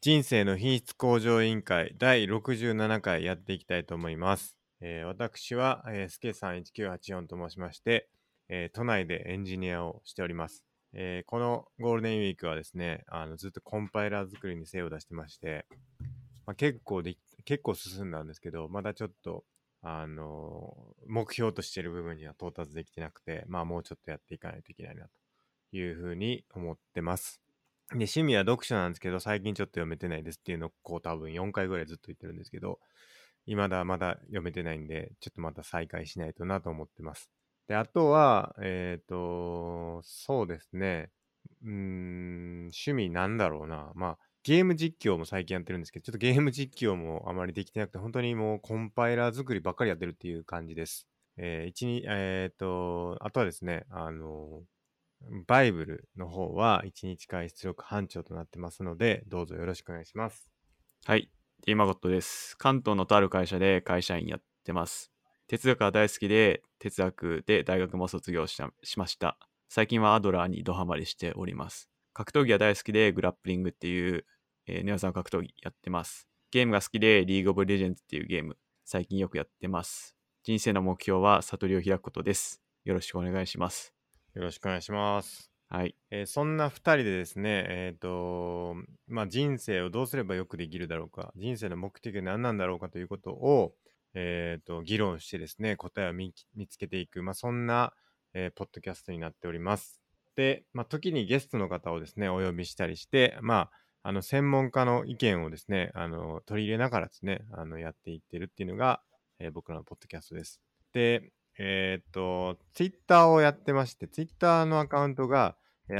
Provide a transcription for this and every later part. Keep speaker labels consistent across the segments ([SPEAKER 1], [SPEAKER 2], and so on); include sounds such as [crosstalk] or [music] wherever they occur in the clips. [SPEAKER 1] 人生の品質向上委員会第67回やっていきたいと思います。えー私は、えー、すけさん1984と申しまして、えー都内でエンジニアをしております。えーこのゴールデンウィークはですね、あのずっとコンパイラー作りに精を出してまして、まあ、結構でき結構進んだんですけど、まだちょっと、あのー目標としている部分には到達できてなくて、まあもうちょっとやっていかないといけないなというふうに思ってます。で、趣味は読書なんですけど、最近ちょっと読めてないですっていうのをこう多分4回ぐらいずっと言ってるんですけど、未だまだ読めてないんで、ちょっとまた再開しないとなと思ってます。で、あとは、えっ、と、そうですね。うーん、趣味なんだろうな。まあ、ゲーム実況も最近やってるんですけど、ちょっとゲーム実況もあまりできてなくて、本当にもうコンパイラー作りばっかりやってるっていう感じです。えー一日、えっ、と、あとはですね、あのバイブルの方は1日間出力班長となってますので、どうぞよろしくお願いします。
[SPEAKER 2] はい、D マゴットです。関東のとある会社で会社員やってます。哲学が大好きで、哲学で大学も卒業したしました。最近はアドラーにドハマりしております。格闘技は大好きで、グラップリングっていう、えー、ネオさん格闘技やってます。ゲームが好きで、リーグオブレジェンズっていうゲーム、最近よくやってます。人生の目標は悟りを開くことです。よろしくお願いします。
[SPEAKER 1] よろしくお願いします。
[SPEAKER 2] はい、
[SPEAKER 1] えーそんな2人でですね、えっ、と、まあ、人生をどうすればよくできるだろうか、人生の目的は何なんだろうかということを、えっ、と、議論してですね、答えを見き見つけていく、まあ、そんな、えーポッドキャストになっております。で、まあ、時にゲストの方をですね、お呼びしたりして、まあ、あの、専門家の意見をですね、あの、取り入れながらですね、あの、やっていってるっていうのが、えー僕らのポッドキャストです。で、えっ、と、ツイッターをやってまして、ツイッターのアカウントが、えー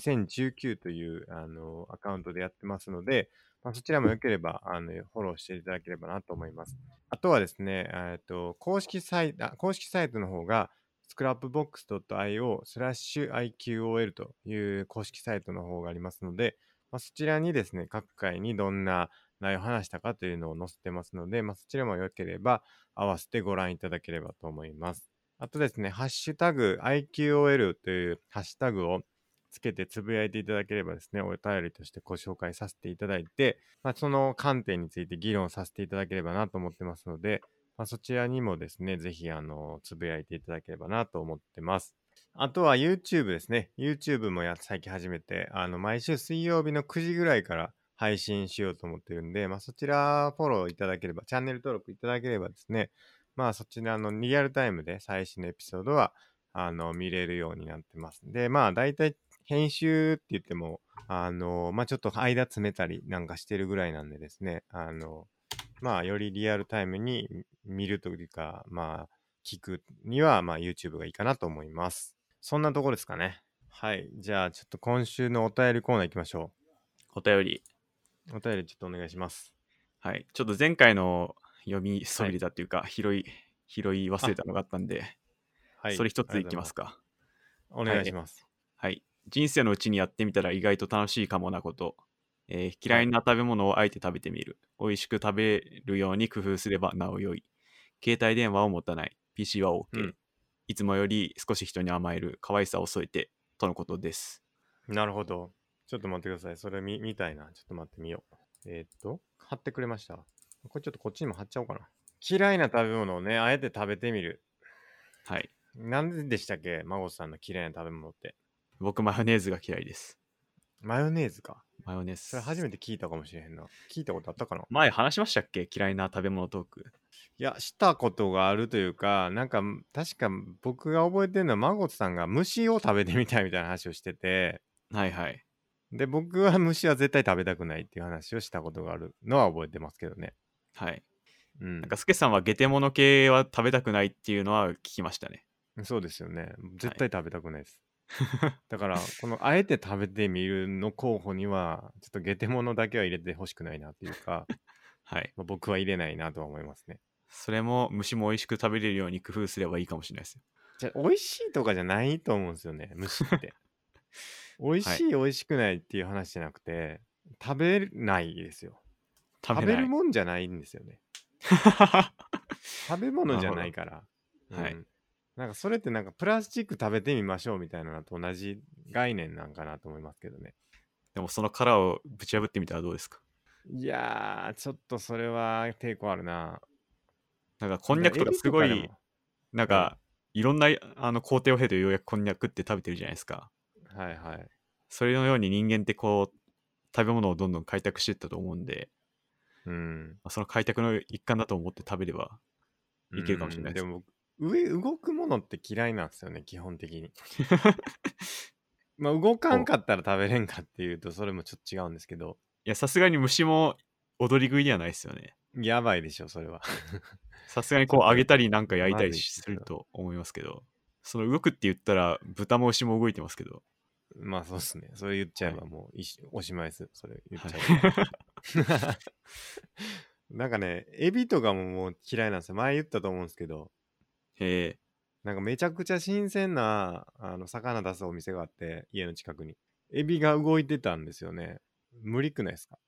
[SPEAKER 1] IQL2019 というあのアカウントでやってますので、まあ、そちらもよければあのフォローしていただければなと思います。あとはですね、えーと公式サイト、あ公式サイトの方が scrapbox.io スラッシュ IQOL という公式サイトの方がありますので、まあ、そちらにですね、各回にどんな内容を話したかというのを載せてますので、まあ、そちらもよければ合わせてご覧いただければと思います。あとですね、ハッシュタグ IQOL というハッシュタグをつけてつぶやいていただければですね、お便りとしてご紹介させていただいて、まあ、その観点について議論させていただければなと思ってますので、まあ、そちらにもですね、ぜひあのつぶやいていただければなと思ってます。あとは YouTube ですね。YouTube もや最近始めて、あの毎週水曜日の9時ぐらいから配信しようと思ってるんで、まあ、そちらフォローいただければ、チャンネル登録いただければですね、まあそちらのリアルタイムで最新のエピソードはあの見れるようになってます。で、まあ大体編集って言っても、あの、まあちょっと間詰めたりなんかしてるぐらいなんでですね、あの、まあよりリアルタイムに見るというか、まあ聞くにはまあ YouTube がいいかなと思います。そんなところですかね。はい。じゃあちょっと今週のお便りコーナー行きましょ
[SPEAKER 2] お便り。
[SPEAKER 1] う。お便りちょっとお願いします。
[SPEAKER 2] はい、ちょっと前回の読みそびれたというか、拾い、拾い忘れたのがあったんで、
[SPEAKER 1] はい。
[SPEAKER 2] それ一ついきます
[SPEAKER 1] か。
[SPEAKER 2] か。
[SPEAKER 1] お願いします。
[SPEAKER 2] はい。人生のうちにやってみたら意外と楽しいかもなこと。えー嫌いな食べ物をあえて食べてみる。美味しく食べるように工夫すればなお良い。携帯電話を持たない。PC は OK。
[SPEAKER 1] うん
[SPEAKER 2] いつもより少し人に甘える。可愛さを添えて。とのことです。
[SPEAKER 1] なるほど。ちょっと待ってください。それ見見たいな。ちょっと待ってみよう。えーっと、貼ってくれました。これちょっとこっちにも貼っちゃおうかな。嫌いな食べ物をね、あえて食べてみる。
[SPEAKER 2] はい。
[SPEAKER 1] なんででしたっけ孫さんの嫌いな食べ物って。
[SPEAKER 2] 僕、マヨネーズが嫌いです。
[SPEAKER 1] マヨネーズか。
[SPEAKER 2] マヨネーズ。
[SPEAKER 1] それ初めて聞いたかもしれへんな。聞いたことあったかな
[SPEAKER 2] 前話しましたっけ嫌いな食べ物トーク。
[SPEAKER 1] いや、したことがあるというか、なんか、確か僕が覚えてるのは、孫さんが虫を食べてみたいみたいな話をしてて、
[SPEAKER 2] はいはい。
[SPEAKER 1] で、僕は虫は絶対食べたくないっていう話をしたことがあるのは覚えてますけどね。
[SPEAKER 2] はい。
[SPEAKER 1] うん
[SPEAKER 2] なん。か、スケさんはゲテモノ系は食べたくないっていうのは聞きましたね。
[SPEAKER 1] そうですよね。絶対食べたくないです。だから、このあえて食べてみるの候補には、ちょっとゲテモノだけは入れてほしくないなっていうか、
[SPEAKER 2] はい。
[SPEAKER 1] まあ僕は入れないなとは思いますね。
[SPEAKER 2] それも虫も美味しく食べれるように工夫すればいいかもしれないですよ。
[SPEAKER 1] じゃあ美味しいとかじゃないと思うんですよね、虫
[SPEAKER 2] [laughs]
[SPEAKER 1] って。美味しい、美味しくないっていう話じゃなくて、食べないですよ。
[SPEAKER 2] 食べ
[SPEAKER 1] べ
[SPEAKER 2] ない。
[SPEAKER 1] るもんじゃないんですよね。食べ物じゃないから。
[SPEAKER 2] なるほどはい
[SPEAKER 1] うんなんかそれってなんかプラスチック食べてみましょうみたいなのと同じ概念なんかなと思いますけどね。
[SPEAKER 2] でもその殻をぶち破ってみたらどうですか
[SPEAKER 1] いやー、ちょっとそれは抵抗あるな。
[SPEAKER 2] なんかこんにゃくとかすごい、なんかいろんなあの工程を経てようやくこんにゃくって食べてるじゃないですか。
[SPEAKER 1] エビとかでも。はいはい。
[SPEAKER 2] それのように人間ってこう食べ物をどんどん開拓していったと思うんで、
[SPEAKER 1] うん。
[SPEAKER 2] まあその開拓の一環だと思って食べればいけるかもしれない
[SPEAKER 1] で
[SPEAKER 2] です
[SPEAKER 1] す。でも僕、上、動くものって嫌いなんですよね、基本
[SPEAKER 2] [laughs]
[SPEAKER 1] 的に。まあ、動かんかったら食べれんかっていうと、それもちょっと違うんですけど、
[SPEAKER 2] いやさすがに虫も踊り食いではないですよね
[SPEAKER 1] やばいでしょ、それは。 [laughs]
[SPEAKER 2] さすがにこう揚げたりなんか焼いた
[SPEAKER 1] ま
[SPEAKER 2] り
[SPEAKER 1] ずい
[SPEAKER 2] すると思いますけどその動くって言ったら豚も牛も動いてますけど
[SPEAKER 1] まあ、そうっすね。それ言っちゃえばもういし、おしまいです。それ言っちゃえば。 [laughs] なんかね、エビとかももう嫌いなんですよ。前言ったと思うんですけど、
[SPEAKER 2] へえ
[SPEAKER 1] なんかめちゃくちゃ新鮮なあの魚出すお店があって、家の近くに。エビが動いてたんですよね。無理くないですか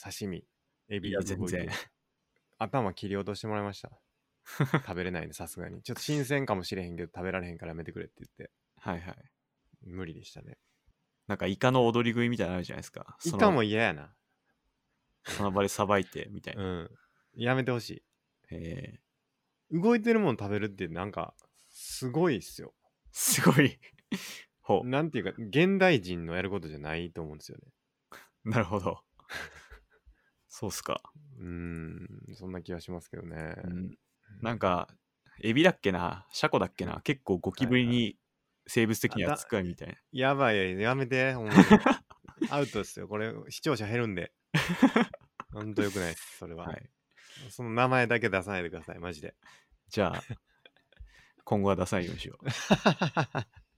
[SPEAKER 1] 刺身。エビ
[SPEAKER 2] い
[SPEAKER 1] が
[SPEAKER 2] や
[SPEAKER 1] 動いて
[SPEAKER 2] 全然
[SPEAKER 1] 頭切り落としてもらいま
[SPEAKER 2] [laughs]
[SPEAKER 1] した。食べれないんで、さすがに。ちょっと新鮮かもしれへんけど、食べられへんからやめてくれって言って、
[SPEAKER 2] はいはい
[SPEAKER 1] 無理でしたね。
[SPEAKER 2] なんかイカの踊り食いみたいなのあるじゃないですか
[SPEAKER 1] イ
[SPEAKER 2] そ
[SPEAKER 1] カ
[SPEAKER 2] の
[SPEAKER 1] も嫌やな。
[SPEAKER 2] その場でさばいてみたいな、
[SPEAKER 1] うん。やめてほしい。
[SPEAKER 2] へえ
[SPEAKER 1] 動いてるもの食べるってなんかすごいっすよ。
[SPEAKER 2] すごい [laughs] ほ
[SPEAKER 1] なんていうか現代人のやることじゃないと思うんですよね。
[SPEAKER 2] うなるほどそうっ
[SPEAKER 1] [laughs]
[SPEAKER 2] すか、
[SPEAKER 1] うーん、そんな気がしますけどね。
[SPEAKER 2] うん、なんかエビだっけなシャコだっけな結構ゴキブリ
[SPEAKER 1] はい
[SPEAKER 2] に生物的に
[SPEAKER 1] あだ
[SPEAKER 2] 扱いみたいな
[SPEAKER 1] やばい、やめて、ほんまに
[SPEAKER 2] [laughs]
[SPEAKER 1] アウトっすよ。これ視聴者減るんで。ほんとよくないです、それは、
[SPEAKER 2] はい
[SPEAKER 1] その名前だけ出さないでください、マジ
[SPEAKER 2] [laughs]
[SPEAKER 1] で。[laughs]
[SPEAKER 2] じゃあ、今後は出さないようにしよう。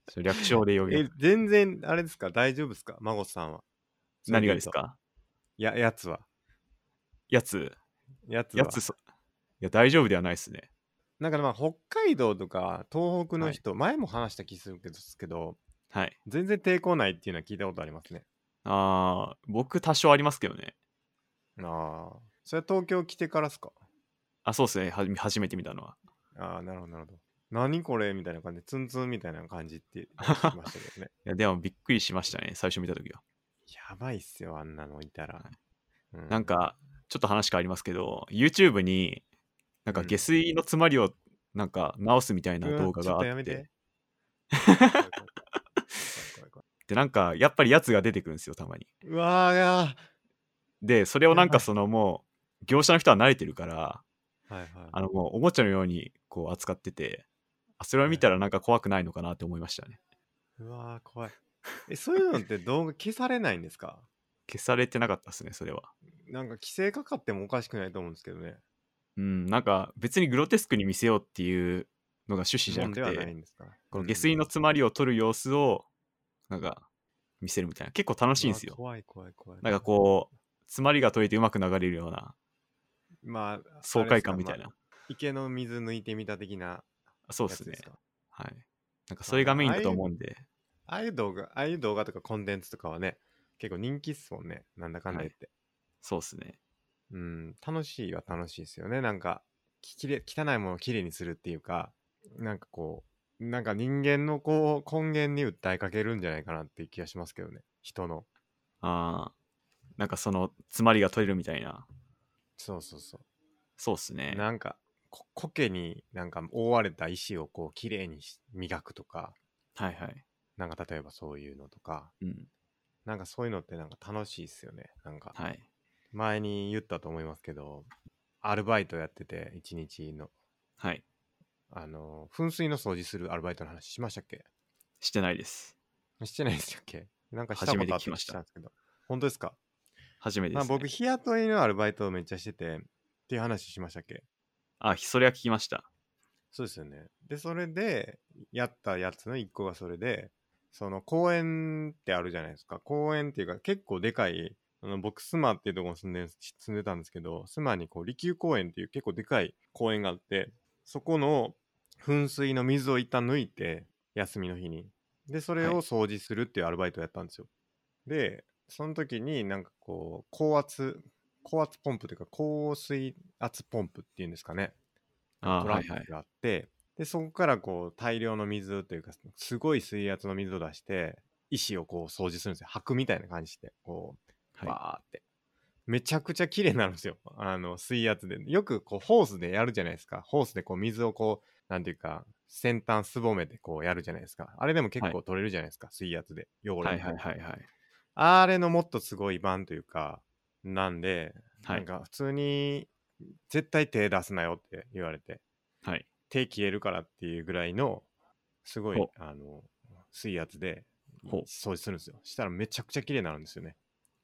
[SPEAKER 2] それ略称で呼び
[SPEAKER 1] え、全然、あれですか大丈夫ですか孫さんは。
[SPEAKER 2] 何がです
[SPEAKER 1] それ
[SPEAKER 2] か
[SPEAKER 1] 言うとや、やつは。
[SPEAKER 2] やつ、
[SPEAKER 1] やつは。
[SPEAKER 2] やつそ、いや、大丈夫ではないですね。
[SPEAKER 1] なんかまあ、北海道とか東北の人、前も話した気するけど、ですけど、
[SPEAKER 2] はい。
[SPEAKER 1] 全然抵抗ないっていうのは聞いたことありますね。
[SPEAKER 2] あー僕、多少ありますけどね。
[SPEAKER 1] ああ。それは東京来てからっすか
[SPEAKER 2] あ、そうですね。は初めて見たのは。
[SPEAKER 1] ああ、なるほど、なるほど。何これみたいな感じで、ツンツンみたいな感じって聞きましたけどね。
[SPEAKER 2] いや、でもびっくりしましたね。最初見たときは。
[SPEAKER 1] やばいっすよ、あんなのいたら。う
[SPEAKER 2] なん、か、ちょっと話変わりますけど、YouTube に、なんか
[SPEAKER 1] うん
[SPEAKER 2] 下水の詰まりを、なんか直すみたいな
[SPEAKER 1] うわ
[SPEAKER 2] 動画があ
[SPEAKER 1] ちょっとや
[SPEAKER 2] っ
[SPEAKER 1] め
[SPEAKER 2] て、
[SPEAKER 1] て。怖い怖い怖い怖い怖い怖
[SPEAKER 2] で、なんか、やっぱりやつが出てくるんですよ、たまに。
[SPEAKER 1] [laughs] いうわーや
[SPEAKER 2] で、それをなん
[SPEAKER 1] やば
[SPEAKER 2] か
[SPEAKER 1] い
[SPEAKER 2] そのもう、業者の人は慣れてるから、
[SPEAKER 1] ーはいはい。
[SPEAKER 2] あのもうおもちゃのようにこう扱ってて、あそれを見たらなんか怖くないのかなって思いましたね。
[SPEAKER 1] うわー怖い。え、そういうのって動画消されないんですか
[SPEAKER 2] 消されてなかったですね、それは。
[SPEAKER 1] なんか規制かかってもおかしくないと思うんですけどね。
[SPEAKER 2] うん、なんか別にグロテスクに見せようっていうのが趣旨じゃな
[SPEAKER 1] もん
[SPEAKER 2] く
[SPEAKER 1] ではない
[SPEAKER 2] て、
[SPEAKER 1] んですか
[SPEAKER 2] この下水の詰まりを取る様子をなんか見せるみたいな。結構楽
[SPEAKER 1] ら
[SPEAKER 2] しいんですよ。
[SPEAKER 1] 怖い怖い怖い。
[SPEAKER 2] なんかこう、詰まりが取れてうまく流れるような
[SPEAKER 1] う、まあ、
[SPEAKER 2] 爽快感みた
[SPEAKER 1] あ
[SPEAKER 2] い
[SPEAKER 1] れですか。
[SPEAKER 2] な。
[SPEAKER 1] まあ池の水抜いてみた的な
[SPEAKER 2] そう
[SPEAKER 1] や
[SPEAKER 2] です
[SPEAKER 1] つ
[SPEAKER 2] ね
[SPEAKER 1] です。か
[SPEAKER 2] はい。なんかそれがメインだと思うんで、
[SPEAKER 1] ああいう動画、ああいう動画とかコンテンツとかはね、結構人気っすもんね。なんだかんだ言って。
[SPEAKER 2] そうですね。
[SPEAKER 1] うん、楽しいは楽しいですよね。なんか、ききれ汚いものをきれいにするっていうか、なんかこう、なんか人間のこう、根源に訴えかけるんじゃないかなっていう気がしますけどね。人の。
[SPEAKER 2] あーなんかその詰まりが取れるみたいな。
[SPEAKER 1] そうそうそ
[SPEAKER 2] そうです
[SPEAKER 1] う。
[SPEAKER 2] ね。
[SPEAKER 1] なんか、こ苔になんか覆われた石をこう、きれいにし磨くとか、
[SPEAKER 2] はいはい。
[SPEAKER 1] なんか例えばそういうのとか、
[SPEAKER 2] うん。
[SPEAKER 1] なんかそういうのってなんか楽しいっすよね。なんか。
[SPEAKER 2] はい。
[SPEAKER 1] 前に言ったと思いますけどアルバイトやってて一日の
[SPEAKER 2] はい。
[SPEAKER 1] あの噴水の掃除するアルバイトの話しましたっけ
[SPEAKER 2] してないです。
[SPEAKER 1] してないでしたっけなんかしたことあった
[SPEAKER 2] 初めて聞きました
[SPEAKER 1] んですけど本当ですか
[SPEAKER 2] 初めて
[SPEAKER 1] ま
[SPEAKER 2] で
[SPEAKER 1] あ
[SPEAKER 2] す、ね。
[SPEAKER 1] 僕日雇いのアルバイトをめっちゃしててっていう話しましたっけ
[SPEAKER 2] あ、それは聞きました。
[SPEAKER 1] そうですよねでそれでやったやつの一個がそれでその公園ってあるじゃないですか公園っていうか結構でかいあの僕スマっていうところに住んでん住んでたんですけどスマにこう利休公園っていう結構でかい公園があってそこの噴水の水を一旦抜いて休みの日にでそれ
[SPEAKER 2] はい
[SPEAKER 1] を掃除するっていうアルバイトをやったんですよ、でその時になんかこう高圧高圧ポンプというか高水圧ポンプっていうんですかね
[SPEAKER 2] あ
[SPEAKER 1] ト
[SPEAKER 2] は
[SPEAKER 1] ラ
[SPEAKER 2] いは
[SPEAKER 1] ン
[SPEAKER 2] い
[SPEAKER 1] プ。があって、でそこからこう大量の水というかすごい水圧の水を出して石をこう掃除するんですよ吐くみたいな感じでこう
[SPEAKER 2] はい、
[SPEAKER 1] バーって、めちゃくちゃ綺麗なんですよ。あの、水圧で。よくこう、ホースでやるじゃないですか。ホースでこう、水をこう、なんていうか、先端すぼめてこうやるじゃないですか。あれでも結構取れるじゃないですか。水圧で。汚れも
[SPEAKER 2] はいはいはいはい。
[SPEAKER 1] あれのもっとすごい版というか、なんで、
[SPEAKER 2] はい
[SPEAKER 1] なんか普通に、絶対手出すなよって言われて、
[SPEAKER 2] はい。
[SPEAKER 1] 手消えるからっていうぐらいの、すご
[SPEAKER 2] ほ、
[SPEAKER 1] いうあの、水圧で
[SPEAKER 2] ほう
[SPEAKER 1] 掃除するんですよ。したらめちゃくちゃ綺麗になるんですよね。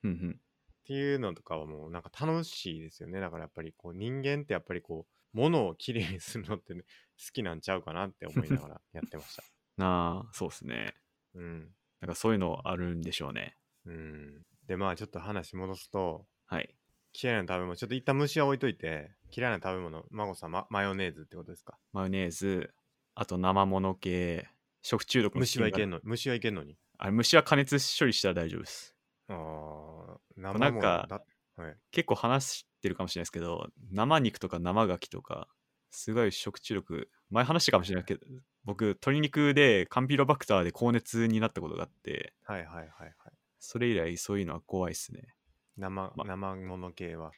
[SPEAKER 2] うんうん。
[SPEAKER 1] っていうのとかはもうなんか楽しいですよね。だからやっぱりこう人間ってやっぱりこう、ものをきれいにするのってね、好きなんちゃうかなって思いながらやってま
[SPEAKER 2] [laughs]
[SPEAKER 1] した。
[SPEAKER 2] なあ、そうですね。
[SPEAKER 1] うん。
[SPEAKER 2] なんかそういうのあるんでしょうね。
[SPEAKER 1] うん。で、まあちょっと話戻すと、
[SPEAKER 2] はい。
[SPEAKER 1] 嫌いな食べ物、ちょっと一旦虫は置いといて、嫌いな食べ物、マゴさん、ま、マヨネーズってことですか
[SPEAKER 2] マヨネーズ、あと生もの系、食中毒の危
[SPEAKER 1] 虫
[SPEAKER 2] 険
[SPEAKER 1] は
[SPEAKER 2] が
[SPEAKER 1] いけんの虫はいけんのに。
[SPEAKER 2] あれ虫は加熱処理したら大丈夫です。
[SPEAKER 1] ああ、生も
[SPEAKER 2] な
[SPEAKER 1] の
[SPEAKER 2] んか
[SPEAKER 1] だはい。
[SPEAKER 2] 結構話してるかもしれないですけど、生肉とか生牡蠣とか、すごい食中毒、前話したかもしれないけど、僕、鶏肉でカンピロバクターで高熱になったことがあって、
[SPEAKER 1] はいはいはいはい。
[SPEAKER 2] それ以来そういうのは怖いっすね。
[SPEAKER 1] 生、
[SPEAKER 2] ま
[SPEAKER 1] 生もの系は。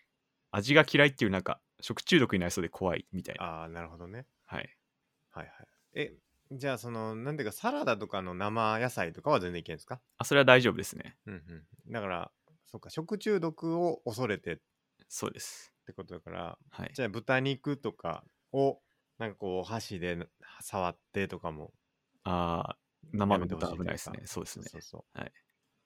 [SPEAKER 2] 味が嫌いっていうなんか食中毒になりそうで怖いみたいな。
[SPEAKER 1] ああ、なるほどね。
[SPEAKER 2] はい。
[SPEAKER 1] はいはい。え、じゃあその、なんていうか、サラダとかの生野菜とかは全然いけんですか
[SPEAKER 2] あ、それは大丈夫ですね。
[SPEAKER 1] うんうん。だから、そっか、食中毒を恐れてっ
[SPEAKER 2] そうです。
[SPEAKER 1] てことだから、
[SPEAKER 2] はい。
[SPEAKER 1] じゃあ豚肉とかを、なんかこう、箸で触ってとかも
[SPEAKER 2] ああ、生
[SPEAKER 1] や
[SPEAKER 2] の
[SPEAKER 1] めてほしいという
[SPEAKER 2] 豚危
[SPEAKER 1] か
[SPEAKER 2] ないですね。そうですね
[SPEAKER 1] そ。うそう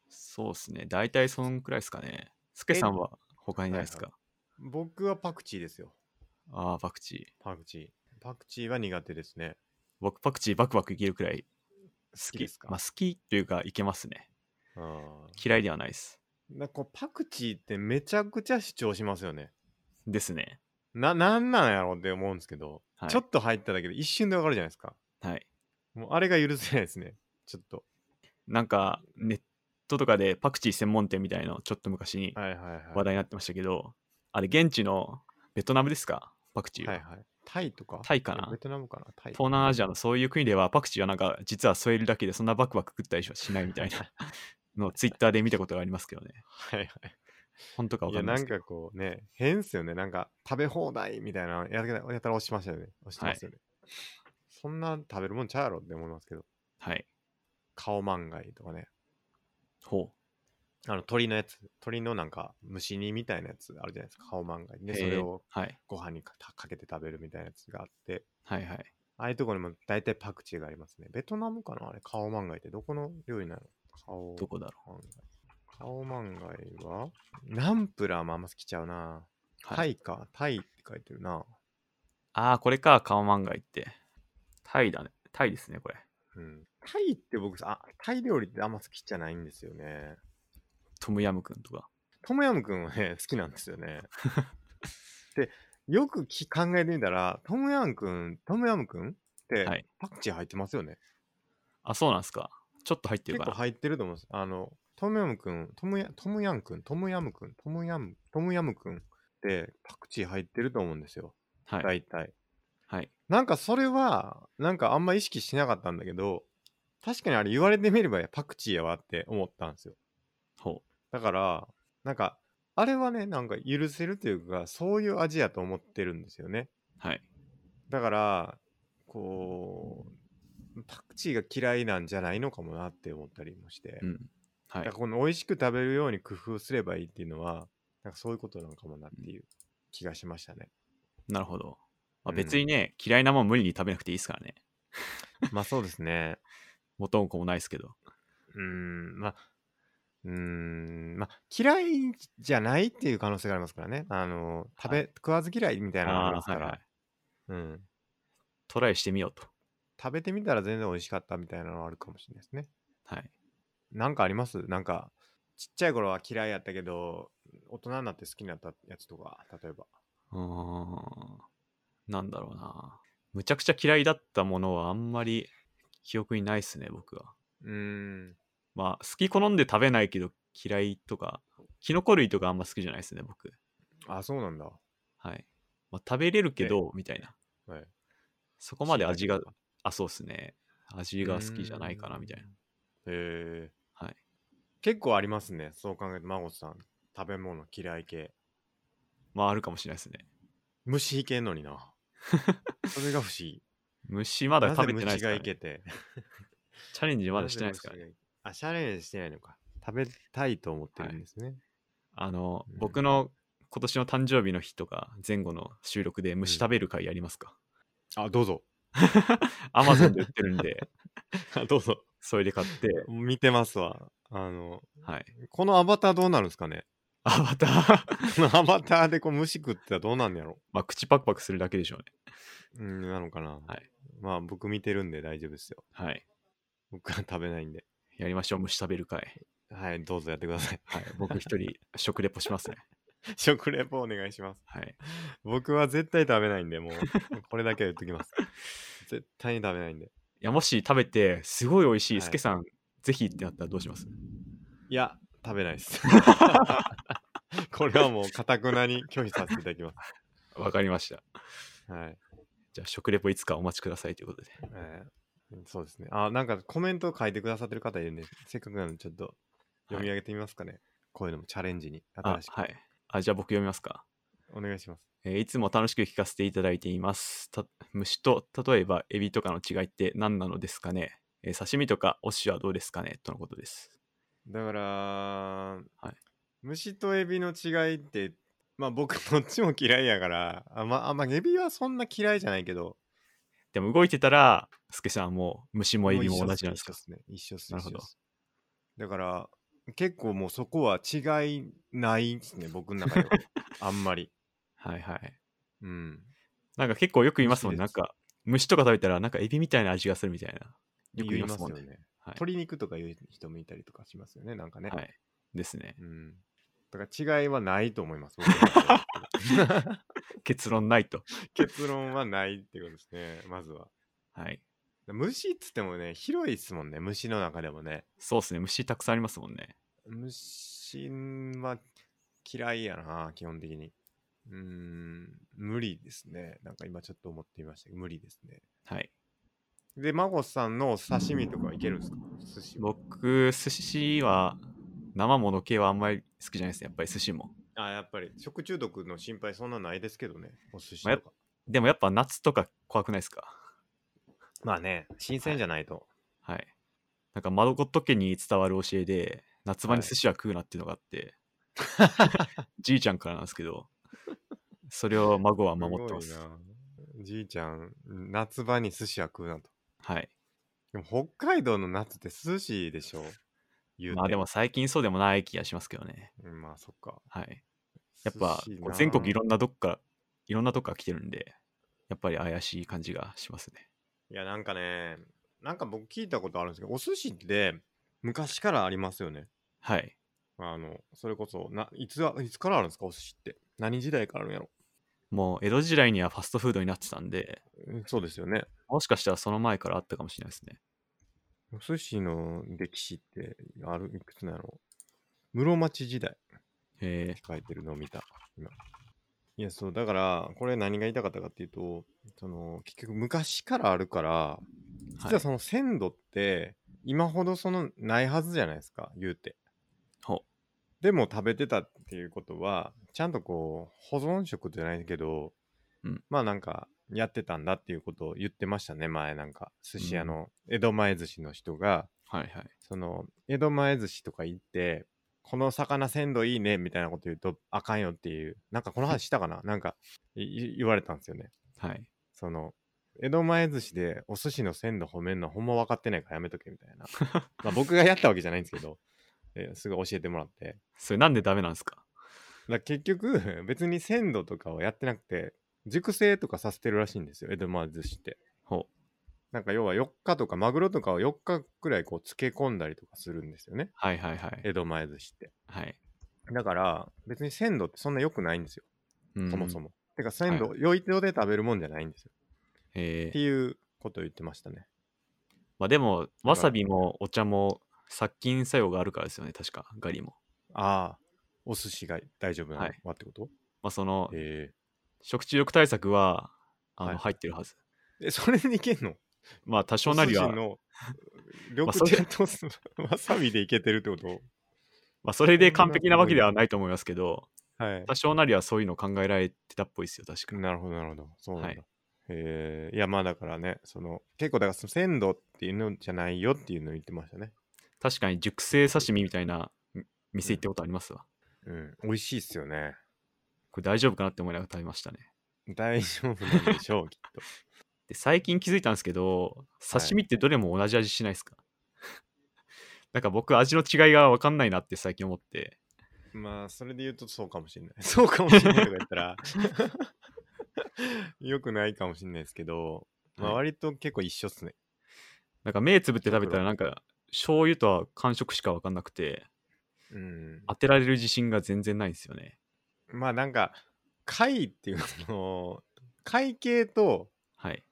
[SPEAKER 2] そうですね。大体そんくらいですかね。スケさんは他にないですか、
[SPEAKER 1] 僕はパクチーですよ。
[SPEAKER 2] ああ、パクチー。
[SPEAKER 1] パクチー。パクチーは苦手ですね。
[SPEAKER 2] 僕、パクチーバクバクいけるくらい
[SPEAKER 1] 好
[SPEAKER 2] 好き。
[SPEAKER 1] きですか、
[SPEAKER 2] まあ、好きというか、いけますね。
[SPEAKER 1] うん
[SPEAKER 2] 嫌いではないです。
[SPEAKER 1] なんかこうパクチーってめちゃくちゃ主張しますよね。
[SPEAKER 2] ですね。
[SPEAKER 1] な、なんなんやろうって思うんですけど、
[SPEAKER 2] はい。
[SPEAKER 1] ちょっと入っただけで一瞬でわかるじゃないですか。
[SPEAKER 2] はい、
[SPEAKER 1] もうあれが許せないですね。ちょっと。
[SPEAKER 2] なんか、ネットとかでパクチー専門店みたいの、ちょっと昔に
[SPEAKER 1] はいはいはい。
[SPEAKER 2] 話題になってましたけど、あれ、現地のベトナムですかパクチーは。
[SPEAKER 1] はいはい。タイとか
[SPEAKER 2] タイかな
[SPEAKER 1] ベトナムかなタイ。
[SPEAKER 2] 東南アジアのそういう国ではパクチーはなんか実は添えるだけでそんなバクバク食ったりはしないみたい
[SPEAKER 1] [laughs]
[SPEAKER 2] なのをツイッターで見たことがありますけどね。
[SPEAKER 1] はいはい。
[SPEAKER 2] 本当かわ
[SPEAKER 1] い
[SPEAKER 2] か
[SPEAKER 1] や、
[SPEAKER 2] んない
[SPEAKER 1] なん
[SPEAKER 2] ですけど
[SPEAKER 1] かこうね、変っすよね。なんか、食べ放題みたいなのやったらやたら押しましたよね。押してますよね。そんな食べるもんちゃうやろって思いますけど。
[SPEAKER 2] はい。
[SPEAKER 1] カオマンガイとかね。
[SPEAKER 2] ほ
[SPEAKER 1] あの、鳥のやつ。鳥のなんか、虫煮みたいなやつあるじゃないですか。カオマンガイ。
[SPEAKER 2] う。
[SPEAKER 1] で、それを
[SPEAKER 2] へーはい。
[SPEAKER 1] ご飯にかかけて食べるみたいなやつがあって、
[SPEAKER 2] はいはい。
[SPEAKER 1] ああいうとこにも大体パクチーがありますね。ベトナムかなあれ、カオマンガイってどこの料理なのカオ
[SPEAKER 2] どこだろ
[SPEAKER 1] マンガイ。カオマンガイはナンプラーもあんま好きちゃうな。
[SPEAKER 2] う。
[SPEAKER 1] タイか。タイって書いてるな。
[SPEAKER 2] ああ、これか、カオマンガイって。タイだね。タイですね、これ。
[SPEAKER 1] うん。タイって僕あ、タイ料理ってあんま好きじゃないんですよね。
[SPEAKER 2] トムヤムクンとか。
[SPEAKER 1] トムヤムくんはね、 [laughs] 好きなんですよね。
[SPEAKER 2] [laughs]
[SPEAKER 1] で、よくき考えてみたら、トムヤムくん、トムヤムくんっ
[SPEAKER 2] は
[SPEAKER 1] て
[SPEAKER 2] い
[SPEAKER 1] パクチー入ってますよね。
[SPEAKER 2] あ、そうなんですか。ちょっと入って
[SPEAKER 1] 結
[SPEAKER 2] るか
[SPEAKER 1] 構
[SPEAKER 2] な。
[SPEAKER 1] 入ってると思うんです。あの、トムヤムくん、トムヤ、トムヤンくん、トムヤムくん、トムヤム、トムヤムくんってパクチー入ってると思うんですよ。
[SPEAKER 2] はい。
[SPEAKER 1] 大体。
[SPEAKER 2] はい。
[SPEAKER 1] なんかそれは、なんかあんま意識しなかったんだけど、確かにあれ言われてみればパクチーやわって思ったんですよ。
[SPEAKER 2] ほ
[SPEAKER 1] だから、なんか、あれはね、なんか許せるというか、そういう味やと思ってるんですよね。
[SPEAKER 2] う。はい。
[SPEAKER 1] だから、こう、パクチーが嫌いなんじゃないのかもなって思ったりもして。
[SPEAKER 2] うん。は
[SPEAKER 1] だ
[SPEAKER 2] い
[SPEAKER 1] から。この美味しく食べるように工夫すればいいっていうのは、なんかそういうことなのかもなっていう気がしま
[SPEAKER 2] [laughs]
[SPEAKER 1] したね。
[SPEAKER 2] なるほど。まあ、
[SPEAKER 1] うん
[SPEAKER 2] 別にね、嫌いなもん無理に食べなくていいですからね。
[SPEAKER 1] まあそうですね。
[SPEAKER 2] 元も子もないですけど。
[SPEAKER 1] うーん、まあ、うーん、まあ嫌いじゃないっていう可能性がありますからね。あの、食べ、食わず嫌いみたいなのがあり
[SPEAKER 2] あ
[SPEAKER 1] ま
[SPEAKER 2] あ
[SPEAKER 1] す
[SPEAKER 2] ー、
[SPEAKER 1] か
[SPEAKER 2] はい
[SPEAKER 1] ら、
[SPEAKER 2] はい。
[SPEAKER 1] うん。
[SPEAKER 2] トライしてみようと。
[SPEAKER 1] 食べてみたら全然美味しかったみたいなのはあるかもしれないですね。
[SPEAKER 2] はい。
[SPEAKER 1] なんかありますなんか、ちっちゃい頃は嫌いやったけど、大人になって好きになったやつとか、例えば。
[SPEAKER 2] うーん。なんだろうな。むちゃくちゃ嫌いだったものはあんまり記憶にないっすね、僕は。
[SPEAKER 1] うーん。
[SPEAKER 2] まあ、好き好んで食べないけど嫌いとか、キノコ類とかあんま好きじゃないですね、僕。
[SPEAKER 1] あ、そうなんだ。
[SPEAKER 2] はい。まあ、食べれるけど、みたいな。
[SPEAKER 1] はい。
[SPEAKER 2] そこまで味が
[SPEAKER 1] 椎茸と、
[SPEAKER 2] あ、そうっすね。味が好きじゃないかな、みたいな
[SPEAKER 1] うーん。へえ。
[SPEAKER 2] はい。
[SPEAKER 1] 結構ありますね。そう考えて、孫さん。食べ物嫌い系。
[SPEAKER 2] まああるかもしれないですね。
[SPEAKER 1] 虫いけんのに
[SPEAKER 2] [laughs]
[SPEAKER 1] な。それが不思議。
[SPEAKER 2] 虫まだ
[SPEAKER 1] なぜ
[SPEAKER 2] 食べてないです
[SPEAKER 1] 虫
[SPEAKER 2] か
[SPEAKER 1] が
[SPEAKER 2] ら
[SPEAKER 1] い
[SPEAKER 2] ね、
[SPEAKER 1] けて。
[SPEAKER 2] チャレンジまだしてないですから、ね。
[SPEAKER 1] ね。あ、シャレンジしてないのか。食べたいと思ってるんですね。
[SPEAKER 2] あの、
[SPEAKER 1] うん
[SPEAKER 2] 僕の今年の誕生日の日とか前後の収録で虫食べる会やりますか、
[SPEAKER 1] あ、どうぞ。
[SPEAKER 2] アマゾンで売ってるん [laughs] で、
[SPEAKER 1] あどうぞ。
[SPEAKER 2] それで買って、
[SPEAKER 1] 見てますわ。あの、
[SPEAKER 2] [laughs] はい。
[SPEAKER 1] このアバターどうなるんですかね
[SPEAKER 2] あ、また、 [laughs]
[SPEAKER 1] このアバターでこう虫食ってたらどうなんのやろ
[SPEAKER 2] まあ、口パクパクするだけでしょうね。
[SPEAKER 1] うん、なのかな。
[SPEAKER 2] はい。
[SPEAKER 1] まあ僕見てるんで大丈夫ですよ。
[SPEAKER 2] はい。
[SPEAKER 1] 僕は食べないんで。
[SPEAKER 2] やりましょう、虫食べる会。
[SPEAKER 1] はい、どうぞやってください。
[SPEAKER 2] はい。僕一 [laughs] 人、食レポしますね。
[SPEAKER 1] [laughs] 食レポお願いします。
[SPEAKER 2] はい。
[SPEAKER 1] 僕は絶対食べないんで、
[SPEAKER 2] [laughs]
[SPEAKER 1] もう、これだけは言っときます。絶対に食べないんで。
[SPEAKER 2] いや、もし食べて、すごい美味し、
[SPEAKER 1] はいい
[SPEAKER 2] すけさん、ぜひってなったらどうします
[SPEAKER 1] いや、食べない
[SPEAKER 2] [laughs]
[SPEAKER 1] です。これはもう、かたくなに拒否させていただきま
[SPEAKER 2] わかりました。
[SPEAKER 1] す。はい。
[SPEAKER 2] じゃあ、食レポいつかお待ちくださいということで。
[SPEAKER 1] えーそうですね。あ、なんかコメント書いてくださってる方いるんで、せっかくなのでちょっと読み上げてみますかね。こういうのもチャレンジに、
[SPEAKER 2] あ
[SPEAKER 1] 新、しく。
[SPEAKER 2] はい。あ、じゃあ僕読みますか。
[SPEAKER 1] お願いします。
[SPEAKER 2] えーいつも楽しく聞かせていただいています。た虫と例えばエビとかの違いって何なのですかね、えー刺身とかお寿司はどうですかねとのことです。
[SPEAKER 1] だから、
[SPEAKER 2] い
[SPEAKER 1] 虫とエビの違いってまあ僕どっちも嫌いやからあまあまあエビはそんな嫌いじゃないけど
[SPEAKER 2] でも動いてたら、すけさんも虫もエビも同じなんです
[SPEAKER 1] 一緒
[SPEAKER 2] か
[SPEAKER 1] っすね一緒っす
[SPEAKER 2] なるほど
[SPEAKER 1] 一緒っすだから結構もうそこは違いないですね僕の中
[SPEAKER 2] [laughs]
[SPEAKER 1] ではあんまり
[SPEAKER 2] はいはい。
[SPEAKER 1] うん
[SPEAKER 2] なんか結構よく言いますもん、
[SPEAKER 1] 虫で
[SPEAKER 2] なん
[SPEAKER 1] す
[SPEAKER 2] か虫とか食べたらなんかエビみたいな味がするみたいな。よく言いますもんね。
[SPEAKER 1] 言よね
[SPEAKER 2] はい
[SPEAKER 1] 鶏肉とかいう人もいたりとかしますよねなんかね、
[SPEAKER 2] はい。ですね。 [laughs]
[SPEAKER 1] うんだから違いはないと思います僕の中で
[SPEAKER 2] [laughs]
[SPEAKER 1] は
[SPEAKER 2] 結論ないと。
[SPEAKER 1] 結論はないってことですねまずは
[SPEAKER 2] はい。
[SPEAKER 1] 虫っつってもね広いっすもんね虫の中でもね
[SPEAKER 2] そうですね。虫たくさんありますもんね。
[SPEAKER 1] 虫は嫌いやな基本的にうーん無理ですねなんか今ちょっと思っていましたけど無理ですね
[SPEAKER 2] はい。
[SPEAKER 1] で孫さんのお刺身とかいけるんですか寿司は
[SPEAKER 2] 僕、寿司は生もの系はあんまり好きじゃないですね。やっぱり寿司も。
[SPEAKER 1] あやっぱり食中毒の心配そんなないですけどねお寿司
[SPEAKER 2] まあや
[SPEAKER 1] とか
[SPEAKER 2] でもやっぱ夏とか怖くないですか
[SPEAKER 1] まあね新鮮じゃないと、
[SPEAKER 2] はい。なんか、窓ごと家に伝わる教えで、夏場に
[SPEAKER 1] はい
[SPEAKER 2] 寿司は食うなっていうのがあ
[SPEAKER 1] [laughs]
[SPEAKER 2] って、じいちゃんからなんですけど、それを孫は守ってます。
[SPEAKER 1] ごいなじいちゃん夏場に寿司は食うなと
[SPEAKER 2] はい。
[SPEAKER 1] でも北海道の夏って涼しいでしょ言うて
[SPEAKER 2] まあでも最近そうでもない気がしますけどね。
[SPEAKER 1] うんまあそっか
[SPEAKER 2] はい。やっぱ
[SPEAKER 1] 寿司、
[SPEAKER 2] こう
[SPEAKER 1] な
[SPEAKER 2] 全国いろんなどっか、いろんなとこから来てるんで、やっぱり怪しい感じがしますね。
[SPEAKER 1] いやなんかねなんか僕聞いたことあるんですけどお寿司って昔からありますよね
[SPEAKER 2] はい。
[SPEAKER 1] あのそれこそないつはいつからあるんですかお寿司って何時代からあるんやろ
[SPEAKER 2] もう江戸時代にはファストフードになってたんで、
[SPEAKER 1] うんそうですよね
[SPEAKER 2] もしかしたらその前からあったかもしれないですね。
[SPEAKER 1] お寿司の歴史ってあるいくつなんやろ室町時代
[SPEAKER 2] へえ
[SPEAKER 1] 書いてるのを見た今いやそうだからこれ何が言いたかったかっていうとその結局昔からあるから実
[SPEAKER 2] は
[SPEAKER 1] はいその鮮度って今ほどそのないはずじゃないですか言うて
[SPEAKER 2] ほう
[SPEAKER 1] でも食べてたっていうことはちゃんとこう保存食じゃないけど、
[SPEAKER 2] うん
[SPEAKER 1] まあなんかやってたんだっていうことを言ってましたね前なんか寿司屋の江戸前寿司の人が、
[SPEAKER 2] はいはい。
[SPEAKER 1] その江戸前寿司とか行ってこの魚鮮度いいねみたいなこと言うとあかんよっていうなんかこの話したかななんかいい言われたんですよね
[SPEAKER 2] はい。
[SPEAKER 1] その江戸前寿司でお寿司の鮮度褒めるのほんま分かってないからやめとけみたい
[SPEAKER 2] [laughs]
[SPEAKER 1] なまあ僕がやったわけじゃないんですけど [laughs] えすごい教えてもらってだか
[SPEAKER 2] それなんでダメなんですから
[SPEAKER 1] 結局別に鮮度とかはやってなくて熟成とかさせてるらしいんですよ江戸前寿司って
[SPEAKER 2] ほう。
[SPEAKER 1] なんか要は4日とかマグロとかを4日くらいこう漬け込んだりとかするんですよね
[SPEAKER 2] はいはいはい。
[SPEAKER 1] 江戸前寿司って
[SPEAKER 2] はい。
[SPEAKER 1] だから別に鮮度ってそんな良くないんですよ、
[SPEAKER 2] うん
[SPEAKER 1] そもそ。も。てか鮮度、良い度で食べるもんじゃないんですよ。
[SPEAKER 2] え
[SPEAKER 1] って
[SPEAKER 2] ー、
[SPEAKER 1] いうことを言ってましたね。
[SPEAKER 2] まあでも、わさびもお茶も殺菌作用があるからですよね、確か、ガリも。
[SPEAKER 1] ああ、お寿司が大丈夫なの
[SPEAKER 2] は
[SPEAKER 1] はいってこと
[SPEAKER 2] まあその、
[SPEAKER 1] え
[SPEAKER 2] 食中毒対策は、あの、
[SPEAKER 1] はい
[SPEAKER 2] 入ってるはず。
[SPEAKER 1] え。え、それでいけんの
[SPEAKER 2] まあ多少なり [laughs]
[SPEAKER 1] お寿
[SPEAKER 2] は
[SPEAKER 1] 司、の緑
[SPEAKER 2] それ
[SPEAKER 1] [laughs] 茶とすわさびでいけてるってこと
[SPEAKER 2] まあ、それで完璧なわけではないと思いますけど、
[SPEAKER 1] はい。
[SPEAKER 2] 多少なりはそういうのを考えられてたっぽいですよ、確かに。
[SPEAKER 1] なるほど、なるほど。そうなんだ。
[SPEAKER 2] はい
[SPEAKER 1] えーいや、まあだからね、その、結構だからその鮮度っていうのじゃないよっていうのを言ってましたね。
[SPEAKER 2] 確かに熟成刺身みたいなみ店行ったことありますわ。
[SPEAKER 1] うん。美味しいっすよね。
[SPEAKER 2] これ大丈夫かなって思いながら食べましたね。
[SPEAKER 1] 大丈夫なんでし
[SPEAKER 2] [laughs]
[SPEAKER 1] ょう、きっと。
[SPEAKER 2] で、最近気づいたんですけど、刺身ってどれも同じ味しないですか、 [laughs] なんか僕、味の違いが分かんないなって最近思って。
[SPEAKER 1] まあ、それで言うとそうかもしれない。 [laughs] そうかもしれないとか言った
[SPEAKER 2] [laughs]
[SPEAKER 1] ら、よくないかもしれないですけど、まあ、
[SPEAKER 2] はい
[SPEAKER 1] 割と結構一緒っすね。
[SPEAKER 2] なんか目つぶって食べたら、なんか醤油とは感触しか分かんなくて、
[SPEAKER 1] うん。
[SPEAKER 2] 当てられる自信が全然ないんですよね。
[SPEAKER 1] まあ、なんか、貝っていうか、その、貝系と、
[SPEAKER 2] はい。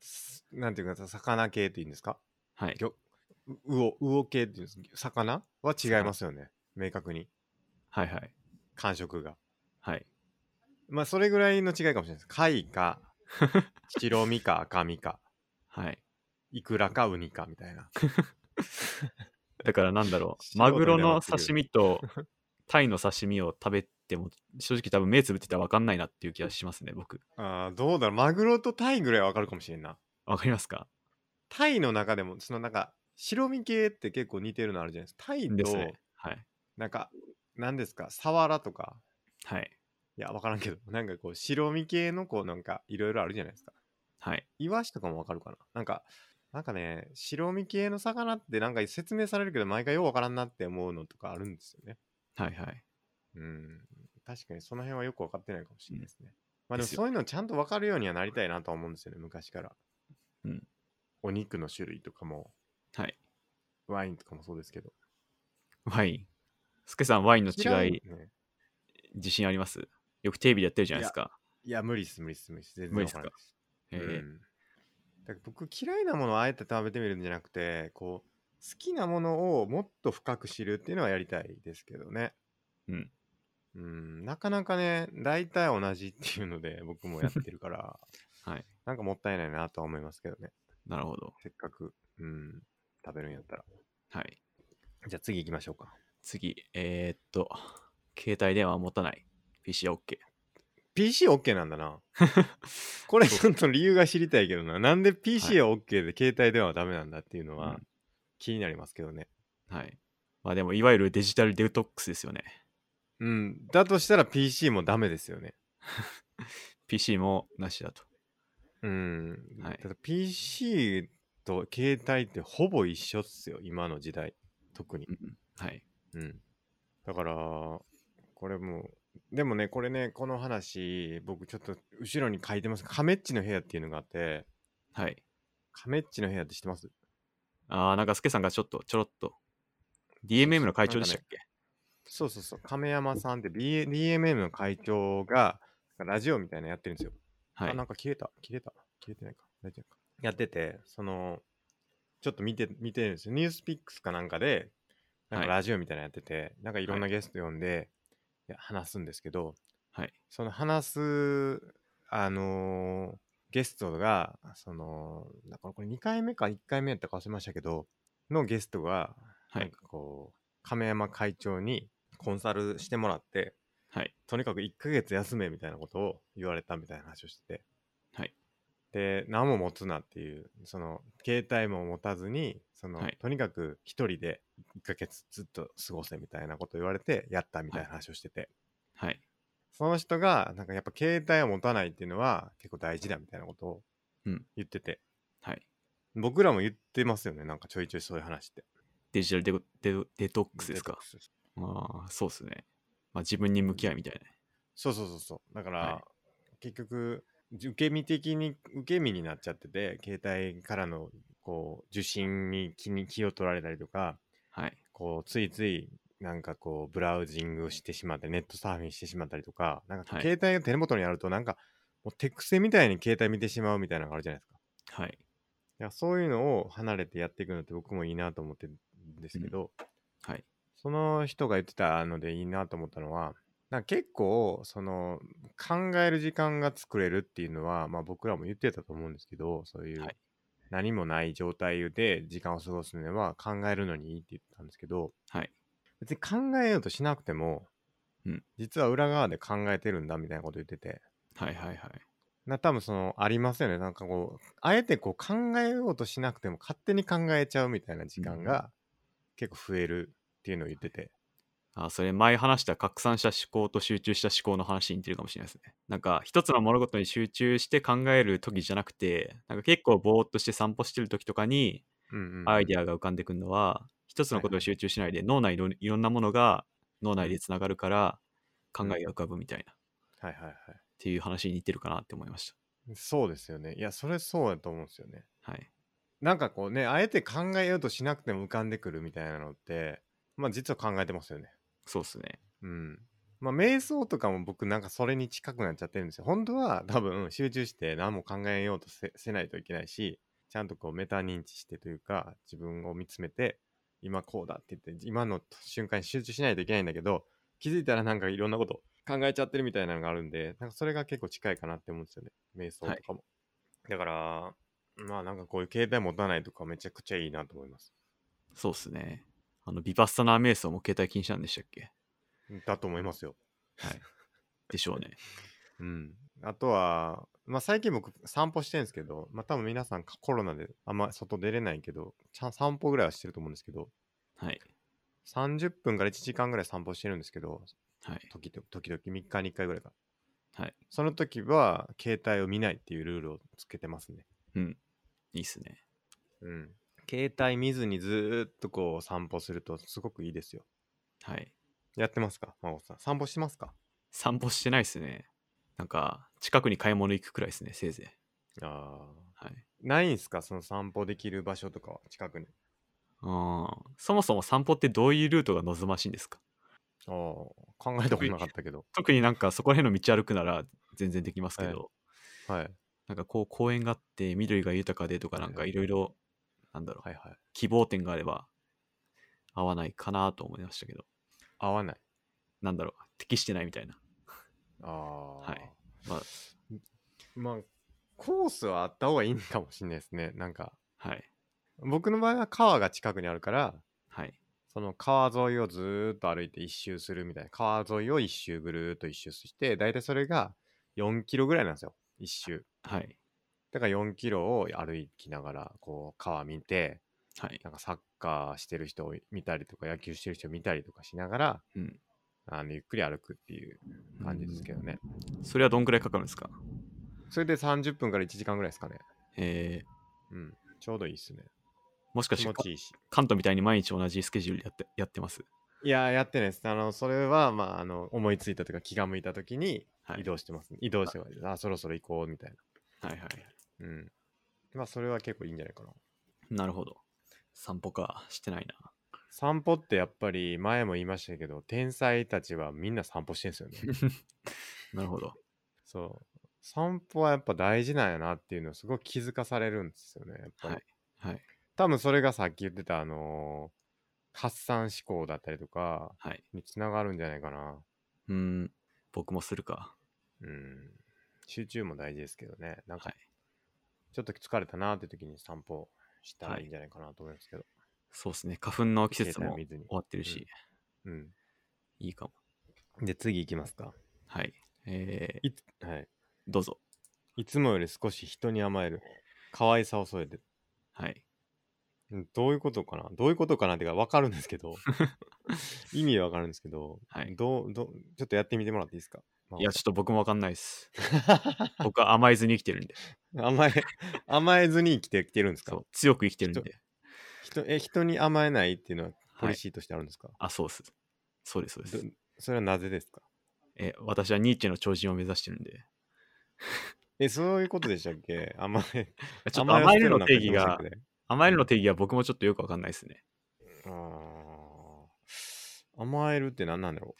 [SPEAKER 1] すなんていうか、魚系っていうんですか
[SPEAKER 2] はい。
[SPEAKER 1] 魚う魚魚系っていうんです魚は違いますよね。明確に。
[SPEAKER 2] はいはい。
[SPEAKER 1] 感触が。
[SPEAKER 2] はい。
[SPEAKER 1] まあ、それぐらいの違いかもしれないです。貝
[SPEAKER 2] [laughs]
[SPEAKER 1] か、白身か赤身か、
[SPEAKER 2] はい。
[SPEAKER 1] イクラかウニかみたいな。
[SPEAKER 2] だからなんだろ
[SPEAKER 1] [laughs] 素
[SPEAKER 2] う、
[SPEAKER 1] 人
[SPEAKER 2] マグロ
[SPEAKER 1] には
[SPEAKER 2] の
[SPEAKER 1] 分かって
[SPEAKER 2] 刺
[SPEAKER 1] る [laughs]
[SPEAKER 2] 身とタイの刺身を食べても、正直多分目つぶってたら分かんないなっていう気がしますね、僕。
[SPEAKER 1] ああ、どうだろう。マグロとタイぐらいはわかるかもしれんな。
[SPEAKER 2] わかりますか
[SPEAKER 1] タイの中でも、そのなんか、白身系って結構似てるのあるじゃないですか。タイ
[SPEAKER 2] です
[SPEAKER 1] と、
[SPEAKER 2] ね。はい。
[SPEAKER 1] なんか、なんですか、サワラとか、
[SPEAKER 2] はい。
[SPEAKER 1] いや、わからんけど、 [laughs] なんかこう、白身系のこう、なんか、いろいろあるじゃないですか。
[SPEAKER 2] はい。
[SPEAKER 1] イワシとかもわかるかななんか、なんかね、白身系の魚ってなんか説明されるけど、毎回ようわからんなって思うのとかあるんですよね。
[SPEAKER 2] はいはい。
[SPEAKER 1] うん。確かにその辺はよくわかってないかもしれないですね。まあで
[SPEAKER 2] で
[SPEAKER 1] も
[SPEAKER 2] すよ
[SPEAKER 1] そういうのちゃんとわかるようにはなりたいなとは思うんですよね、昔から。
[SPEAKER 2] うん。
[SPEAKER 1] お肉の種類とかも、
[SPEAKER 2] はい。
[SPEAKER 1] ワインとかもそうですけど。
[SPEAKER 2] ワイン。すけさん、ワインの
[SPEAKER 1] 嫌
[SPEAKER 2] 違い、
[SPEAKER 1] ね
[SPEAKER 2] 自信ありますよくテレビでやってるじゃないですか。
[SPEAKER 1] いや、無理っす、無理っす、無理っす。全然
[SPEAKER 2] 無理
[SPEAKER 1] わ
[SPEAKER 2] っす
[SPEAKER 1] から
[SPEAKER 2] か
[SPEAKER 1] ないです。
[SPEAKER 2] えー
[SPEAKER 1] うん、だから僕嫌いなものをあえて食べてみるんじゃなくてこう好きなものをもっと深く知るっていうのはやりたいですけどね
[SPEAKER 2] うん
[SPEAKER 1] うんなかなかね大体同じっていうので僕もやってるから
[SPEAKER 2] [laughs] はい。
[SPEAKER 1] なんかもったいないなとは思いますけどね
[SPEAKER 2] なるほど。
[SPEAKER 1] せっかくうん食べるんやったら
[SPEAKER 2] はい。
[SPEAKER 1] じゃあ次行きましょうか
[SPEAKER 2] 次、えー、っと、携帯電話は持たない。PC は OK。
[SPEAKER 1] PCOK なんだな
[SPEAKER 2] [laughs]
[SPEAKER 1] これちょっと理由が知りたいけどななんで PC は OK で携帯電話はダメなんだっていうの
[SPEAKER 2] う
[SPEAKER 1] は
[SPEAKER 2] ん
[SPEAKER 1] 気になりますけどね、
[SPEAKER 2] はい。まあでも、いわゆるデジタルデトックスですよね。
[SPEAKER 1] うん。だとしたら PC もダメですよね。
[SPEAKER 2] PC もなしだと。
[SPEAKER 1] うん。
[SPEAKER 2] はい
[SPEAKER 1] ただ PC と携帯ってほぼ一緒っすよ。今の時代。特に
[SPEAKER 2] う。んはい。
[SPEAKER 1] うん。だから、これもう、でもね、これね、この話、僕ちょっと後ろに書いてます。カメッチの部屋っていうのがあって、
[SPEAKER 2] はい。
[SPEAKER 1] カメッチの部屋って知ってます
[SPEAKER 2] ああ、なんかスケさんがちょっとちょろっと DMM の会長でしたっけ、
[SPEAKER 1] そうそうそう。亀山さんって B- DMM の会長が、ラジオみたいなのやってるんですよ。
[SPEAKER 2] は
[SPEAKER 1] あ、
[SPEAKER 2] い
[SPEAKER 1] な。んか切れた、切れた、切れてないか、大丈夫か。やってて、その、ちょっと見て、見てるんですよ。ニュースピックスかなんかで、なんか
[SPEAKER 2] はい
[SPEAKER 1] ラジオみたいなのやってて、なんかいろん
[SPEAKER 2] は
[SPEAKER 1] なゲスト呼んで、いや話すんですけど、
[SPEAKER 2] はい。
[SPEAKER 1] その話す、あのーゲストが、その、だからこれ2回目か1回目やったか忘れましたけど、のゲストが、
[SPEAKER 2] はい
[SPEAKER 1] なんかこう、亀山会長にコンサルしてもらって、
[SPEAKER 2] はい。
[SPEAKER 1] とにかく1ヶ月休めみたいなことを言われたみたいな話をしてて、
[SPEAKER 2] はい。
[SPEAKER 1] で何も持つなっていうその携帯も持たずにその、
[SPEAKER 2] はい
[SPEAKER 1] とにかく一人で1ヶ月ずっと過ごせみたいなこと言われてやったみたいな話をしてて、
[SPEAKER 2] はい。
[SPEAKER 1] その人がなんかやっぱ携帯を持たないっていうのは結構大事だみたいなことを
[SPEAKER 2] うん
[SPEAKER 1] 言ってて、
[SPEAKER 2] はい。
[SPEAKER 1] 僕らも言ってますよねなんかちょいちょいそういう話って
[SPEAKER 2] デジタルデコデトデトックスですか
[SPEAKER 1] デトックス
[SPEAKER 2] ああ、そうですね。まあ自分に向き合いみたいな。
[SPEAKER 1] そうそうそうそうだから、
[SPEAKER 2] は
[SPEAKER 1] 結局受け身的に受け身になっちゃってて携帯からのこう受信に気に気を取られたりとか
[SPEAKER 2] はい。
[SPEAKER 1] こう、ついつい、なんかこう、ブラウジングしてしまって、ネットサーフィンしてしまったりとか、なんか
[SPEAKER 2] はい
[SPEAKER 1] 携帯を手元にあると、なんか、もう手癖みたいに携帯見てしまうみたいなのがあるじゃないですか。
[SPEAKER 2] はい。
[SPEAKER 1] いやそういうのを離れてやっていくのって僕もいいなと思ってるんですけど、
[SPEAKER 2] はい。
[SPEAKER 1] その人が言ってたのでいいなと思ったのは、なんか結構、その、考える時間が作れるっていうのは、まあ僕らも言ってたと思うんですけど、そういう
[SPEAKER 2] はい、
[SPEAKER 1] 何もない状態で時間を過ごすのは考えるのにいいって言ってたんですけど、
[SPEAKER 2] はい。
[SPEAKER 1] 別に考えようとしなくても、
[SPEAKER 2] うん
[SPEAKER 1] 実は裏側で考えてるんだみたいなこと言ってて
[SPEAKER 2] はいはいはい。
[SPEAKER 1] な多分そのありますよねなんかこうあえてこう考えようとしなくても勝手に考えちゃうみたいな時間が結構増えるっていうのを言ってて、
[SPEAKER 2] あそれ前話した拡散した思考と集中した思考の話に似てるかもしれないですね。なんか一つの物事に集中して考える時じゃなくて、なんか結構ぼーっとして散歩してる時とかに
[SPEAKER 1] うんうんうん
[SPEAKER 2] アイデアが浮かんでくるのは、一つのことに集中しないで脳内のいろんなものが脳内でつながるから考えが浮かぶみたいなっ
[SPEAKER 1] はいはいはい
[SPEAKER 2] ていう話に似てるかなって思いまし
[SPEAKER 1] そうですよねいやそれそうだと思うんですよね
[SPEAKER 2] た。はい。
[SPEAKER 1] なんかこうねあえて考えようとしなくても浮かんでくるみたいなのってまあ実は考えてますよね
[SPEAKER 2] そうっすね。
[SPEAKER 1] うん。まあ、瞑想とかも僕なんかそれに近くなっちゃってるんですよ。本当は多分集中して何も考えようとせせないといけないし、ちゃんとこうメタ認知してというか、自分を見つめて、今こうだって言って、今の瞬間に集中しないといけないんだけど、気づいたらなんかいろんなこと考えちゃってるみたいなのがあるんで、なんかそれが結構近いかなって思うんですよね。瞑想とかも。だから、まあなんかこういう携帯持たないとかめちゃくちゃいいなと思います。
[SPEAKER 2] そうっすね。あの、ビパッサナー瞑想も携帯禁止なんでしたっけ
[SPEAKER 1] だと思いますよ。
[SPEAKER 2] はい。でしょうね。
[SPEAKER 1] うん、あとは、まあ、最近僕散歩してるんですけど、まあ、多分皆さんコロナであんま外出れないけどちゃん散歩ぐらいはしてると思うんですけど
[SPEAKER 2] はい。
[SPEAKER 1] 30分から1時間ぐらい散歩してるんですけど
[SPEAKER 2] はい。
[SPEAKER 1] 時々時々3日に1回ぐらいか
[SPEAKER 2] はい
[SPEAKER 1] その時は携帯を見ないっていうルールをつけてますね、
[SPEAKER 2] いいっすね。
[SPEAKER 1] うん、携帯見ずにずーっとこう散歩するとすごくいいですよ
[SPEAKER 2] はい。
[SPEAKER 1] やってますか真帆さん散歩してますか
[SPEAKER 2] 散歩してないですね。なんか、近くに買い物行くくらいですね、せいぜい。
[SPEAKER 1] あ
[SPEAKER 2] はい。
[SPEAKER 1] ーないんすかその散歩できる場所とかは近くに
[SPEAKER 2] うん。そもそも散歩ってどういうルートが望ましいんですか
[SPEAKER 1] ああ考えたことなかったけど
[SPEAKER 2] 特になんかそこら辺の道歩くなら全然できますけど、
[SPEAKER 1] ははい
[SPEAKER 2] なんかこう公園があって緑が豊かでとか
[SPEAKER 1] はい
[SPEAKER 2] なんか
[SPEAKER 1] はい
[SPEAKER 2] いろいろ、なんだろう、
[SPEAKER 1] はいはい。
[SPEAKER 2] 希望点があれば合わないかなと思いましたけど、
[SPEAKER 1] 合わない。
[SPEAKER 2] なんだろう、適してないみたいな。
[SPEAKER 1] ああ。
[SPEAKER 2] はい。まあ、
[SPEAKER 1] まあ、コースはあった方がいいんかもしれないですね。なんか、
[SPEAKER 2] はい。
[SPEAKER 1] 僕の場合は川が近くにあるから、
[SPEAKER 2] はい。
[SPEAKER 1] その川沿いをずーっと歩いて一周するみたいな。川沿いを一周ぐるーっと一周して、だいたいそれが4キロぐらいなんですよ。一周。
[SPEAKER 2] はい。
[SPEAKER 1] だから4キロを歩きながら、こう、川見て、
[SPEAKER 2] はい。
[SPEAKER 1] なんかサッカーしてる人を見たりとか、野球してる人を見たりとかしながら、
[SPEAKER 2] うん。
[SPEAKER 1] あのゆっくり歩くっていう感じですけどね。
[SPEAKER 2] それはどんくらいかかるんですか
[SPEAKER 1] それで30分から1時間ぐらいですかね。
[SPEAKER 2] えー、
[SPEAKER 1] うん、ちょうどいいっすね。
[SPEAKER 2] もしかし
[SPEAKER 1] 気
[SPEAKER 2] て
[SPEAKER 1] 持、ちいいし。
[SPEAKER 2] 関東みたいに毎日同じスケジュールでやってやってます。
[SPEAKER 1] いやー、やってないです。あの、それは、まあ、あの、思いついたというか、気が向いたときに
[SPEAKER 2] はい
[SPEAKER 1] 移動してます、移動してます。あ、そろそろ行こう、みたい
[SPEAKER 2] はいはい。
[SPEAKER 1] な。うん。まあ、それは結構いいんじゃないかな。
[SPEAKER 2] なるほど。散歩か、してないな。
[SPEAKER 1] 散歩ってやっぱり、前も言いましたけど、天才たちはみんな散歩してんすよ
[SPEAKER 2] [laughs]
[SPEAKER 1] ね。
[SPEAKER 2] なるほど。
[SPEAKER 1] そう。散歩はやっぱ大事なんやなっていうのをすごく気づかされるんですよね。やっぱり。
[SPEAKER 2] はい。はい。
[SPEAKER 1] 多分それがさっき言ってた、あのー発散思考だったりとか
[SPEAKER 2] はい。
[SPEAKER 1] につながるんじゃないかな。
[SPEAKER 2] うーん。僕もするか。
[SPEAKER 1] うん。集中も大事ですけどね。なん
[SPEAKER 2] は
[SPEAKER 1] か
[SPEAKER 2] い、。
[SPEAKER 1] ちょっと疲れたなーって時に散歩したらいいんじゃないかなと思いますけど。
[SPEAKER 2] そうですね。花粉の季節
[SPEAKER 1] 携
[SPEAKER 2] も
[SPEAKER 1] 帯
[SPEAKER 2] 終
[SPEAKER 1] 見ずに。
[SPEAKER 2] わってるし、
[SPEAKER 1] うん。
[SPEAKER 2] いいかも。
[SPEAKER 1] で、次行きますか。
[SPEAKER 2] はい。えー、
[SPEAKER 1] いつ、はい。
[SPEAKER 2] どうぞ。
[SPEAKER 1] いつもより少し人に甘える。可愛さを添えて。
[SPEAKER 2] はい。
[SPEAKER 1] うんどういうことかなどういうことかなってか分かるんですけ
[SPEAKER 2] [laughs]
[SPEAKER 1] ど。意味は分かるんですけど。
[SPEAKER 2] はい
[SPEAKER 1] どう、どう、ちょっとやってみてもらっていいですか
[SPEAKER 2] いや、ちょっと僕もわかんない [laughs] です。僕は甘えずに生きてるんで。
[SPEAKER 1] 甘
[SPEAKER 2] [laughs]
[SPEAKER 1] え、甘えずに生きてきてるんです
[SPEAKER 2] そ
[SPEAKER 1] か
[SPEAKER 2] う。強く生きてるんで。
[SPEAKER 1] 人、え、人に甘えないっていうのはポ
[SPEAKER 2] は
[SPEAKER 1] リ
[SPEAKER 2] い。
[SPEAKER 1] シーとしてあるんですか、
[SPEAKER 2] あ、そうです。そうです、そうで
[SPEAKER 1] ど
[SPEAKER 2] す。
[SPEAKER 1] それはなぜですか
[SPEAKER 2] えー、私はニーチェの超人を目指してるんで。
[SPEAKER 1] え、そういうことでしたっけ甘え、
[SPEAKER 2] ちょっと甘えるの定義が、
[SPEAKER 1] 甘え
[SPEAKER 2] 甘えるの定義は僕もちょっとよくわかんないですね。
[SPEAKER 1] るのはあー甘えるって何なんだろ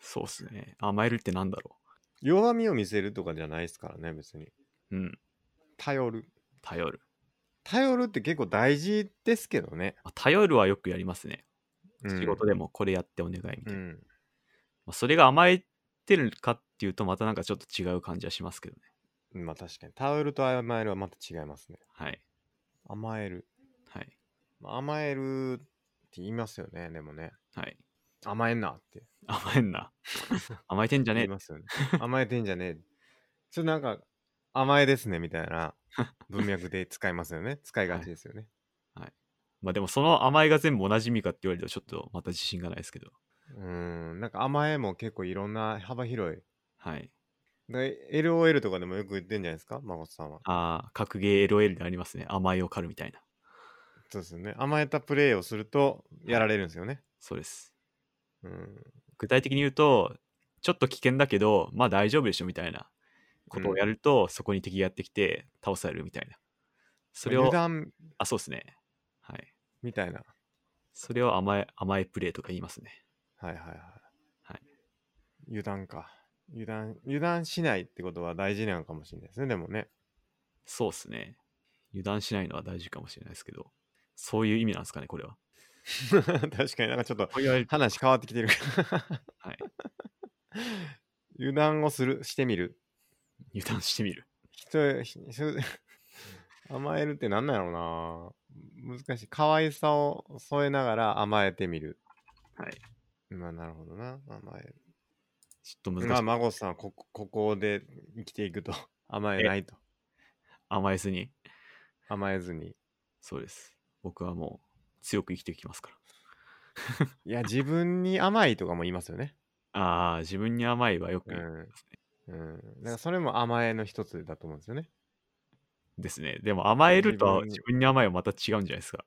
[SPEAKER 2] そうですね。甘えるってなんだろ
[SPEAKER 1] う弱みを見せるとかじゃないですからね別に
[SPEAKER 2] う。うん。
[SPEAKER 1] 頼る
[SPEAKER 2] 頼る。
[SPEAKER 1] 頼るって結構大事ですけどね、
[SPEAKER 2] あ頼るはよくやりますね。仕事
[SPEAKER 1] で
[SPEAKER 2] でもこれやってお願いみたいな。
[SPEAKER 1] う
[SPEAKER 2] ま
[SPEAKER 1] ん
[SPEAKER 2] あ、それが甘えてるかっていうと、またなんかちょっと違う感じはしますけどね。
[SPEAKER 1] まあ確かに頼ると甘えるはまた違いますね
[SPEAKER 2] はい。
[SPEAKER 1] 甘える
[SPEAKER 2] はい。
[SPEAKER 1] まあ甘えるって言いますよねでもね
[SPEAKER 2] はい。
[SPEAKER 1] 甘えんなって
[SPEAKER 2] 甘え
[SPEAKER 1] [laughs]
[SPEAKER 2] んな。甘えてんじゃね
[SPEAKER 1] 言
[SPEAKER 2] え
[SPEAKER 1] い。ますよね。甘えてんじゃねえ。それなんか、甘えですねみたいな文脈で使いますよね。使いがちですよね。
[SPEAKER 2] まあでもその甘えが全部同じ意味かって言われるとちょっとまた自信がないですけど。
[SPEAKER 1] うーん、なんか甘えも結構いろんな幅広い。
[SPEAKER 2] はい。
[SPEAKER 1] で LOL とかでもよく言ってんじゃないですか、誠さんは。
[SPEAKER 2] ああ、格ゲー LOL でありますね。甘えを狩るみたいな。
[SPEAKER 1] そうですよね。甘えたプレイをするとやられるんですよね。
[SPEAKER 2] そうです。
[SPEAKER 1] うん。
[SPEAKER 2] 具体的に言うと、ちょっと危険だけど、まあ大丈夫でしょみたいなことをやると、そこに敵がやってきて倒されるみたいな。それを
[SPEAKER 1] 油、断
[SPEAKER 2] あ、そうですね。はい。
[SPEAKER 1] みたいな。
[SPEAKER 2] それを甘え、甘えプレイとか言いますね。
[SPEAKER 1] はいはいはい。
[SPEAKER 2] はい
[SPEAKER 1] 油断か。油断、油断しないってことは大事なのかもしれないですね、でもね。 [laughs]
[SPEAKER 2] そうですね。油断しないのは大事かもしれないですけど、そういう意味なんですかね、これは。
[SPEAKER 1] 確かになんかちょっと
[SPEAKER 2] こう言われると
[SPEAKER 1] 話変わってきてるから。
[SPEAKER 2] はい。
[SPEAKER 1] [laughs] 油断をする、してみる。
[SPEAKER 2] [laughs] 油断してみる。
[SPEAKER 1] 人、ひ [laughs] 人甘えるって何なんやろうな難しい。可愛さを添えながら甘えてみる。
[SPEAKER 2] はい。
[SPEAKER 1] まあ、なるほどな。甘える。
[SPEAKER 2] ちょっと難しい。
[SPEAKER 1] まあ、孫さんはここ、ここで生きていくと。 [laughs] 甘えないと。
[SPEAKER 2] 甘えずに。
[SPEAKER 1] 甘えずに。
[SPEAKER 2] そうです。僕はもう強く生きていきますか
[SPEAKER 1] いや、自分に甘いとかも言いますよね。
[SPEAKER 2] ら。ああ、自分に甘いはよく
[SPEAKER 1] う
[SPEAKER 2] 言いま
[SPEAKER 1] ん。
[SPEAKER 2] すね
[SPEAKER 1] うん。だからそれも甘えの一つだと思うんですよね。
[SPEAKER 2] ですね。でも甘えると
[SPEAKER 1] 自分に
[SPEAKER 2] 自分に甘いはまた違うんじゃないですか。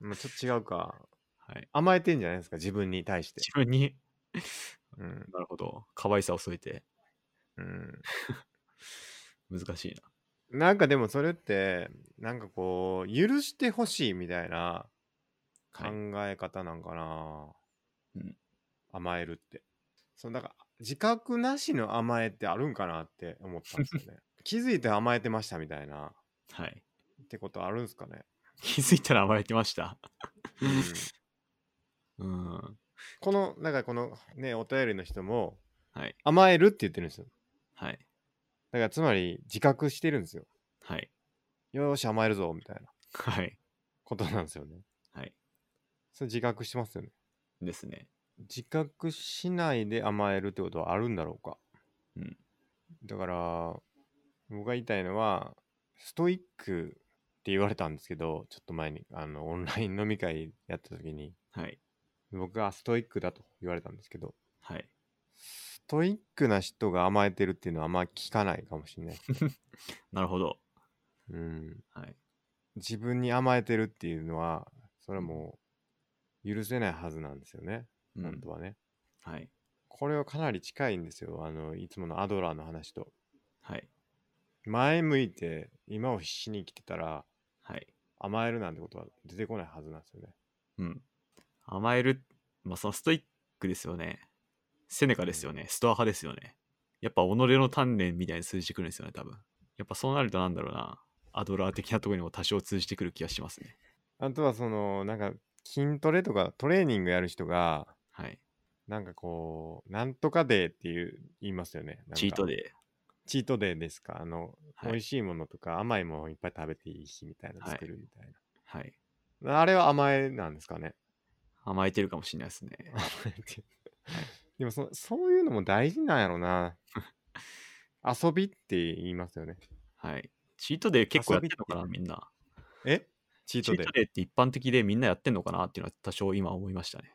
[SPEAKER 1] まあ、ちょっと違うか。
[SPEAKER 2] はい。
[SPEAKER 1] 甘えてんじゃないですか、自分に対して。
[SPEAKER 2] 自分に、 [laughs]
[SPEAKER 1] うん。
[SPEAKER 2] なるほど、可愛さを添えて
[SPEAKER 1] うん。
[SPEAKER 2] 難しいな。
[SPEAKER 1] なんかでもそれって、なんかこう、許してほしいみたいな考
[SPEAKER 2] はい。
[SPEAKER 1] え方なんかな、
[SPEAKER 2] うん
[SPEAKER 1] 甘えるって。そのだから、自覚なしの甘えってあるんかなって思ったんですよ
[SPEAKER 2] [laughs]
[SPEAKER 1] ね。気づいて甘えてましたみたいな、
[SPEAKER 2] はい、
[SPEAKER 1] ってことあるんですか
[SPEAKER 2] [laughs]
[SPEAKER 1] ね。
[SPEAKER 2] 気づいたら甘えてました。
[SPEAKER 1] うん
[SPEAKER 2] うん。は
[SPEAKER 1] この、なんかこのね、お便りの人も、
[SPEAKER 2] い。
[SPEAKER 1] 甘えるって言ってるんですよ。
[SPEAKER 2] はい。
[SPEAKER 1] だからつまり自覚してるんですよ。
[SPEAKER 2] はい。
[SPEAKER 1] よーし、甘えるぞみたいな
[SPEAKER 2] はい。
[SPEAKER 1] ことなんですよね。
[SPEAKER 2] はい。
[SPEAKER 1] それ自覚してますよね。
[SPEAKER 2] ですね。
[SPEAKER 1] 自覚しないで甘えるってことはあるんだろうか。
[SPEAKER 2] うん
[SPEAKER 1] だから、僕が言いたいのは、ストイックって言われたんですけど、ちょっと前に、あの、オンライン飲み会やった時に、
[SPEAKER 2] はい。
[SPEAKER 1] 僕がストイックだと言われたんですけど、
[SPEAKER 2] はい。
[SPEAKER 1] ストイックな人が甘えてるっていうのはあんま聞かないかもしれ
[SPEAKER 2] [laughs]
[SPEAKER 1] ない。
[SPEAKER 2] なるほど。
[SPEAKER 1] うん。
[SPEAKER 2] はい。
[SPEAKER 1] 自分に甘えてるっていうのは、それはもう許せないはずなんですよね、
[SPEAKER 2] う
[SPEAKER 1] 本
[SPEAKER 2] ん
[SPEAKER 1] 当。はね。
[SPEAKER 2] はい。
[SPEAKER 1] これはかなり近いんですよ。あの、いつものアドラーの話と。
[SPEAKER 2] はい。
[SPEAKER 1] 前向いて、今を必死に生きてたら、
[SPEAKER 2] はい。
[SPEAKER 1] 甘えるなんてことは出てこないはずなんですよね。
[SPEAKER 2] うん。甘える、まあ、そのストイックですよね。セネカですよね。ストア派ですよね。やっぱ己の鍛錬みたいに通じてくるんですよね、多分。やっぱそうなるとなんだろうな。アドラー的なところにも多少通じてくる気がしますね。
[SPEAKER 1] あとは、その、なんか、筋トレとかトレーニングやる人が、
[SPEAKER 2] はい。
[SPEAKER 1] なんかこう、なんとかデーっていう言いますよね。なんか
[SPEAKER 2] チートで。
[SPEAKER 1] チートデーですか。あの、
[SPEAKER 2] はい
[SPEAKER 1] 美味しいものとか甘いものをいっぱい食べていい日みたいな、
[SPEAKER 2] はい
[SPEAKER 1] 作るみたい
[SPEAKER 2] はい。
[SPEAKER 1] な。あれは甘えなんですかね。
[SPEAKER 2] 甘えてるかもしれない
[SPEAKER 1] [laughs]
[SPEAKER 2] ですね。
[SPEAKER 1] 甘えてでもそ、そういうのも大事なんやろな。遊びって言いますよね。
[SPEAKER 2] はい。チートデー結構やってるのか
[SPEAKER 1] 遊
[SPEAKER 2] な、
[SPEAKER 1] び
[SPEAKER 2] みんな。
[SPEAKER 1] えチー
[SPEAKER 2] チ
[SPEAKER 1] ト
[SPEAKER 2] ー
[SPEAKER 1] デー
[SPEAKER 2] ト。デーって一般的でみんなやってんのかなっていうのは多少今思いましたね。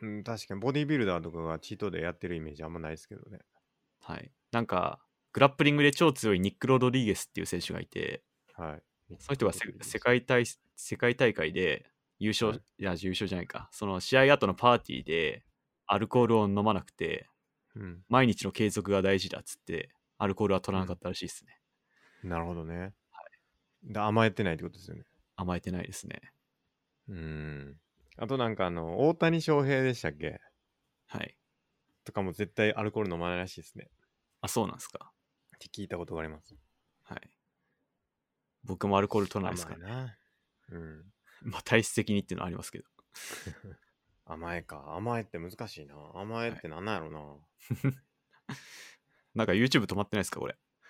[SPEAKER 1] うん、確かにボディビルダーとかがチートデーやってるイメージあんまないですけどね。
[SPEAKER 2] はい。なんか、グラップリングで超強いニック・ロドリゲスっていう選手がいて、
[SPEAKER 1] はい。
[SPEAKER 2] その人がせ世界大世界大会で優勝、、
[SPEAKER 1] はい
[SPEAKER 2] や優勝じゃないか、その試合後のパーティーでアルコールを飲まなくて、
[SPEAKER 1] うん。
[SPEAKER 2] 毎日の継続が大事だっつって、アルコールは取らなかったらしいですね。
[SPEAKER 1] なるほどね。だ甘えてないってことですよね。
[SPEAKER 2] 甘えてないですね。
[SPEAKER 1] うん。あとなんかあの、大谷翔平でしたっけ
[SPEAKER 2] はい。
[SPEAKER 1] とかも絶対アルコール飲まないらしいですね。
[SPEAKER 2] あ、そうなんですか。
[SPEAKER 1] って聞いたことがあります。
[SPEAKER 2] はい。僕もアルコール取らないですか
[SPEAKER 1] 甘
[SPEAKER 2] ら、
[SPEAKER 1] えな。うん。
[SPEAKER 2] [laughs] まあ体質的にっていうのはありますけど。
[SPEAKER 1] 甘えか。甘えって難しいな。甘えってなんなんやろな。
[SPEAKER 2] なんか YouTube 止まってないですか、これ。
[SPEAKER 1] あ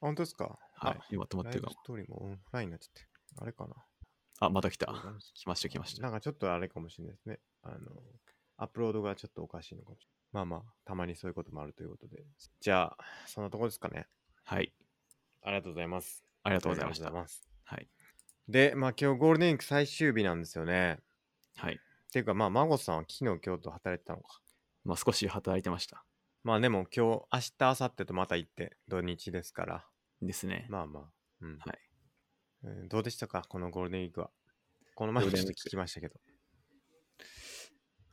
[SPEAKER 1] 本当ですか
[SPEAKER 2] はい
[SPEAKER 1] あ。
[SPEAKER 2] 今止まっ
[SPEAKER 1] ラ
[SPEAKER 2] て
[SPEAKER 1] イブ
[SPEAKER 2] るかも
[SPEAKER 1] ス。トーリーもオンラインになっちゃって。あれかな。
[SPEAKER 2] あ、また来た
[SPEAKER 1] どう。なんです
[SPEAKER 2] 来ました、来ました。
[SPEAKER 1] なんかちょっとあれかもしれないですね。あの、アップロードがちょっとおかしいのかもしれない。まあまあ、たまにそういうこともあるということで。じゃあ、そんなとこですかね。
[SPEAKER 2] はい。
[SPEAKER 1] ありがとうございます。
[SPEAKER 2] ありがとうございまし
[SPEAKER 1] あ
[SPEAKER 2] た
[SPEAKER 1] りがとう。ございます。
[SPEAKER 2] はい。
[SPEAKER 1] で、まあ今日ゴールデンウィーク最終日なんですよね。
[SPEAKER 2] はい。
[SPEAKER 1] っていうか、まあ、孫さんは昨日、今日と働いてたのか。
[SPEAKER 2] まあ、少し働いてました。
[SPEAKER 1] まあでも今日、明日、明後日とまた行って、土日ですから。
[SPEAKER 2] ですね。
[SPEAKER 1] まあまあ。うん。
[SPEAKER 2] はい
[SPEAKER 1] えーどうでしたかこのゴールデンウィークは。この前もちょっと聞きましたけど、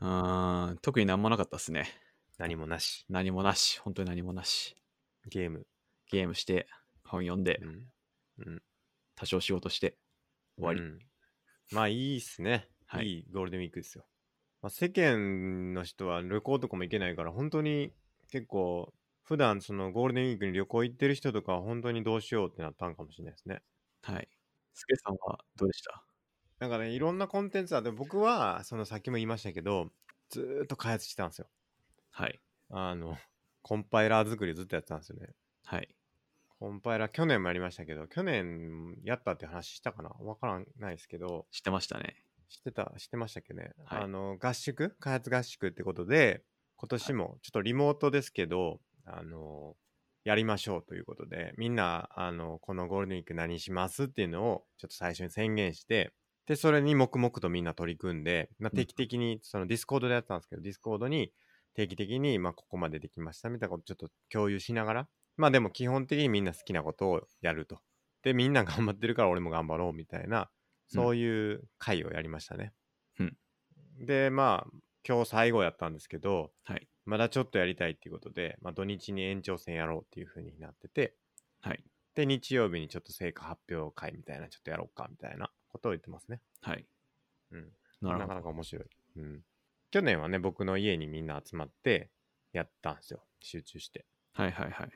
[SPEAKER 2] うーん、特になんもなかったですね。
[SPEAKER 1] 何もなし。
[SPEAKER 2] 何もなし。本当に何もなし。
[SPEAKER 1] ゲーム。
[SPEAKER 2] ゲームして、本読んで
[SPEAKER 1] う、ん。うん。
[SPEAKER 2] 多少仕事して、終わり。
[SPEAKER 1] うんまあいいっすね。、
[SPEAKER 2] はいい
[SPEAKER 1] いゴールデンウィークですよ。まあ、世間の人は旅行とかも行けないから、本当に結構、普段そのゴールデンウィークに旅行行ってる人とかは本当にどうしようってなったんかもしれないですね。
[SPEAKER 2] はい。スケさんはどうでした
[SPEAKER 1] なんかね、いろんなコンテンツあって、僕は、そのさっきも言いましたけど、ずーっと開発してたんですよ。
[SPEAKER 2] はい。
[SPEAKER 1] あの、コンパイラー作りずっとやってたんですよね。
[SPEAKER 2] はい。
[SPEAKER 1] コンパイラー、去年もやりましたけど、去年やったって話したかなわからないですけど、
[SPEAKER 2] 知ってましたね。
[SPEAKER 1] してた、してましたっけね。
[SPEAKER 2] はい
[SPEAKER 1] あの、合宿開発合宿ってことで、今年もちょっとリモートですけど、あの、やりましょうということで、みんな、あの、このゴールデンウィーク何しますっていうのを、ちょっと最初に宣言して、で、それに黙々とみんな取り組んで、まあ、
[SPEAKER 2] うん
[SPEAKER 1] 定期的に、そのディスコードでやってたんですけど、ディスコードに定期的に、まあ、ここまでできましたみたいなことちょっと共有しながら、まあでも基本的にみんな好きなことをやると。で、みんな頑張ってるから俺も頑張ろうみたいな、そういう会をやりましたね。
[SPEAKER 2] うん
[SPEAKER 1] で、まあ、今日最後やったんですけど、
[SPEAKER 2] はい。
[SPEAKER 1] まだちょっとやりたいっていうことで、まあ、土日に延長戦やろうっていう風になってて、
[SPEAKER 2] はい。
[SPEAKER 1] で、日曜日にちょっと成果発表会みたいな、ちょっとやろうかみたいなことを言ってますね。
[SPEAKER 2] はい。
[SPEAKER 1] うん。
[SPEAKER 2] な
[SPEAKER 1] な
[SPEAKER 2] るほ
[SPEAKER 1] かな
[SPEAKER 2] ど。
[SPEAKER 1] か面白い。うん。去年はね、僕の家にみんな集まってやったんですよ。集中して。
[SPEAKER 2] はいはいはい。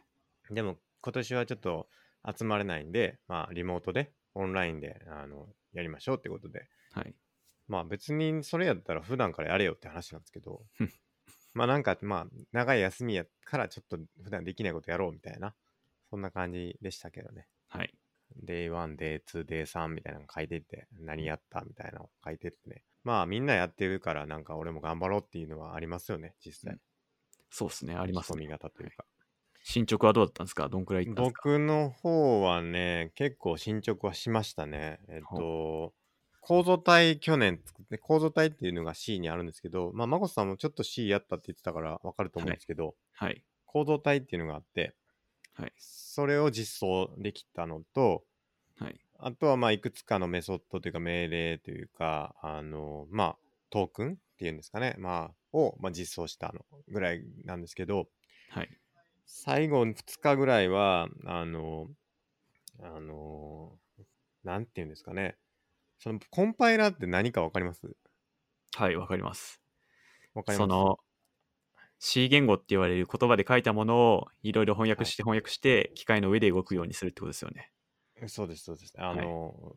[SPEAKER 1] でも今年はちょっと集まれないんで、まあリモートで、オンラインで、あの、やりましょうってことで、
[SPEAKER 2] はい。
[SPEAKER 1] まあ別にそれやったら普段からやれよって話なんですけど
[SPEAKER 2] ふん、
[SPEAKER 1] [laughs] まあなんか、まあ長い休みやからちょっと普段できないことやろうみたいな、そんな感じでしたけどね。
[SPEAKER 2] はい。
[SPEAKER 1] Day 1、Day 2、Day 3みたいなの書いてって、何やったみたいなの書いてってね。まあみんなやってるからなんか俺も頑張ろうっていうのはありますよね、実際。
[SPEAKER 2] そうですね。あ
[SPEAKER 1] あ
[SPEAKER 2] りますね。
[SPEAKER 1] み型というか。
[SPEAKER 2] 進捗はどうだったんですかどんくらい行ったんですか
[SPEAKER 1] 僕の方はね、結構進捗はしましたね。えっと、構造体去年作って、構造体っていうのが C にあるんですけど、まあ、まこさんもちょっと C やったって言ってたからわかると思うんですけど、
[SPEAKER 2] はい。
[SPEAKER 1] 構造体っていうのがあって、
[SPEAKER 2] はい。
[SPEAKER 1] それを実装できたのと、
[SPEAKER 2] はい。
[SPEAKER 1] あとは、まあ、いくつかのメソッドというか命令というか、あの、まあ、トークンっていうんですかね、まあ、を、まあ、実装したのぐらいなんですけど、
[SPEAKER 2] はい。
[SPEAKER 1] 最後2日ぐらいは、あの、あの、なんていうんですかね。そのコンパイラーって何かわかります
[SPEAKER 2] はい。わかります。
[SPEAKER 1] わかります
[SPEAKER 2] その C 言語って言われる言葉で書いたものをいろいろ翻訳して翻訳して機械の上で動くようにするってことですよね。
[SPEAKER 1] そうです、そうです。あの、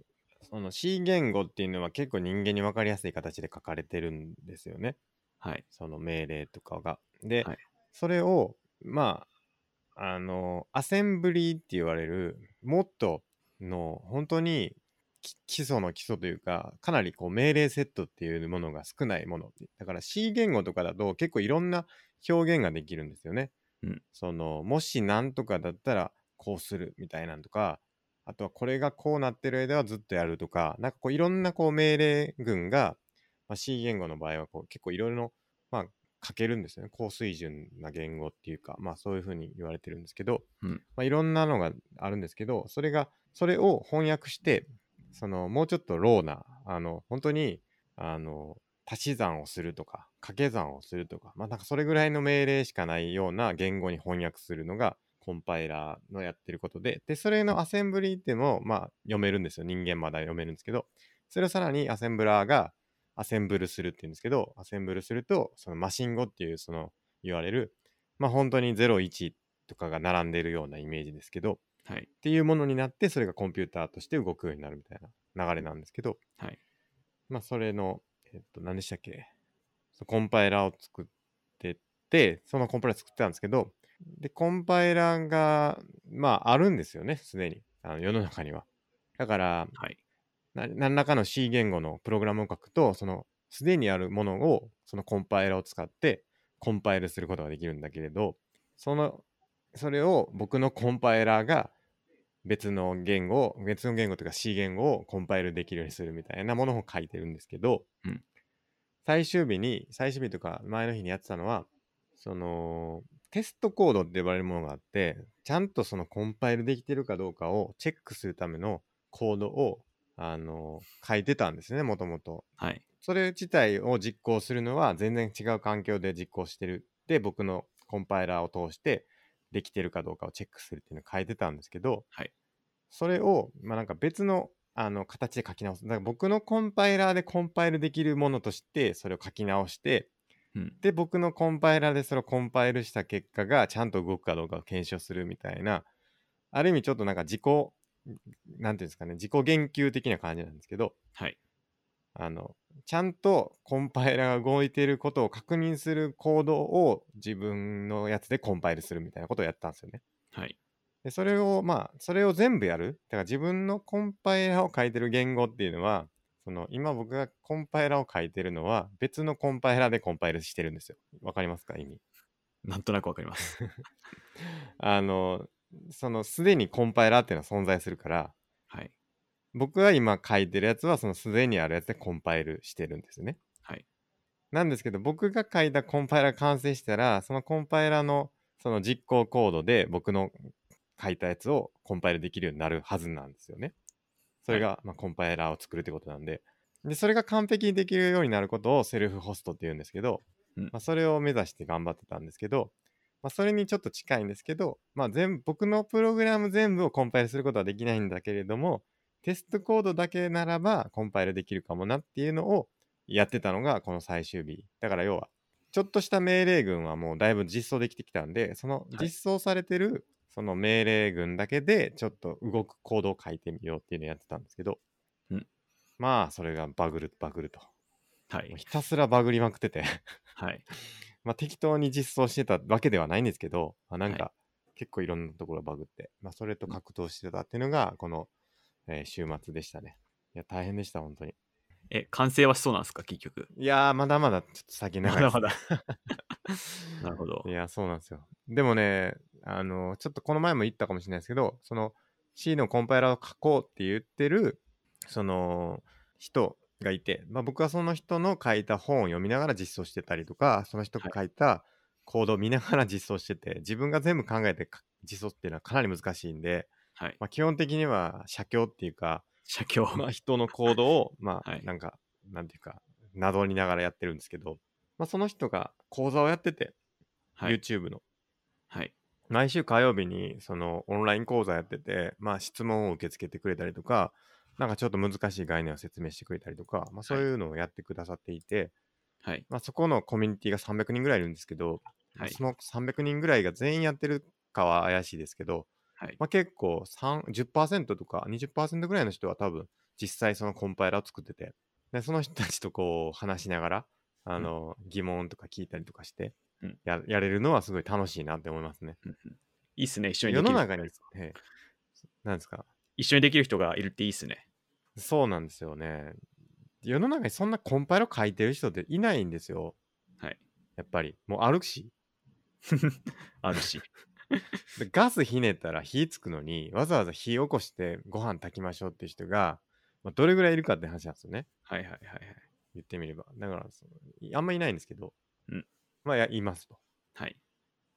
[SPEAKER 1] その C 言語っていうのは結構人間にわかりやすい形で書かれてるんですよね。
[SPEAKER 2] はい。
[SPEAKER 1] その命令とかが。で、
[SPEAKER 2] はい
[SPEAKER 1] それを、まあ、あの、アセンブリーって言われる、もっとの、本当にき基礎の基礎というか、かなりこう命令セットっていうものが少ないもの。だから C 言語とかだと結構いろんな表現ができるんですよね。
[SPEAKER 2] うん
[SPEAKER 1] その、もし何とかだったらこうするみたいなんとか、あとはこれがこうなってる間はずっとやるとか、なんかこういろんなこう命令群が、まあ、C 言語の場合はこう結構いろいろな書けるんですよね。高水準な言語っていうか、まあそういうふうに言われてるんですけど、
[SPEAKER 2] うん
[SPEAKER 1] まあいろんなのがあるんですけど、それが、それを翻訳して、そのもうちょっとローな、あの、本当に、あの、足し算をするとか、掛け算をするとか、まあなんかそれぐらいの命令しかないような言語に翻訳するのが、コンパイラーのやってることで、で、それのアセンブリーっていうのを、まあ読めるんですよ。人間まだ読めるんですけど、それをさらにアセンブラーが、アセンブルするって言うんですけど、アセンブルすると、そのマシン語っていう、その言われる、まあ本当に0、1とかが並んでるようなイメージですけど、っ
[SPEAKER 2] はい。
[SPEAKER 1] ていうものになって、それがコンピューターとして動くようになるみたいな流れなんですけど、
[SPEAKER 2] はい。
[SPEAKER 1] まあそれの、えっと、何でしたっけ、そのコンパイラーを作ってて、そのコンパイラー作ってたんですけど、で、コンパイラーが、まああるんですよね、すでに、あの世の中には。だから、
[SPEAKER 2] はい。
[SPEAKER 1] な何らかの C 言語のプログラムを書くと、そのすでにあるものをそのコンパイラを使ってコンパイルすることができるんだけれどそのそれを僕のコンパイラーが別の言語を別の言語というか C 言語をコンパイルできるようにするみたいなものを書いてるんですけど、
[SPEAKER 2] うん
[SPEAKER 1] 最終日に最終日とか前の日にやってたのはそのテストコードって呼ばれるものがあってちゃんとそのコンパイルできてるかどうかをチェックするためのコードをあの書いてたんですねもともと
[SPEAKER 2] はい。
[SPEAKER 1] それ自体を実行するのは全然違う環境で実行してるで僕のコンパイラーを通してできてるかどうかをチェックするっていうのを変えてたんですけど、
[SPEAKER 2] はい
[SPEAKER 1] それを、まあ、なんか別のあの形で書き直すだから僕のコンパイラーでコンパイルできるものとしてそれを書き直して
[SPEAKER 2] うん。
[SPEAKER 1] で僕のコンパイラーでそれをコンパイルした結果がちゃんと動くかどうかを検証するみたいなある意味ちょっとなんか自己なんていうんですかね自己言及的な感じなんですけど
[SPEAKER 2] はい。
[SPEAKER 1] あの、ちゃんとコンパイラが動いていることを確認するコードを自分のやつでコンパイルするみたいなことをやったんですよね。
[SPEAKER 2] はい。
[SPEAKER 1] で、それを、まあ、それを全部やる。だから自分のコンパイラを書いてる言語っていうのは、その、今僕がコンパイラを書いてるのは、別のコンパイラでコンパイルしてるんですよ。わかりますか意味。
[SPEAKER 2] なんとなくわかります。
[SPEAKER 1] [laughs] あの、その、すでにコンパイラっていうのは存在するから、
[SPEAKER 2] はい。
[SPEAKER 1] 僕が今書いてるやつは、そのすでにあるやつでコンパイルしてるんですよね。
[SPEAKER 2] はい。
[SPEAKER 1] なんですけど、僕が書いたコンパイラー完成したら、そのコンパイラーのその実行コードで僕の書いたやつをコンパイルできるようになるはずなんですよね。それが、まあ、コンパイラーを作るってことなんで。で、それが完璧にできるようになることをセルフホストって言うんですけど、
[SPEAKER 2] うん
[SPEAKER 1] まあ、それを目指して頑張ってたんですけど、まあ、それにちょっと近いんですけど、まあ、全部僕のプログラム全部をコンパイルすることはできないんだけれども、テストコードだけならばコンパイルできるかもなっていうのをやってたのがこの最終日。だから要は、ちょっとした命令群はもうだいぶ実装できてきたんで、その
[SPEAKER 2] はい
[SPEAKER 1] 実装されてるその命令群だけでちょっと動くコードを書いてみようっていうのをやってたんですけど、
[SPEAKER 2] うん
[SPEAKER 1] まあそれがバグるバグると。
[SPEAKER 2] は
[SPEAKER 1] もう
[SPEAKER 2] い。
[SPEAKER 1] ひたすらバグりまくってて、
[SPEAKER 2] はい。
[SPEAKER 1] まあ適当に実装してたわけではないんですけど、まあ、なん
[SPEAKER 2] は
[SPEAKER 1] か結構いろんなところバグって、まあそれと格闘してたっていうのがこの、えー週末でしたね。いや大変でした、本当に。
[SPEAKER 2] え、完成はしそうなんですか、結局。
[SPEAKER 1] いやー、まだまだちょっと先長
[SPEAKER 2] ま
[SPEAKER 1] いで
[SPEAKER 2] だ
[SPEAKER 1] す
[SPEAKER 2] まだ。
[SPEAKER 1] [laughs]
[SPEAKER 2] なるほど
[SPEAKER 1] い。や、そうなんですよ。でもね、あの、ちょっとこの前も言ったかもしれないですけど、その C のコンパイラーを書こうって言ってる、その人がいて、まあ僕はその人の書いた本を読みながら実装してたりとか、その人が書いたコードを見ながら実装してて、自分が全部考えてか実装っていうのはかなり難しいんで、
[SPEAKER 2] はい。
[SPEAKER 1] まあ基本的には写経っていう
[SPEAKER 2] [laughs]
[SPEAKER 1] か、
[SPEAKER 2] 写経。
[SPEAKER 1] まあ、人の行動を、ま
[SPEAKER 2] は
[SPEAKER 1] あ
[SPEAKER 2] い、
[SPEAKER 1] なんか、なんていうか、なぞりながらやってるんですけど、まあ、その人が講座をやってて、
[SPEAKER 2] はい。
[SPEAKER 1] YouTube の。
[SPEAKER 2] はい。
[SPEAKER 1] 毎週火曜日に、その、オンライン講座やってて、まあ、質問を受け付けてくれたりとか、なんかちょっと難しい概念を説明してくれたりとか、まあ、そういうのをやってくださっていて、
[SPEAKER 2] はい。
[SPEAKER 1] まあ、そこのコミュニティが300人ぐらいいるんですけど、ま
[SPEAKER 2] は
[SPEAKER 1] あ
[SPEAKER 2] い
[SPEAKER 1] そ。の300人ぐらいが全員やってるかは怪しいですけど、
[SPEAKER 2] はい
[SPEAKER 1] まあ、結構3 10%とか20%ぐらいの人は多分実際そのコンパイラーを作っててでその人たちとこう話しながらあの、疑問とか聞いたりとかして
[SPEAKER 2] うん
[SPEAKER 1] ややれるのはすごい楽しいなって思いますね。
[SPEAKER 2] うんうんいいっすね、一緒にで
[SPEAKER 1] 世
[SPEAKER 2] きる。
[SPEAKER 1] の中に、ええなんですか
[SPEAKER 2] 一緒にできる人がいるっていいっすね。
[SPEAKER 1] そうなんですよね。世の中にそんなコンパイラーを書いてる人っていないんですよ。
[SPEAKER 2] はい。
[SPEAKER 1] やっぱり。もうあるし。
[SPEAKER 2] あるし。
[SPEAKER 1] でガスひねったら火つくのにわざわざ火起こしてご飯炊きましょうって人が、まあ、どれぐらいいるかって話なんですよね
[SPEAKER 2] はいはいはいはい。
[SPEAKER 1] 言ってみればだからそのいあんまいないんですけど、
[SPEAKER 2] うん
[SPEAKER 1] まあやいますと
[SPEAKER 2] はい。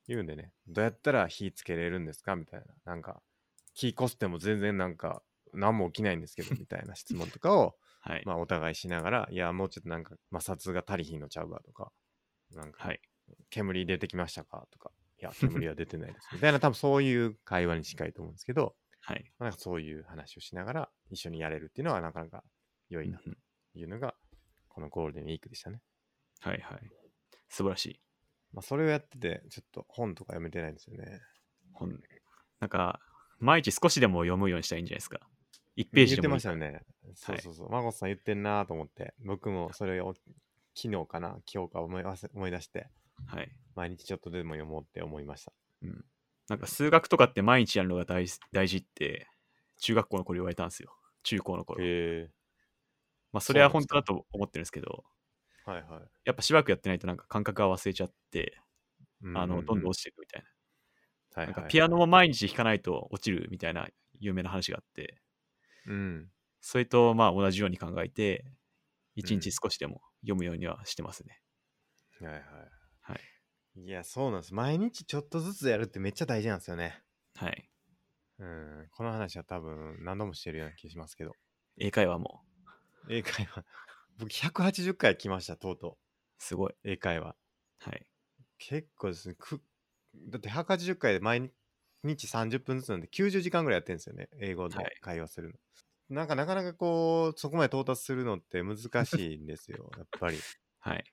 [SPEAKER 1] 言うんでねどうやったら火つけれるんですかみたいななんか火こしても全然なんか何も起きないんですけどみたいな質問とかを
[SPEAKER 2] はい。
[SPEAKER 1] [laughs] まあお互いしながらいやもうちょっとなんか摩擦が足りひんのちゃうかとかなんか
[SPEAKER 2] はい。
[SPEAKER 1] 煙出てきましたかとかい
[SPEAKER 2] [laughs]
[SPEAKER 1] や煙は出てないですみたいな多分そういう会話に近いと思うんですけど
[SPEAKER 2] はい。
[SPEAKER 1] まあなんかそういう話をしながら一緒にやれるっていうのはなかなか良
[SPEAKER 2] う
[SPEAKER 1] い
[SPEAKER 2] ん
[SPEAKER 1] な
[SPEAKER 2] うん
[SPEAKER 1] というのが、このゴールデンウィークでしたね。
[SPEAKER 2] はいはい。素晴らしい。
[SPEAKER 1] まあそれをやってて、ちょっと本とか読めてないんですよね。
[SPEAKER 2] 本。なんか、毎日少しでも読むようにしたらいいんじゃないですか。1ペー
[SPEAKER 1] 言っ
[SPEAKER 2] ジで
[SPEAKER 1] て
[SPEAKER 2] もい
[SPEAKER 1] ま
[SPEAKER 2] い
[SPEAKER 1] したよね。そう
[SPEAKER 2] はい
[SPEAKER 1] そうそう。まこさん言ってんなと思って、僕もそれを昨日かな、今日か思いわせ思い出して、
[SPEAKER 2] はい。
[SPEAKER 1] 毎日ちょっとでも読もうって思いました。
[SPEAKER 2] うん。なんか数学とかって毎日やるのが大事大事って、中学校の頃言われたんですよ。中高の頃。
[SPEAKER 1] へえ。
[SPEAKER 2] まあ、それは
[SPEAKER 1] そうなん
[SPEAKER 2] 本
[SPEAKER 1] です
[SPEAKER 2] 当
[SPEAKER 1] か
[SPEAKER 2] だと思ってるんですけど、
[SPEAKER 1] はいはい。
[SPEAKER 2] やっぱしばらくやってないとなんか感覚が忘れちゃって、
[SPEAKER 1] う
[SPEAKER 2] あの、どんどん落
[SPEAKER 1] ち
[SPEAKER 2] ちていくみたいな。
[SPEAKER 1] て、はい
[SPEAKER 2] なん
[SPEAKER 1] はい
[SPEAKER 2] か
[SPEAKER 1] はい
[SPEAKER 2] ピアノも毎日弾かないと落ちるみたいな有名な話があって、
[SPEAKER 1] うん。
[SPEAKER 2] それとまあ同じように考えて、一
[SPEAKER 1] う
[SPEAKER 2] 日
[SPEAKER 1] ん
[SPEAKER 2] 少しでも読むようにはしてますね。
[SPEAKER 1] はいはい。
[SPEAKER 2] はい。
[SPEAKER 1] いや、そうなんです。毎日ちょっとずつやるってめっちゃ大事なんですよね。
[SPEAKER 2] はい。
[SPEAKER 1] うん。この話は多分何度もしてるような気しますけど。
[SPEAKER 2] 英会話も
[SPEAKER 1] 英会話。 [laughs] 僕180回来ました、とうと
[SPEAKER 2] すごい。
[SPEAKER 1] う。英会話。
[SPEAKER 2] はい。
[SPEAKER 1] 結構ですね。くだって180回で毎日30分ずつなんで90時間ぐらいやってるんですよね。英語の
[SPEAKER 2] はい
[SPEAKER 1] 会話するの。なんかなかなかこう、そこまで到達するのって難しいんですよ、やっぱり。
[SPEAKER 2] はい。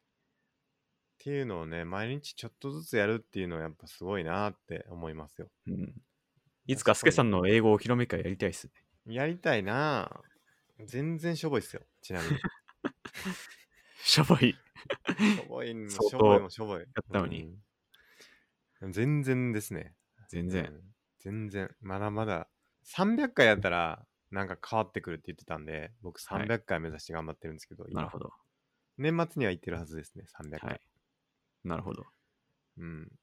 [SPEAKER 1] っていうのをね、毎日ちょっとずつやるっていうのはやっぱすごいなって思いますよ。
[SPEAKER 2] うん。いつかスケさんの英語をお披露目会やりたいっ
[SPEAKER 1] [laughs]
[SPEAKER 2] すね。
[SPEAKER 1] やりたいなぁ全然しょぼいっすよ、ちなみに。
[SPEAKER 2] しょぼい。
[SPEAKER 1] し
[SPEAKER 2] [laughs]
[SPEAKER 1] ょぼいもし
[SPEAKER 2] 相当
[SPEAKER 1] ょぼいもしょぼい。や
[SPEAKER 2] ったのに、
[SPEAKER 1] 全然ですね。
[SPEAKER 2] 全然。
[SPEAKER 1] うん全然。まだまだ。300回やったら、なんか変わってくるって言ってたんで、僕
[SPEAKER 2] はい
[SPEAKER 1] 300回目指して頑張ってるんですけど、今
[SPEAKER 2] なるほど。
[SPEAKER 1] 年末には行ってるはずですね、300回。
[SPEAKER 2] はい。なるほど。
[SPEAKER 1] うん。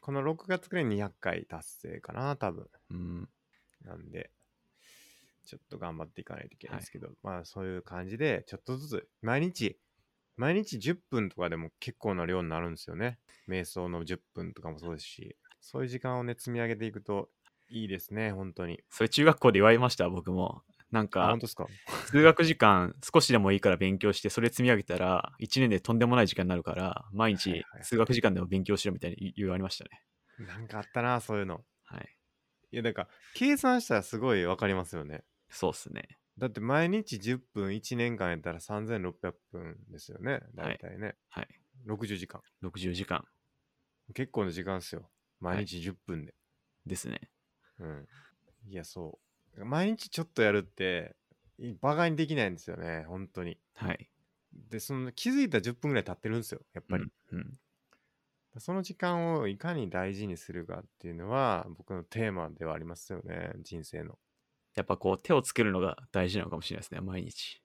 [SPEAKER 1] この6月くらいに200回達成かな、多分。
[SPEAKER 2] うん。
[SPEAKER 1] なんで、ちょっと頑張っていかないといけないですけど、まあそういう感じで、ちょっとずつ、毎日、毎日10分とかでも結構な量になるんですよね。瞑想の10分とかもそうですし、そういう時間をね、積み上げていくといいですね、本当に。
[SPEAKER 2] それ中学校で言われました、僕も。なん
[SPEAKER 1] あ、
[SPEAKER 2] か
[SPEAKER 1] 本当、ですか
[SPEAKER 2] 数学時間少しでもいいから勉強して、それ積み上げたら、1年でとんでもない時間になるから、毎
[SPEAKER 1] はい
[SPEAKER 2] 日
[SPEAKER 1] はいはい
[SPEAKER 2] 数学時間でも勉強しろみたいに言われましたね。
[SPEAKER 1] なんかあったな、そういうの。
[SPEAKER 2] はい。
[SPEAKER 1] いや、だから、計算したらすごいわかりますよね。
[SPEAKER 2] そうっすね。
[SPEAKER 1] だって毎日10分1年間やったら3600分ですよね、だいたいね。
[SPEAKER 2] はい。
[SPEAKER 1] 60時間。
[SPEAKER 2] 60時間
[SPEAKER 1] 結構な時間ですよ。毎日10分で。
[SPEAKER 2] ですね。
[SPEAKER 1] うん。いや、そう。毎日ちょっとやるって、いバカにできないんですよね、本当に。
[SPEAKER 2] はい。
[SPEAKER 1] で、その気づいたら10分ぐらい経ってるんですよ、やっぱり。
[SPEAKER 2] うん。うん
[SPEAKER 1] その時間をいかに大事にするかっていうのは、僕のテーマではありますよね、人生の。
[SPEAKER 2] やっぱこう、手をつけるのが大事なのかもしれないですね、毎日。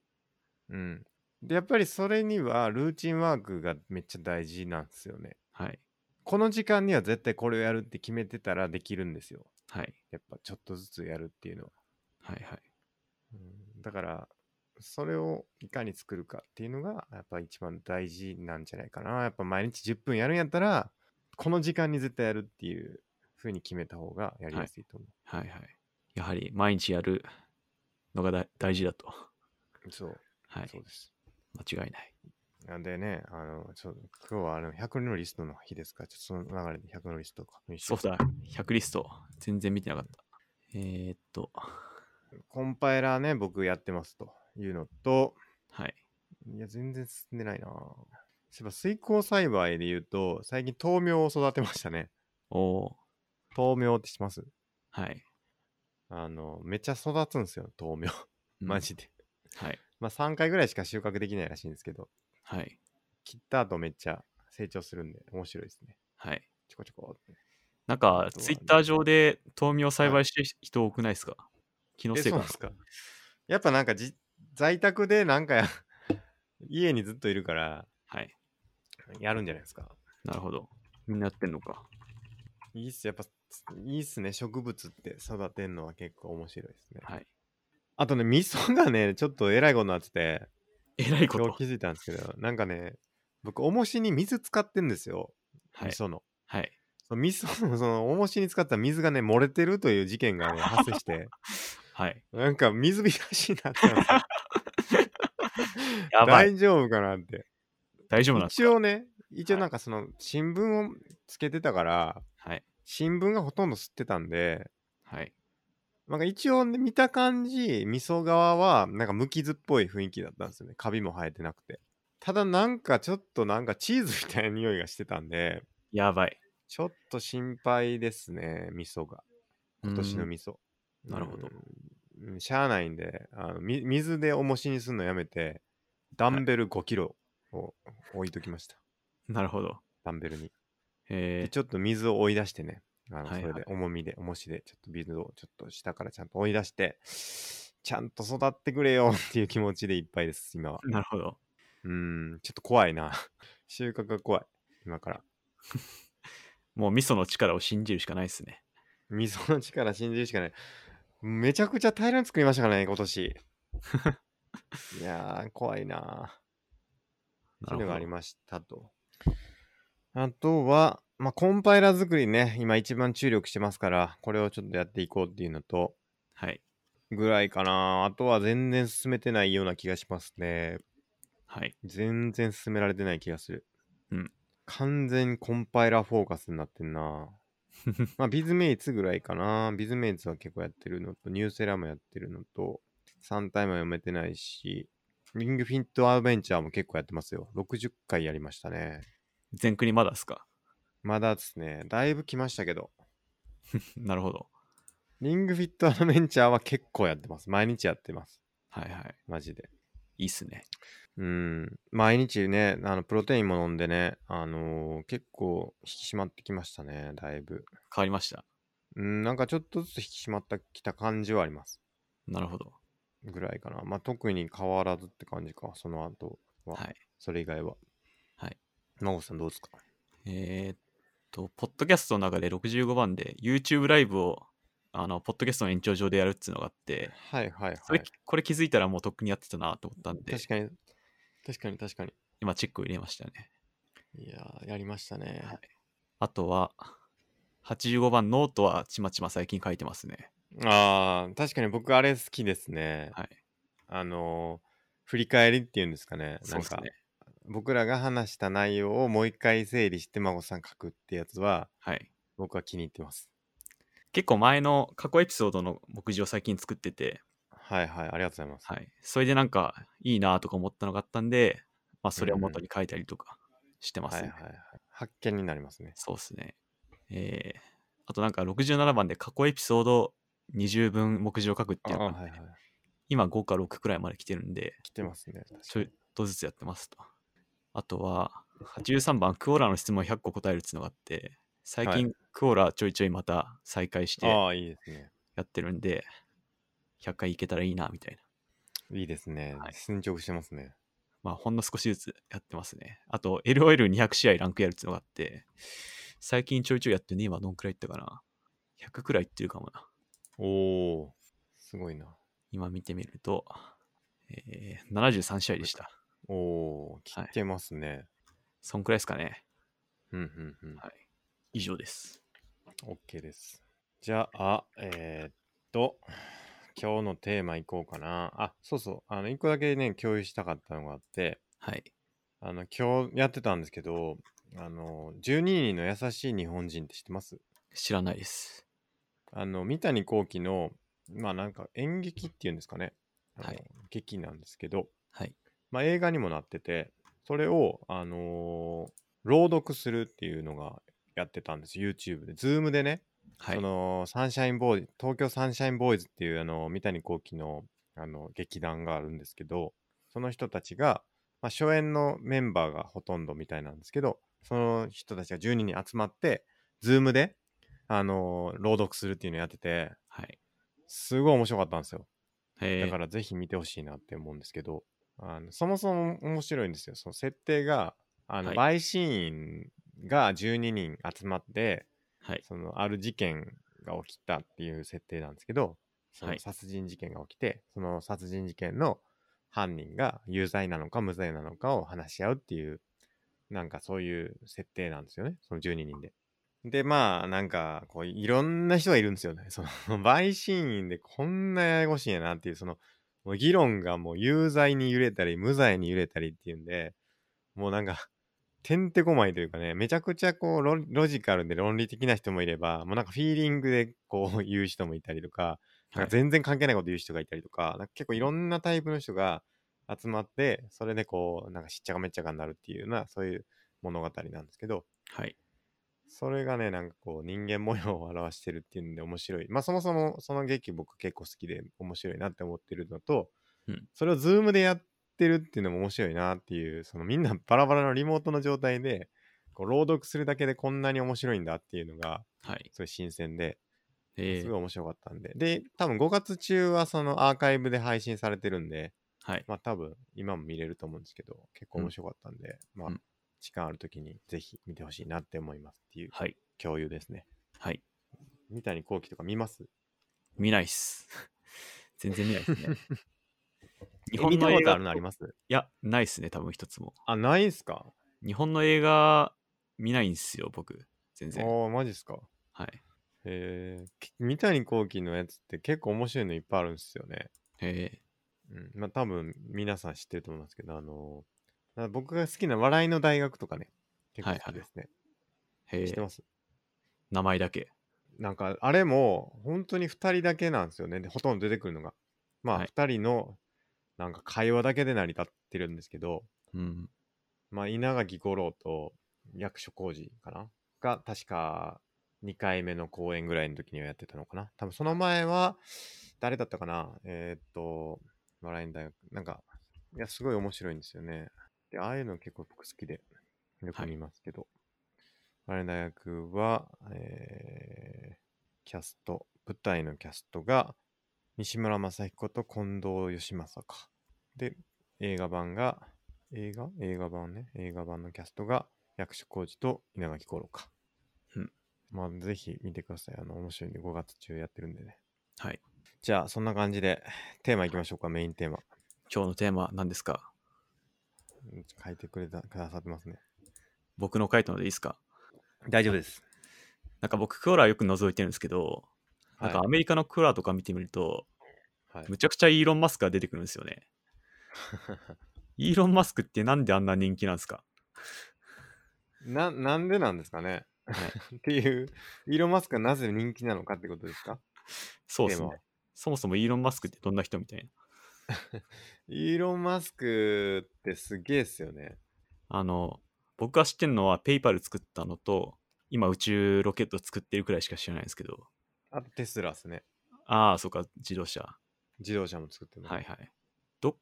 [SPEAKER 1] うん。で、やっぱりそれには、ルーチンワークがめっちゃ大事なんですよね。
[SPEAKER 2] はい。
[SPEAKER 1] この時間には絶対これをやるって決めてたらできるんですよ。
[SPEAKER 2] はい。
[SPEAKER 1] やっぱちょっとずつやるっていうのは。
[SPEAKER 2] はいはい。
[SPEAKER 1] うんだからそれをいかに作るかっていうのがやっぱ一番大事なんじゃないかなやっぱ毎日10分やるんやったらこの時間に絶対やるっていう風に決めた方がやりやすいと思
[SPEAKER 2] はいはい。やはり、毎日やるのがだ大事だと。
[SPEAKER 1] う、そう
[SPEAKER 2] はい。
[SPEAKER 1] そうです
[SPEAKER 2] 間違いない。
[SPEAKER 1] なんでねあのそう今日はあの100のリストの日ですからちょっとその流れで100のリストを確認して
[SPEAKER 2] そうだ、100リスト、全然見てなかった。えー、っと、
[SPEAKER 1] コンパイラーね僕やってますというのと
[SPEAKER 2] はい。
[SPEAKER 1] いや全然進んでないなそういえば水耕栽培で言うと最近豆苗を育てましたね
[SPEAKER 2] おお
[SPEAKER 1] 豆苗ってします
[SPEAKER 2] ーはい。
[SPEAKER 1] あの、めっちゃ育つんですよ、豆苗。
[SPEAKER 2] う
[SPEAKER 1] [laughs]
[SPEAKER 2] ん
[SPEAKER 1] マジで。
[SPEAKER 2] はい。
[SPEAKER 1] まあ3回ぐらいしか収穫できないらしいんですけど、
[SPEAKER 2] はい。
[SPEAKER 1] 切った後めっちゃ成長するんで、面白いですね。
[SPEAKER 2] はい。
[SPEAKER 1] ちょこちょこって。
[SPEAKER 2] なん
[SPEAKER 1] あ
[SPEAKER 2] か、
[SPEAKER 1] とは
[SPEAKER 2] ツイッター上で豆苗栽培してる人多くないですか、気の
[SPEAKER 1] え、
[SPEAKER 2] せい
[SPEAKER 1] そう
[SPEAKER 2] か
[SPEAKER 1] なん
[SPEAKER 2] な
[SPEAKER 1] ですかやっぱなんかじ、在宅でなんか、 [laughs] 家にずっといるから、
[SPEAKER 2] はい。
[SPEAKER 1] やるんじゃないですか。
[SPEAKER 2] なるほど。みんなやってんのか。
[SPEAKER 1] いいっす、やっぱ、いいっすね。植物って育てんのは結構面白いですね。
[SPEAKER 2] はい。
[SPEAKER 1] あとね、味噌がね、ちょっとえらいことになってて、
[SPEAKER 2] えらいこ
[SPEAKER 1] 今
[SPEAKER 2] と
[SPEAKER 1] 日。気づいたんですけど、なんかね、僕、重しに水使ってんですよ。
[SPEAKER 2] はい
[SPEAKER 1] 味。噌の。
[SPEAKER 2] はい。
[SPEAKER 1] そ [laughs] の味噌のその重しに使った水がね漏れてるという事件がね発生
[SPEAKER 2] [laughs]
[SPEAKER 1] して
[SPEAKER 2] はい。
[SPEAKER 1] なんか水浸しになったんですよ
[SPEAKER 2] やばい。
[SPEAKER 1] 大丈夫かなって
[SPEAKER 2] 大丈夫なんです
[SPEAKER 1] 一
[SPEAKER 2] か
[SPEAKER 1] 応ね一応なんかその新聞をつけてたから、
[SPEAKER 2] はい。
[SPEAKER 1] 新聞がほとんど吸ってたんで
[SPEAKER 2] はい。
[SPEAKER 1] なんか一応、ね、見た感じ味噌側はなんか無傷っぽい雰囲気だったんですよねカビも生えてなくてただなんかちょっとなんかチーズみたいな匂いがしてたんで
[SPEAKER 2] やばい。
[SPEAKER 1] ちょっと心配ですね味噌が今年の
[SPEAKER 2] うん
[SPEAKER 1] 味噌。
[SPEAKER 2] んなるほ
[SPEAKER 1] う
[SPEAKER 2] ど
[SPEAKER 1] ん。うんしゃあないんで、あのみ水で重しにするのやめて、ダンベル5キロを置いときました。
[SPEAKER 2] なるほど。
[SPEAKER 1] ダンベルに。
[SPEAKER 2] え
[SPEAKER 1] で、ちょっと水を追い出してね、あの
[SPEAKER 2] はいはい
[SPEAKER 1] それで重みで、重しで、ちょっと水をちょっと下からちゃんと追い出して、ちゃんと育ってくれよっていう気持ちでいっぱいです、今は。
[SPEAKER 2] ー、なるほど。
[SPEAKER 1] うん、ちょっと怖いな。収穫が怖い。今から。
[SPEAKER 2] もう味噌の力を信じるしかないですね。
[SPEAKER 1] 味噌の力信じるしかない。めちゃくちゃ大量に作りましたからね、今
[SPEAKER 2] [laughs]
[SPEAKER 1] 年。いやー、怖いなー。
[SPEAKER 2] な
[SPEAKER 1] そういうの
[SPEAKER 2] るほど。
[SPEAKER 1] がありましたと。あとは、まあ、コンパイラー作りね、今一番注力してますから、これをちょっとやっていこうっていうのと、
[SPEAKER 2] はい。
[SPEAKER 1] ぐらいかな。あとは全然進めてないような気がしますね。
[SPEAKER 2] はい。
[SPEAKER 1] 全然進められてない気がする。
[SPEAKER 2] うん。
[SPEAKER 1] 完全にコンパイラーフォーカスになってん
[SPEAKER 2] [laughs]
[SPEAKER 1] な。まあ、ビズメイツぐらいかな。ビズメイツは結構やってるのと、ニューセラーもやってるのと、3体も読めてないし、リングフィットアドベンチャーも結構やってますよ。60回やりましたね。
[SPEAKER 2] 全国まだっすか [laughs]
[SPEAKER 1] まだですね、だいぶ来ましたけど、
[SPEAKER 2] なるほど。
[SPEAKER 1] リングフィットアドベンチャーは結構やってます。毎日やってます。
[SPEAKER 2] はいはい。
[SPEAKER 1] マジで。
[SPEAKER 2] いいっすね。
[SPEAKER 1] うん。毎日ね、あの、プロテインも飲んでね、あのー結構引き締まってきましたね、だいぶ。
[SPEAKER 2] 変わりました。
[SPEAKER 1] うん、なんかちょっとずつ引き締まってきた感じはあります。
[SPEAKER 2] なるほど。
[SPEAKER 1] ぐらいかな。まあ、特に変わらずって感じか、その後は。
[SPEAKER 2] はい。
[SPEAKER 1] それ以外は。
[SPEAKER 2] はい。
[SPEAKER 1] 孫さんどうですか
[SPEAKER 2] えーっと、ポッドキャストの中で65番で YouTube ライブを、あの、ポッドキャストの延長上でやるっつうのがあって、
[SPEAKER 1] はいはいはい。
[SPEAKER 2] それ、これ気づいたらもうとっくにやってたなと思ったんで、
[SPEAKER 1] 確かに、確かに確かに。
[SPEAKER 2] 今チェックを入れましたね。
[SPEAKER 1] いやー、やりましたね。
[SPEAKER 2] はいあとは、85番ノートはちまちま最近書いてますね。
[SPEAKER 1] ああ、確かに僕あれ好きですね。
[SPEAKER 2] はい。
[SPEAKER 1] あのー振り返りっていうんですかね。
[SPEAKER 2] そ
[SPEAKER 1] な
[SPEAKER 2] うんです
[SPEAKER 1] か、
[SPEAKER 2] ね。
[SPEAKER 1] 僕らが話した内容をもう一回整理して孫さん書くってやつは、
[SPEAKER 2] はい。
[SPEAKER 1] 僕は気に入ってます。
[SPEAKER 2] 結構前の過去エピソードの目次を最近作ってて、
[SPEAKER 1] はいはい、ありがとうございます。
[SPEAKER 2] はい。それでなんかいいなとか思ったのがあったんで、まあそれを元に書いたりとかしてます
[SPEAKER 1] はい
[SPEAKER 2] ね。
[SPEAKER 1] はいはい。発見になりますね。
[SPEAKER 2] そうですね。えー、あとなんか67番で過去エピソード20分目次を書くっ
[SPEAKER 1] あ
[SPEAKER 2] ていう
[SPEAKER 1] ー
[SPEAKER 2] のがあ
[SPEAKER 1] は
[SPEAKER 2] って、
[SPEAKER 1] いはい。
[SPEAKER 2] 今5か6くらいまで来てるんで、
[SPEAKER 1] 来てますね。
[SPEAKER 2] ちょっとずつやってますと。あとは、83番、クオラの質問100個答えるっていうのがあって、最近、クオラちょいちょいまた再開してや
[SPEAKER 1] ああ、いいですね。
[SPEAKER 2] ってるんで、100回いけたらいいな、みたいな。
[SPEAKER 1] いいですね。
[SPEAKER 2] はい
[SPEAKER 1] 進捗してますね。
[SPEAKER 2] まあ、ほんの少しずつやってますね。あと、LOL200 試合ランクやるっていうのがあって、最近ちょいちょいやってね、今どんくらいいったかな。100くらいいってるかもな。
[SPEAKER 1] おお、すごいな。
[SPEAKER 2] 今見てみると、えー、73試合でした。
[SPEAKER 1] おお、来
[SPEAKER 2] はい
[SPEAKER 1] てますね。
[SPEAKER 2] そんくらいですかね。
[SPEAKER 1] うんうんうん。
[SPEAKER 2] はい。以上です。
[SPEAKER 1] OK です。じゃあ、えーっと、今日のテーマいこうかな。あ、そうそう。あの、一個だけね、共有したかったのがあって、
[SPEAKER 2] はい。
[SPEAKER 1] あの、今日やってたんですけど、あの、12人の優しい日本人って知ってます
[SPEAKER 2] 知らないです。
[SPEAKER 1] あの、三谷幸喜の、まあなんか演劇っていうんですかね。あの
[SPEAKER 2] はい
[SPEAKER 1] 劇なんですけど、
[SPEAKER 2] はい。
[SPEAKER 1] まあ映画にもなってて、それを、あのー朗読するっていうのがやってたんです。YouTube で。Zoom でね。
[SPEAKER 2] はい
[SPEAKER 1] そ。のサンシャインボーイ東京サンシャインボーイズっていうあの三谷幸喜のあの劇団があるんですけどその人たちが、まあ、初演のメンバーがほとんどみたいなんですけどその人たちが10人に集まってズームであの朗読するっていうのをやってて
[SPEAKER 2] はい。
[SPEAKER 1] すごい面白かったんですよ
[SPEAKER 2] え
[SPEAKER 1] だからぜひ見てほしいなって思うんですけど、あのそもそも面白いんですよ。その設定が、あの、
[SPEAKER 2] はい
[SPEAKER 1] 陪審員が12人集まって、
[SPEAKER 2] はい
[SPEAKER 1] その、ある事件が起きたっていう設定なんですけど、そ
[SPEAKER 2] は
[SPEAKER 1] の
[SPEAKER 2] い
[SPEAKER 1] 殺人事件が起きて、その殺人事件の犯人が有罪なのか無罪なのかを話し合うっていう、なんかそういう設定なんですよね。その12人で。で、まあ、なんか、こう、いろんな人がいるんですよね。 [laughs] その、陪審員でこんなややこしいんやなっていう、その、もう議論がもう有罪に揺れたり、無罪に揺れたりっていうんで、もうなんか、てんてこまいというかね、めちゃくちゃこうロ、ロジカルで論理的な人もいれば、もうなんかフィーリングでこう言う人もいたりとか、なん
[SPEAKER 2] は
[SPEAKER 1] か
[SPEAKER 2] い
[SPEAKER 1] 全然関係ないこと言う人がいたりとか、なんか結構いろんなタイプの人が集まって、それでこう、なんかしっちゃかめっちゃかになるっていうような、そういう物語なんですけど、
[SPEAKER 2] はい。
[SPEAKER 1] それがね、なんかこう人間模様を表してるっていうんで面白い。まあそもそもその劇僕結構好きで面白いなって思ってるのと、
[SPEAKER 2] うん
[SPEAKER 1] それをズームでやってるっていうのも面白いなっていう、そのみんなバラバラのリモートの状態で、こう朗読するだけでこんなに面白いんだっていうのが、
[SPEAKER 2] はい。
[SPEAKER 1] すごい新鮮で、
[SPEAKER 2] え
[SPEAKER 1] す
[SPEAKER 2] ー
[SPEAKER 1] ごい面白かったんで。で、多分5月中はそのアーカイブで配信されてるんで、
[SPEAKER 2] はい。
[SPEAKER 1] まあ多分今も見れると思うんですけど、結構面白かったんで、まあ
[SPEAKER 2] うん
[SPEAKER 1] 時間ある時にぜひ見てほしいなって思いますっていう
[SPEAKER 2] はい。
[SPEAKER 1] 共有ですね。
[SPEAKER 2] はい。
[SPEAKER 1] 三谷幸喜とか見ます
[SPEAKER 2] 見ないっす。 [laughs] 全然見ないっす
[SPEAKER 1] [laughs]
[SPEAKER 2] ね。日
[SPEAKER 1] え
[SPEAKER 2] 本
[SPEAKER 1] 見た
[SPEAKER 2] の
[SPEAKER 1] こと
[SPEAKER 2] 映画
[SPEAKER 1] あるのあります
[SPEAKER 2] いや、ないっすね、多分一つも。
[SPEAKER 1] あ、ないんすか
[SPEAKER 2] 日本の映画見ないんすよ、僕。全
[SPEAKER 1] ああ
[SPEAKER 2] 然。
[SPEAKER 1] ー、マジっすか。
[SPEAKER 2] はい。
[SPEAKER 1] へえき三谷幸喜のやつって結構面白いのいっぱいあるんですよね。
[SPEAKER 2] へえ。
[SPEAKER 1] うん、まあ多分皆さん知ってると思いますけど、あのーあ僕が好きな笑いの大学とかね、結構好きですね。
[SPEAKER 2] へ
[SPEAKER 1] 知って
[SPEAKER 2] え。
[SPEAKER 1] ます
[SPEAKER 2] 名前だけ。
[SPEAKER 1] なんかあれも本当に2人だけなんですよね。でほとんど出てくるのが。ま
[SPEAKER 2] は
[SPEAKER 1] あ
[SPEAKER 2] い
[SPEAKER 1] 2人のなんか会話だけで成り立ってるんですけど、
[SPEAKER 2] うん。
[SPEAKER 1] まあ稲垣吾郎と役所広司かなが確か2回目の公演ぐらいの時にはやってたのかな。多分その前は誰だったかなえーっと、笑いの大学。なんか、いや、すごい面白いんですよね。で、ああいうの結構僕好きでよく
[SPEAKER 2] はい
[SPEAKER 1] 見ますけど。笑いの大学は、えー、キャスト、舞台のキャストが西村雅彦と近藤義正か。で、映画版が、映画映画版ね。映画版のキャストが役所広司と稲垣吾郎か。
[SPEAKER 2] うん。
[SPEAKER 1] まあ、ぜひ見てください。あの、面白いんで5月中やってるんでね。
[SPEAKER 2] はい。
[SPEAKER 1] じゃあ、そんな感じで、テーマいきましょうか、メインテーマ。
[SPEAKER 2] 今日のテーマは何ですか
[SPEAKER 1] うん書いてくれた、くださってますね。
[SPEAKER 2] 僕の書いたのでいいですか
[SPEAKER 1] 大丈夫です。
[SPEAKER 2] なんか僕、クオラよく覗いてるんですけど、なんかアメリカのクオラとか見てみると、
[SPEAKER 1] はい、
[SPEAKER 2] むちゃくちゃイーロン・マスクが出てくるんですよね。
[SPEAKER 1] [laughs]
[SPEAKER 2] イーロン・マスクってなんであんな人気なんですか
[SPEAKER 1] な、なんでなんですかね、 [laughs] っていう、イーロン・マスクがなぜ人気なのかってことですか
[SPEAKER 2] そうです
[SPEAKER 1] テー
[SPEAKER 2] ね
[SPEAKER 1] マは。
[SPEAKER 2] そもそもイーロン・マスクってどんな人みたいな。
[SPEAKER 1] イーロン・マスクってすげえっすよね。
[SPEAKER 2] あの、僕が知ってるのはペイパル作ったのと、今宇宙ロケット作ってるくらいしか知らないんですけど、
[SPEAKER 1] あとテスラっすね。
[SPEAKER 2] ああ、そうか、自動車。は
[SPEAKER 1] 自動車も作って
[SPEAKER 2] い
[SPEAKER 1] ます。
[SPEAKER 2] はい。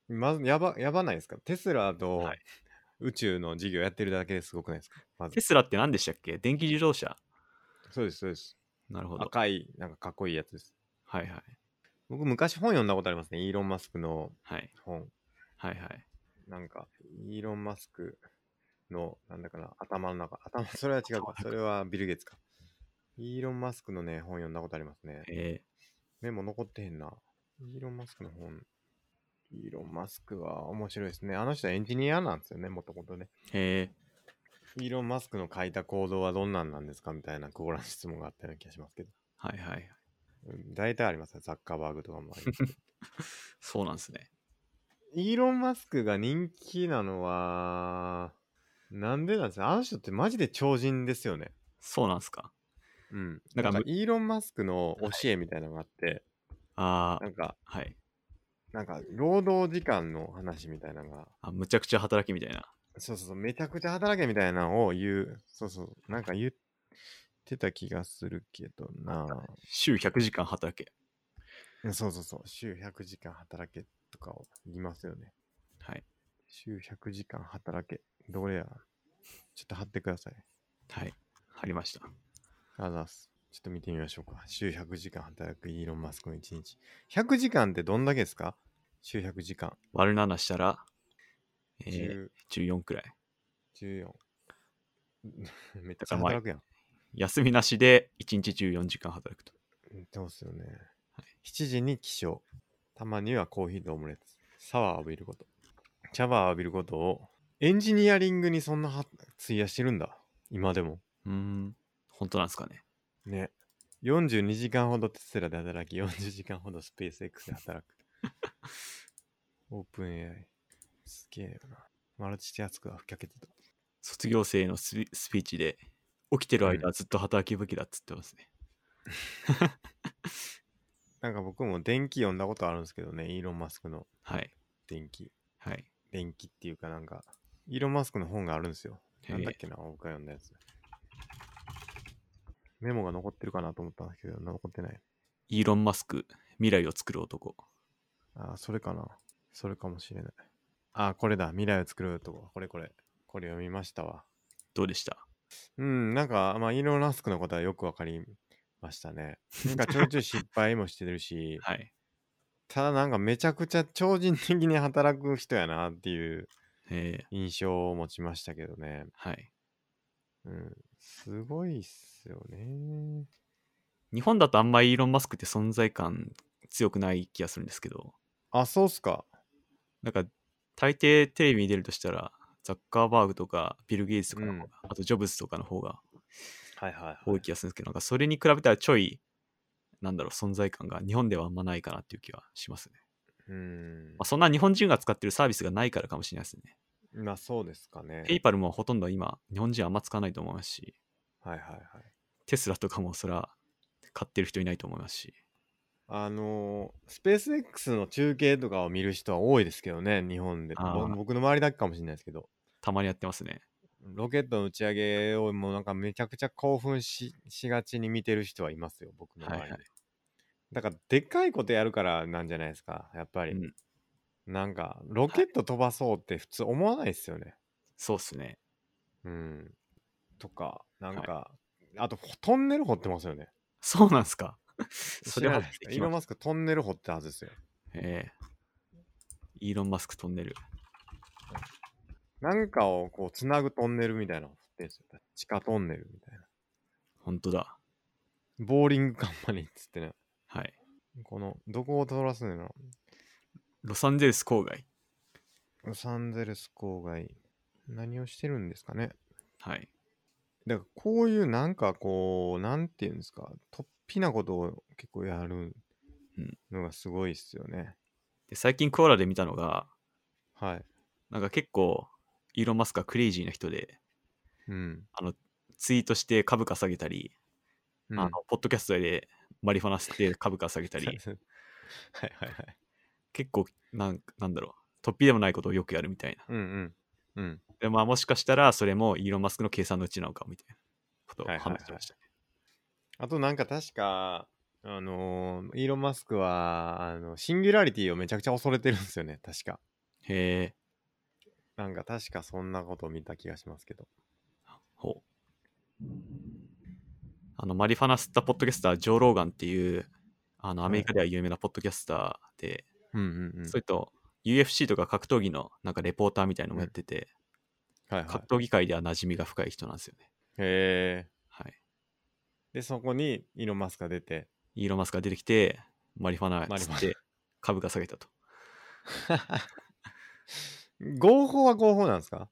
[SPEAKER 1] まず、やば、やばないですかテスラと
[SPEAKER 2] はい
[SPEAKER 1] [laughs] 宇宙の事業やってるだけですごくないですかまず
[SPEAKER 2] テ。スラって何でしたっけ電気自動車。
[SPEAKER 1] そうです、そうです。
[SPEAKER 2] なるほど。
[SPEAKER 1] 赤い、なんかかっこいいやつです。
[SPEAKER 2] はいはい。
[SPEAKER 1] 僕、昔本読んだことありますね。イーロン・マスクの
[SPEAKER 2] はい
[SPEAKER 1] 本。
[SPEAKER 2] はいはい。
[SPEAKER 1] なんか、イーロン・マスクの、なんだかな、頭の中、頭、それは違う
[SPEAKER 2] 頭の
[SPEAKER 1] か、
[SPEAKER 2] 中
[SPEAKER 1] それはビル・ゲイツか。イーロン・マスクのね、本読んだことありますね。
[SPEAKER 2] え
[SPEAKER 1] メモ残ってへんな。イーロン・マスクの本。イーロン・マスクは面白いですね。あの人はエンジニアなんですよね、もともとね。
[SPEAKER 2] ー、え
[SPEAKER 1] イーロン・マスクの書いた行動はどんなんなんですかみたいな、クオラの質問があったような気がしますけど。
[SPEAKER 2] ー、はいはい。
[SPEAKER 1] うん大体ありますね、ザッカーバーグとかもあります。
[SPEAKER 2] そうなんですね。
[SPEAKER 1] イーロン・マスクが人気なのは、なんでなんですかあの人ってマジで超人ですよね。
[SPEAKER 2] そうなんですか。
[SPEAKER 1] うん。
[SPEAKER 2] な
[SPEAKER 1] なんんか、
[SPEAKER 2] か
[SPEAKER 1] イーロン・マスクの教えみたいなのがあって、
[SPEAKER 2] ああ
[SPEAKER 1] な、んか、
[SPEAKER 2] はい
[SPEAKER 1] なんか、労働時間の話みたいなのが、
[SPEAKER 2] あ。むちゃくちゃ働きみたいな。
[SPEAKER 1] そうそうそう、めちゃくちゃ働けみたいなのを言う、そうそう、なんか言ってた気がするけどな。
[SPEAKER 2] 週100時間働け。
[SPEAKER 1] そうそうそう、週100時間働けとかを言いますよね。
[SPEAKER 2] はい。
[SPEAKER 1] 週100時間働け。どれやちょっと貼ってください。
[SPEAKER 2] はい。ありました。
[SPEAKER 1] あざっす。ちょっと見てみましょうか。週100時間働くイーロン・マスクの1日。100時間ってどんだけですか週100時間。
[SPEAKER 2] 割る7したら、え
[SPEAKER 1] 10
[SPEAKER 2] ー、14くらい。
[SPEAKER 1] 14。めっちゃ働くやん。
[SPEAKER 2] 休みなしで1日14時間働くと。
[SPEAKER 1] どうすよね
[SPEAKER 2] はい。
[SPEAKER 1] 7時に起床。たまにはコーヒーとオムレツ。シャワーを浴びること。シャワーを浴びることを、エンジニアリングにそんなは費やしてるんだ。今でも。
[SPEAKER 2] うーん。本当なんですかね。
[SPEAKER 1] ね。42時間ほどテスラで働き、40時間ほどスペース X で
[SPEAKER 2] [laughs]
[SPEAKER 1] 働く。オープン AI。すげえよな。マルチタスクが吹きかけてた。
[SPEAKER 2] 卒業生のスピスピーチで、起きてる間
[SPEAKER 1] う
[SPEAKER 2] ずっと働き武器だっつってますね。
[SPEAKER 1] なんか僕も電気読んだことあるんですけどね。イーロン・マスクの
[SPEAKER 2] はい。
[SPEAKER 1] 電気。
[SPEAKER 2] はい。
[SPEAKER 1] 電気っていうかなんか、イーロン・マスクの本があるんですよ。
[SPEAKER 2] へ
[SPEAKER 1] なんだっ
[SPEAKER 2] え
[SPEAKER 1] けな、僕が読んだやつ。メモが残ってるかなと思ったんですけど、残ってない。
[SPEAKER 2] イーロン・マスク、未来を作る男。
[SPEAKER 1] あー、それかな。それかもしれない。あー、これだ。未来を作るとこ。これこれ。これ読みましたわ。
[SPEAKER 2] どうでした、
[SPEAKER 1] うん、なんか、まあ、イーロン・マスクのことはよくわかりましたね。なんかちょいちょい失敗もしてるし
[SPEAKER 2] はい。
[SPEAKER 1] ただなんかめちゃくちゃ超人的に働く人やなっていう
[SPEAKER 2] ええ
[SPEAKER 1] 印象を持ちましたけどね。
[SPEAKER 2] はい。
[SPEAKER 1] うん。すごいっすよね。
[SPEAKER 2] 日本だとあんまりイーロン・マスクって存在感強くない気がするんですけど、
[SPEAKER 1] あ、そうっすか。
[SPEAKER 2] なんか大抵テレビに出るとしたら、ザッカーバーグとかビル・ゲイツとかの方が、
[SPEAKER 1] うん
[SPEAKER 2] あとジョブズとかの方が
[SPEAKER 1] はいはい、
[SPEAKER 2] 多い気がするんですけど、なんかそれに比べたらちょい、なんだろう、存在感が日本ではあんまないかなっていう気はしますね。
[SPEAKER 1] うん
[SPEAKER 2] まあ、。そんな日本人が使ってるサービスがないからかもしれないですね。
[SPEAKER 1] まあそうですかね。
[SPEAKER 2] ペイパルもほとんど今、日本人あんま使わないと思いますし、
[SPEAKER 1] はいはいはい。
[SPEAKER 2] テスラとかもそら、買ってる人いないと思いますし、
[SPEAKER 1] あのースペース X の中継とかを見る人は多いですけどね、日本で。
[SPEAKER 2] あー
[SPEAKER 1] ぼ僕の周りだけかもしれないですけど。
[SPEAKER 2] たまにやってますね。
[SPEAKER 1] ロケットの打ち上げをもうなんかめちゃくちゃ興奮ししがちに見てる人はいますよ、僕の周りで。
[SPEAKER 2] はいはい
[SPEAKER 1] だからでっかいことやるからなんじゃないですか、やっぱり。
[SPEAKER 2] うん
[SPEAKER 1] なんかロケット飛ばそうって普通思わないですよね。
[SPEAKER 2] そうっすね。
[SPEAKER 1] うん。とか、なんか、あとトンネル掘ってますよね。
[SPEAKER 2] そうなんす
[SPEAKER 1] [laughs]
[SPEAKER 2] か。
[SPEAKER 1] 知
[SPEAKER 2] それ
[SPEAKER 1] らな
[SPEAKER 2] はい
[SPEAKER 1] ですかイーロン・マスクトンネル掘ってたはずですよ。
[SPEAKER 2] ええイーロン・マスクトンネル。
[SPEAKER 1] なんかをこう、つなぐトンネルみたいなのを掘ってんすよ。地下トンネルみたいな。
[SPEAKER 2] 本当だ。
[SPEAKER 1] ボーリングカンパニーっつってね。
[SPEAKER 2] はい。
[SPEAKER 1] この、どこを通らすのやろ
[SPEAKER 2] ロサンゼルス郊外。
[SPEAKER 1] ロサンゼルス郊外。何をしてるんですかね。
[SPEAKER 2] はい。
[SPEAKER 1] だからこういうなんかこう、なんていうんですか、突飛なことを結構やる
[SPEAKER 2] うん
[SPEAKER 1] のがすごいっすよね。
[SPEAKER 2] で、最近コーラで見たのが、
[SPEAKER 1] はい。
[SPEAKER 2] なんか結構、イーロン・マスクはクレイジーな人で、
[SPEAKER 1] うん。
[SPEAKER 2] ツイートして株価下げたり、
[SPEAKER 1] うん
[SPEAKER 2] あの、ポッドキャストでマリファナ吸って株価下げた
[SPEAKER 1] [laughs]
[SPEAKER 2] り、
[SPEAKER 1] はいはいはい。
[SPEAKER 2] 結構なん、なんだろう、突飛でもないことをよくやるみたいな。
[SPEAKER 1] うんうん。うん。
[SPEAKER 2] でまあ、もしかしたら、それもイーロン・マスクの計算のうちなのかみたいなことを
[SPEAKER 1] はいはいはい
[SPEAKER 2] 話してましたね。
[SPEAKER 1] あとなんか確か、あのーイーロン・マスクは、あの、シンギュラリティをめちゃくちゃ恐れてるんですよね、確か。
[SPEAKER 2] へえ、
[SPEAKER 1] なんか確かそんなことを見た気がしますけど。
[SPEAKER 2] ほう。あの、マリファナ吸ったポッドキャスター、ジョー・ローガンっていう、あの、アメリカでは有名なポッドキャスターで、
[SPEAKER 1] うんうんうん。
[SPEAKER 2] それと、UFC とか格闘技のなんかレポーターみたいなのもやってて、
[SPEAKER 1] はいはい。
[SPEAKER 2] 格闘技界では馴染みが深い人なんですよね。
[SPEAKER 1] へえ。
[SPEAKER 2] はい。
[SPEAKER 1] で、そこにイーロン・マスクが出て。
[SPEAKER 2] イーロン・マスクが出てきて、マリファナ
[SPEAKER 1] マリフ
[SPEAKER 2] 吸っ
[SPEAKER 1] ァ
[SPEAKER 2] て株価下げたと。
[SPEAKER 1] 合法は合法なんですか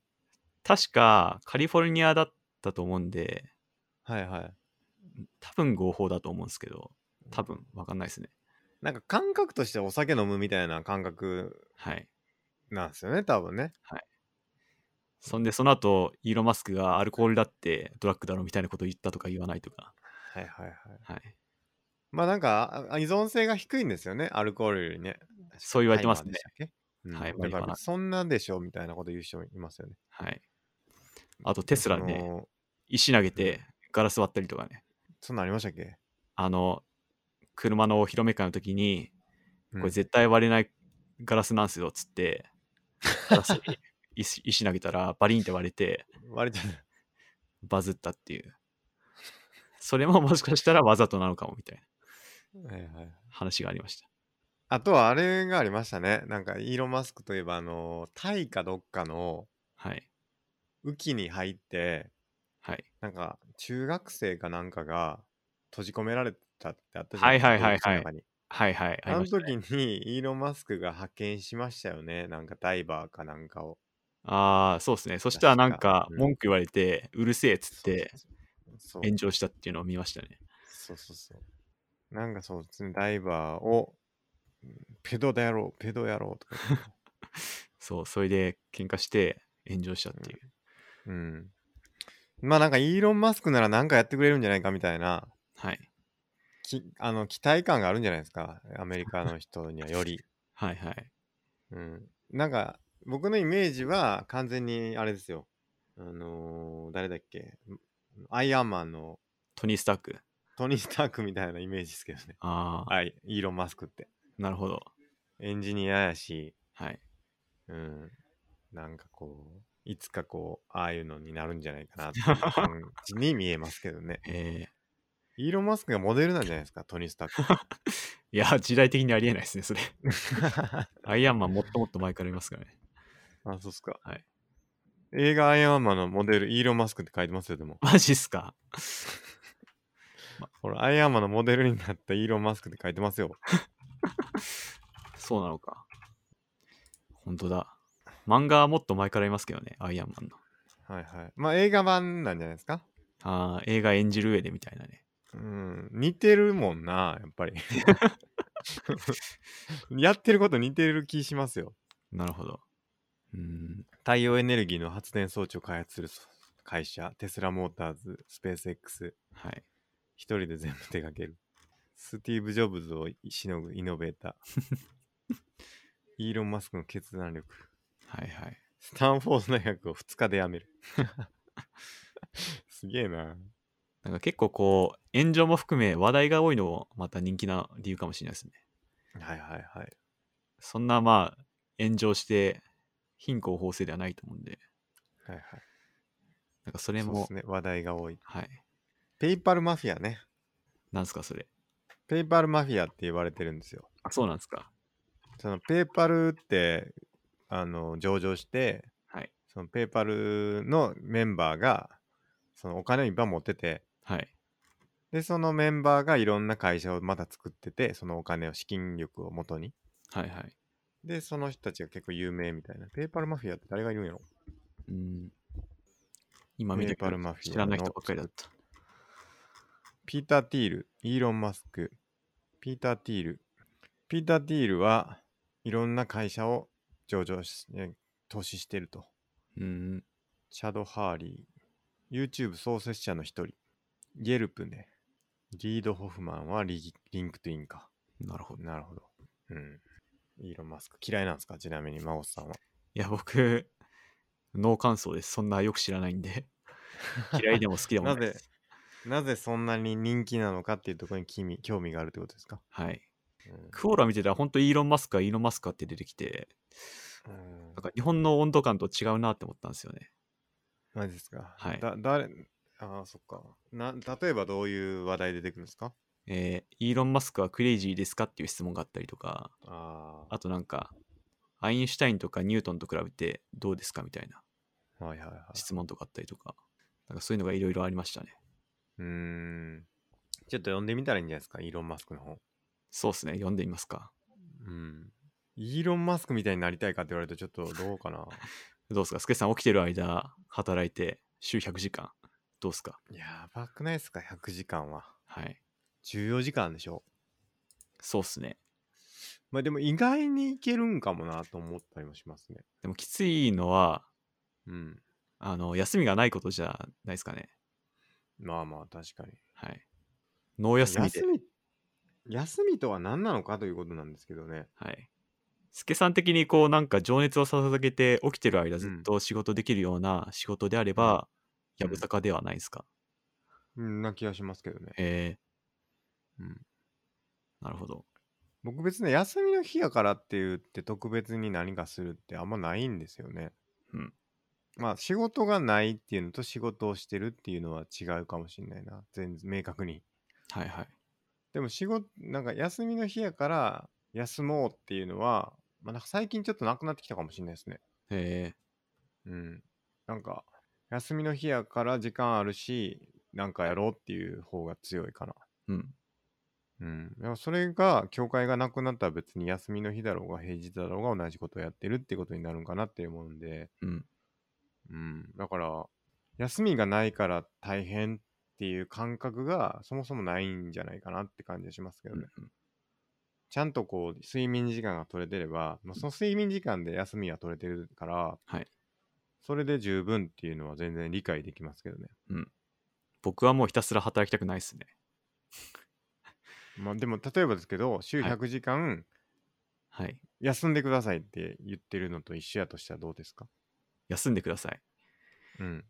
[SPEAKER 2] 確か、カリフォルニアだったと思うんで、
[SPEAKER 1] はいはい。
[SPEAKER 2] 多分合法だと思うんですけど、多分わかんないですね。
[SPEAKER 1] なんか感覚としてお酒飲むみたいな感覚
[SPEAKER 2] はい。
[SPEAKER 1] なんですよね、多分ね。
[SPEAKER 2] そんで、その後、イーロン・マスクがアルコールだってドラッグだろみたいなこと言ったとか言わないとか。
[SPEAKER 1] はいはいはい。
[SPEAKER 2] はい。
[SPEAKER 1] まあなんかあ依存性が低いんですよね、アルコールよりね。
[SPEAKER 2] そう言われてますね
[SPEAKER 1] タイマーでしたっけ。うん
[SPEAKER 2] はい
[SPEAKER 1] だ
[SPEAKER 2] マリ
[SPEAKER 1] か
[SPEAKER 2] ファナ
[SPEAKER 1] らそんなでしょみたいなこと言う人いますよね。
[SPEAKER 2] はい。あと、テスラ
[SPEAKER 1] そ
[SPEAKER 2] ね、
[SPEAKER 1] の。
[SPEAKER 2] 石投げてガラス割ったりとかね。
[SPEAKER 1] そんなんありましたっけ
[SPEAKER 2] あの、車のお披露目会の時に、
[SPEAKER 1] うん
[SPEAKER 2] これ絶対割れないガラスなんすよ、つって、ガラスに石石投げたらバリンって割れて、
[SPEAKER 1] 割れちゃう。
[SPEAKER 2] バズったっていう。それももしかしたらわざとなのかもみたいな
[SPEAKER 1] [laughs] はいはい。
[SPEAKER 2] 話がありました。
[SPEAKER 1] あとはあれがありましたね。なんかイーロン・マスクといえば、あの、タイかどっかの
[SPEAKER 2] はい。
[SPEAKER 1] 雨季に入って、
[SPEAKER 2] はい。
[SPEAKER 1] なんか中学生かなんかが閉じ込められたってあった
[SPEAKER 2] はいはい
[SPEAKER 1] ですか
[SPEAKER 2] はいはい
[SPEAKER 1] 動物の中に
[SPEAKER 2] はいはい。あり
[SPEAKER 1] あの
[SPEAKER 2] ましたね
[SPEAKER 1] 時にイーロン・マスクが派遣しましたよね。なんかダイバーかなんかを。
[SPEAKER 2] ああ、そうですね。そしたらなんか
[SPEAKER 1] うん
[SPEAKER 2] 文句言われて、うるせえっつって
[SPEAKER 1] そうそうそう、
[SPEAKER 2] 炎上したっていうのを見ましたね。 [laughs]
[SPEAKER 1] そうそうそう。なんかそうですね、ダイバーを、うんペドだやろう、ペドやろうとか言って。
[SPEAKER 2] そう、それで喧嘩して炎上したっていう。
[SPEAKER 1] うん。まあなんかイーロン・マスクならなんかやってくれるんじゃないかみたいな、
[SPEAKER 2] はい。
[SPEAKER 1] きあの期待感があるんじゃないですか、アメリカの人にはより。
[SPEAKER 2] はいはい。
[SPEAKER 1] うん。なんか、僕のイメージは完全にあれですよ。あのー誰だっけアイアンマンの
[SPEAKER 2] トニー・スターク。
[SPEAKER 1] トニー・スタークみたいなイメージですけどね。
[SPEAKER 2] ああ、
[SPEAKER 1] はい、イーロン・マスクって。
[SPEAKER 2] なるほど。
[SPEAKER 1] エンジニアやし、
[SPEAKER 2] はい。。
[SPEAKER 1] うん、なんかこう、いつかこう、ああいうのになるんじゃないかなっていう感じに見えますけどね
[SPEAKER 2] えー
[SPEAKER 1] イーロン・マスクがモデルなんじゃないですか、トニー・スタック。
[SPEAKER 2] いや、時代的にありえないですね、それ。アイアンマンもっともっと前からいますからね。
[SPEAKER 1] [laughs] あ、そうっすか。
[SPEAKER 2] はい
[SPEAKER 1] 映画アイアンマンのモデル、イーロン・マスクって書いてますよ、でも。
[SPEAKER 2] マジっすか
[SPEAKER 1] ほら、アイアンマンのモデルになったイーロン・マスクって書いてますよ。
[SPEAKER 2] そうなのか。本当だ。漫画はもっと前からいますけどね、アイアンマンの。
[SPEAKER 1] はいはい。まあ、映画版なんじゃないですか。
[SPEAKER 2] ああ、映画演じる上でみたいなね。
[SPEAKER 1] うん、似てるもんな、やっぱり。 [laughs] やってること似てる気しますよ。
[SPEAKER 2] なるほど。うん、
[SPEAKER 1] 太陽エネルギーの発電装置を開発する会社、テスラ・モーターズ、スペース X、
[SPEAKER 2] はい。
[SPEAKER 1] 一人で全部手掛ける。スティーブ・ジョブズをしのぐイノベーター。イーロン・マスクの決断力。
[SPEAKER 2] はいはい。
[SPEAKER 1] スタンフォード大学を2日で辞める。 [laughs] すげえな。
[SPEAKER 2] なんか結構こう、炎上も含め話題が多いのもまた人気な理由かもしれないですね。
[SPEAKER 1] はいはいはい。
[SPEAKER 2] そんなまあ、炎上して貧困法制ではないと思うんで、
[SPEAKER 1] はいはい。
[SPEAKER 2] なんかそれ
[SPEAKER 1] で
[SPEAKER 2] も、
[SPEAKER 1] も、ね、話題が多い。
[SPEAKER 2] はい。
[SPEAKER 1] ペイパルマフィアね。
[SPEAKER 2] なんすかそれ。
[SPEAKER 1] ペイパルマフィアって言われてるんですよ。
[SPEAKER 2] あ、そうなんですか。
[SPEAKER 1] そのペイパルってあの上場して、
[SPEAKER 2] はい。
[SPEAKER 1] そのペイパルのメンバーがそのお金をいっぱい持ってて、
[SPEAKER 2] はい。
[SPEAKER 1] で、そのメンバーがいろんな会社をまた作ってて、そのお金を、資金力を元に。
[SPEAKER 2] はいはい。
[SPEAKER 1] で、その人たちが結構有名みたいな。ペイパルマフィアって誰がいるんやろ
[SPEAKER 2] うん。今見て
[SPEAKER 1] ペイパルマフィアの
[SPEAKER 2] 知らない人ばっかりだった。
[SPEAKER 1] ピーター・ティール、イーロン・マスク、ピーター・ティール。ピーター・ティールはいろんな会社を上場し、え投資してると。
[SPEAKER 2] うん。
[SPEAKER 1] シャド・ハーリー、YouTube 創設者の一人、ゲルプね。リード・ホフマンはリリンクトインか。
[SPEAKER 2] なるほど。
[SPEAKER 1] なるほど。うん。イーロン・マスク嫌いなんですかちなみに、マゴスさんは。
[SPEAKER 2] いや、僕、ノー感想です。そんなよく知らない
[SPEAKER 1] [laughs]
[SPEAKER 2] んで。嫌いでも好きでもないです。
[SPEAKER 1] なぜなぜそんなに人気なのかっていうところに興味興味があるってことですか、
[SPEAKER 2] はい。
[SPEAKER 1] うん
[SPEAKER 2] クオーラ見てたら、本当イーロン・マスクはイーロン・マスクかって出てきて、
[SPEAKER 1] うん
[SPEAKER 2] なんか日本の温度感と違うなって思ったんですよね。
[SPEAKER 1] マジですか。
[SPEAKER 2] はい
[SPEAKER 1] だ、誰、ああ、そっか。な、例えばどういう話題出てくるんですか
[SPEAKER 2] えーイーロン・マスクはクレイジーですかっていう質問があったりとか、
[SPEAKER 1] あ
[SPEAKER 2] あとなんか、アインシュタインとかニュートンと比べてどうですかみたいな
[SPEAKER 1] あ、はいはいはい。
[SPEAKER 2] 質問とかあったりとか、なんかそういうのがいろいろありましたね。
[SPEAKER 1] うーん。ちょっと読んでみたらいいんじゃないですかイーロン・マスクの本。
[SPEAKER 2] そうですね、読んでみますか。
[SPEAKER 1] うん。イーロン・マスクみたいになりたいかって言われるとちょっとどうかな。
[SPEAKER 2] どうですかスケさん起きてる間、働いて、週100時間、どうですか
[SPEAKER 1] [laughs] やばくないですか ?100 時間は。
[SPEAKER 2] はい。
[SPEAKER 1] 14時間でしょ。
[SPEAKER 2] そうっすね。
[SPEAKER 1] まあでも意外にいけるんかもなと思ったりもしますね。
[SPEAKER 2] でもきついのは、
[SPEAKER 1] うん。
[SPEAKER 2] あの、休みがないことじゃないですかね。
[SPEAKER 1] まあまあ確かに。
[SPEAKER 2] はい。脳休みで。
[SPEAKER 1] 休み、休みとは何なのかということなんですけどね。
[SPEAKER 2] はい。助さん的にこうなんか情熱を捧げて起きてる間ずっと仕事できるような仕事であれば、
[SPEAKER 1] うん
[SPEAKER 2] やぶさかではないですか。
[SPEAKER 1] うんな気がしますけどね。
[SPEAKER 2] え
[SPEAKER 1] うん。
[SPEAKER 2] ー、なるほど。
[SPEAKER 1] 僕別に休みの日やからって言って特別に何かするってあんまないんですよね。
[SPEAKER 2] うん。
[SPEAKER 1] まあ仕事がないっていうのと仕事をしてるっていうのは違うかもしれないな。全然明確に。
[SPEAKER 2] はいはい。
[SPEAKER 1] でも仕事、なんか休みの日やから休もうっていうのは、まあなんか最近ちょっとなくなってきたかもしれないですね。
[SPEAKER 2] え
[SPEAKER 1] うん。なんか休みの日やから時間あるし、なんかやろうっていう方が強いかな。
[SPEAKER 2] ー、うん。
[SPEAKER 1] うん、でもそれが、教会がなくなったら別に休みの日だろうが平日だろうが同じことをやってるってことになるんかなって思うんで、
[SPEAKER 2] うん。
[SPEAKER 1] うん、だから、休みがないから大変っていう感覚がそもそもないんじゃないかなって感じがしますけど
[SPEAKER 2] うん
[SPEAKER 1] ね。ちゃんとこう、睡眠時間が取れてれば、まあ、その睡眠時間で休みは取れてるから、
[SPEAKER 2] はい
[SPEAKER 1] それで十分っていうのは全然理解できますけどね。
[SPEAKER 2] 僕はもうひたすら働きたくないですね。
[SPEAKER 1] まあでも、例えばですけど、週
[SPEAKER 2] はい
[SPEAKER 1] 100時間
[SPEAKER 2] はい。
[SPEAKER 1] 休んでくださいって言ってるのと一緒やとしたらどうですか
[SPEAKER 2] 休んでください。
[SPEAKER 1] うん。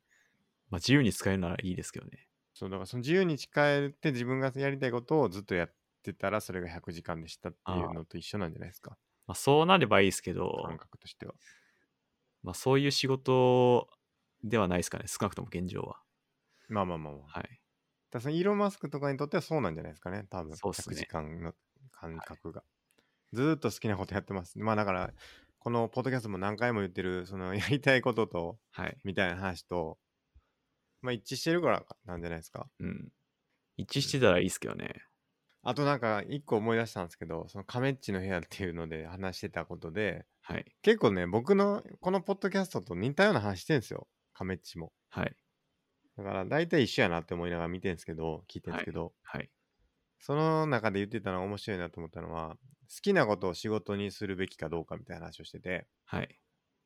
[SPEAKER 2] まあ自由に使えるならいいですけどね。
[SPEAKER 1] そうだからその自由に変えて自分がやりたいことをずっとやってたらそれが100時間でしたっていうのと一緒なんじゃないですか
[SPEAKER 2] まあそうなればいいですけど、
[SPEAKER 1] 感覚としては
[SPEAKER 2] まあそういう仕事ではないですかね。少なくとも現状は。
[SPEAKER 1] まあまあまあまあ
[SPEAKER 2] はい。
[SPEAKER 1] だからそのイーロン・マスクとかにとってはそうなんじゃないですかね、多分。
[SPEAKER 2] そうっすね
[SPEAKER 1] 100時間の感覚が。ずーっと好きなことやってます。まあだから、このポッドキャストも何回も言ってる、そのやりたいことと、
[SPEAKER 2] はい。
[SPEAKER 1] みたいな話と、まあ一致してるからなんじゃないですか。
[SPEAKER 2] うん。一致してたらいいですけどね。
[SPEAKER 1] あとなんか、一個思い出したんですけど、そのカメッチの部屋っていうので話してたことで、
[SPEAKER 2] はい。
[SPEAKER 1] 結構ね、僕のこのポッドキャストと似たような話してるんですよ、カメッチも。
[SPEAKER 2] はい。
[SPEAKER 1] だから大体一緒やなって思いながら見てるんですけど、聞いてるんですけど、
[SPEAKER 2] はい。
[SPEAKER 1] その中で言ってたのが面白いなと思ったのは、好きなことを仕事にするべきかどうかみたいな話をしてて、
[SPEAKER 2] はい。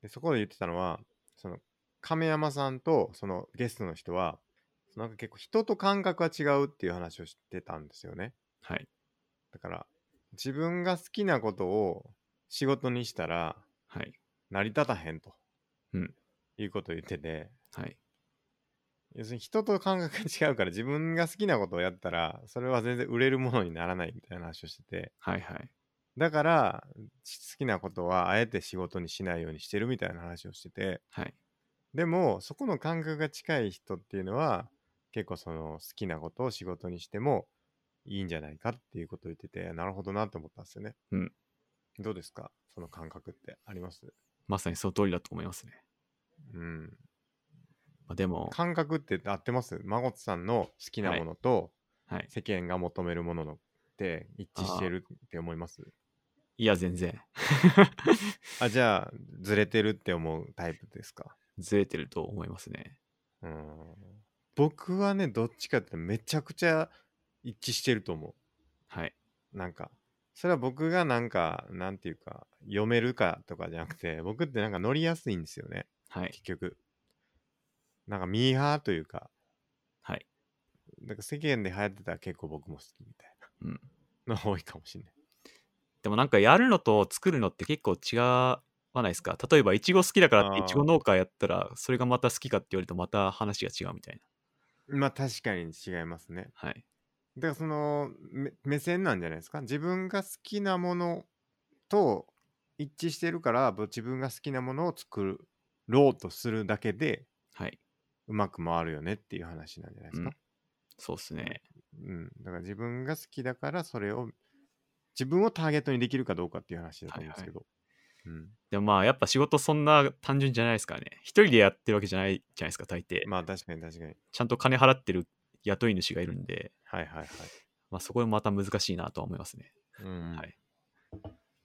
[SPEAKER 1] でそこで言ってたのは、その亀山さんとそのゲストの人は、なんか結構人と感覚は違うっていう話をしてたんですよね。
[SPEAKER 2] はい。
[SPEAKER 1] だから、自分が好きなことを仕事にしたら
[SPEAKER 2] はい。
[SPEAKER 1] 成り立たへんと、
[SPEAKER 2] うん
[SPEAKER 1] いうことを言ってて、
[SPEAKER 2] はい。
[SPEAKER 1] 要するに人と感覚が違うから自分が好きなことをやったら、それは全然売れるものにならないみたいな話をしてて、
[SPEAKER 2] はい。はい。
[SPEAKER 1] だから、し好きなことはあえて仕事にしないようにしてるみたいな話をしてて、
[SPEAKER 2] はい。
[SPEAKER 1] でも、そこの感覚が近い人っていうのは、結構その好きなことを仕事にしてもいいんじゃないかっていうことを言ってて、なるほどなと思ったんですよね。
[SPEAKER 2] うん。
[SPEAKER 1] どうですかその感覚ってあります
[SPEAKER 2] まさにその通りだと思いますね。
[SPEAKER 1] うん。
[SPEAKER 2] まあ、でも、
[SPEAKER 1] 感覚って合ってます孫さんの好きなものと
[SPEAKER 2] はい。
[SPEAKER 1] 世間が求めるもののって一致してるって思います
[SPEAKER 2] いや、全然。 [laughs]
[SPEAKER 1] あ、じゃあ、ずれてるって思うタイプですか
[SPEAKER 2] ずれてると思いますね。
[SPEAKER 1] うん僕はねどっちかってめちゃくちゃ一致してると思
[SPEAKER 2] はい。
[SPEAKER 1] うなんかそれは僕がなんかなんていうか読めるかとかじゃなくて [laughs] 僕ってなんか乗りやすいんですよね
[SPEAKER 2] はい。
[SPEAKER 1] 結局なんかミーハーというか
[SPEAKER 2] はい。
[SPEAKER 1] なんか世間で流行ってたら結構僕も好きみたい
[SPEAKER 2] うん。
[SPEAKER 1] なの多いかもしれない
[SPEAKER 2] でもなんかやるのと作るのって結構違わないですか例えば、いちご好きだからって
[SPEAKER 1] あー
[SPEAKER 2] いちご農家やったら、それがまた好きかって言われるとまた話が違うみたいな。
[SPEAKER 1] まあ確かに違いますね
[SPEAKER 2] はい。
[SPEAKER 1] だからそのめ目線なんじゃないですか自分が好きなものと一致してるからぶ自分が好きなものを作ろうとするだけで
[SPEAKER 2] はい。
[SPEAKER 1] うまく回るよねっていう話なんじゃないですか、
[SPEAKER 2] そうっすね。
[SPEAKER 1] うんだから自分が好きだからそれを自分をターゲットにできるかどうかっていう話だと思うんですけど、
[SPEAKER 2] でもまあ、やっぱ仕事そんな単純じゃないですからね。一人でやってるわけじゃないじゃないですか、大抵
[SPEAKER 1] うん、。まあ確かに確かに
[SPEAKER 2] ちゃんと金払ってる雇い主がいるんで、
[SPEAKER 1] はいはいはい、
[SPEAKER 2] まあ、そこもまた難しいなとは思いますね。
[SPEAKER 1] うん
[SPEAKER 2] はい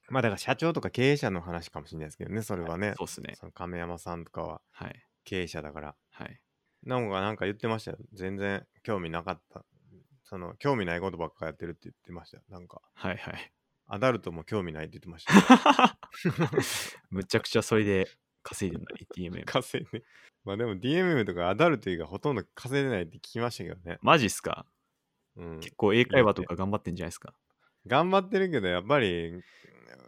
[SPEAKER 1] まあだから社長とか経営者の話かもしれないですけどねそれはね、
[SPEAKER 2] そうっすね。
[SPEAKER 1] その亀山さんとかは
[SPEAKER 2] はい。
[SPEAKER 1] 経営者だから
[SPEAKER 2] はい。
[SPEAKER 1] ナモがなんか言ってましたよ。全然興味なかった。その、興味ないことばっかやってるって言ってましたよ。なんか、
[SPEAKER 2] は
[SPEAKER 1] [laughs]
[SPEAKER 2] いはい。
[SPEAKER 1] アダルトも興味ないって言ってま
[SPEAKER 2] [laughs]
[SPEAKER 1] したよ。
[SPEAKER 2] むちゃくちゃそれで稼いでるのに、DMM。
[SPEAKER 1] 稼いで。まあでも DMM とかアダルト以外ほとんど稼いでないって聞きましたけどね。
[SPEAKER 2] マジっすか
[SPEAKER 1] うん。
[SPEAKER 2] 結構英会話とか頑張ってんじゃないですか。
[SPEAKER 1] 頑張ってるけど、やっぱり、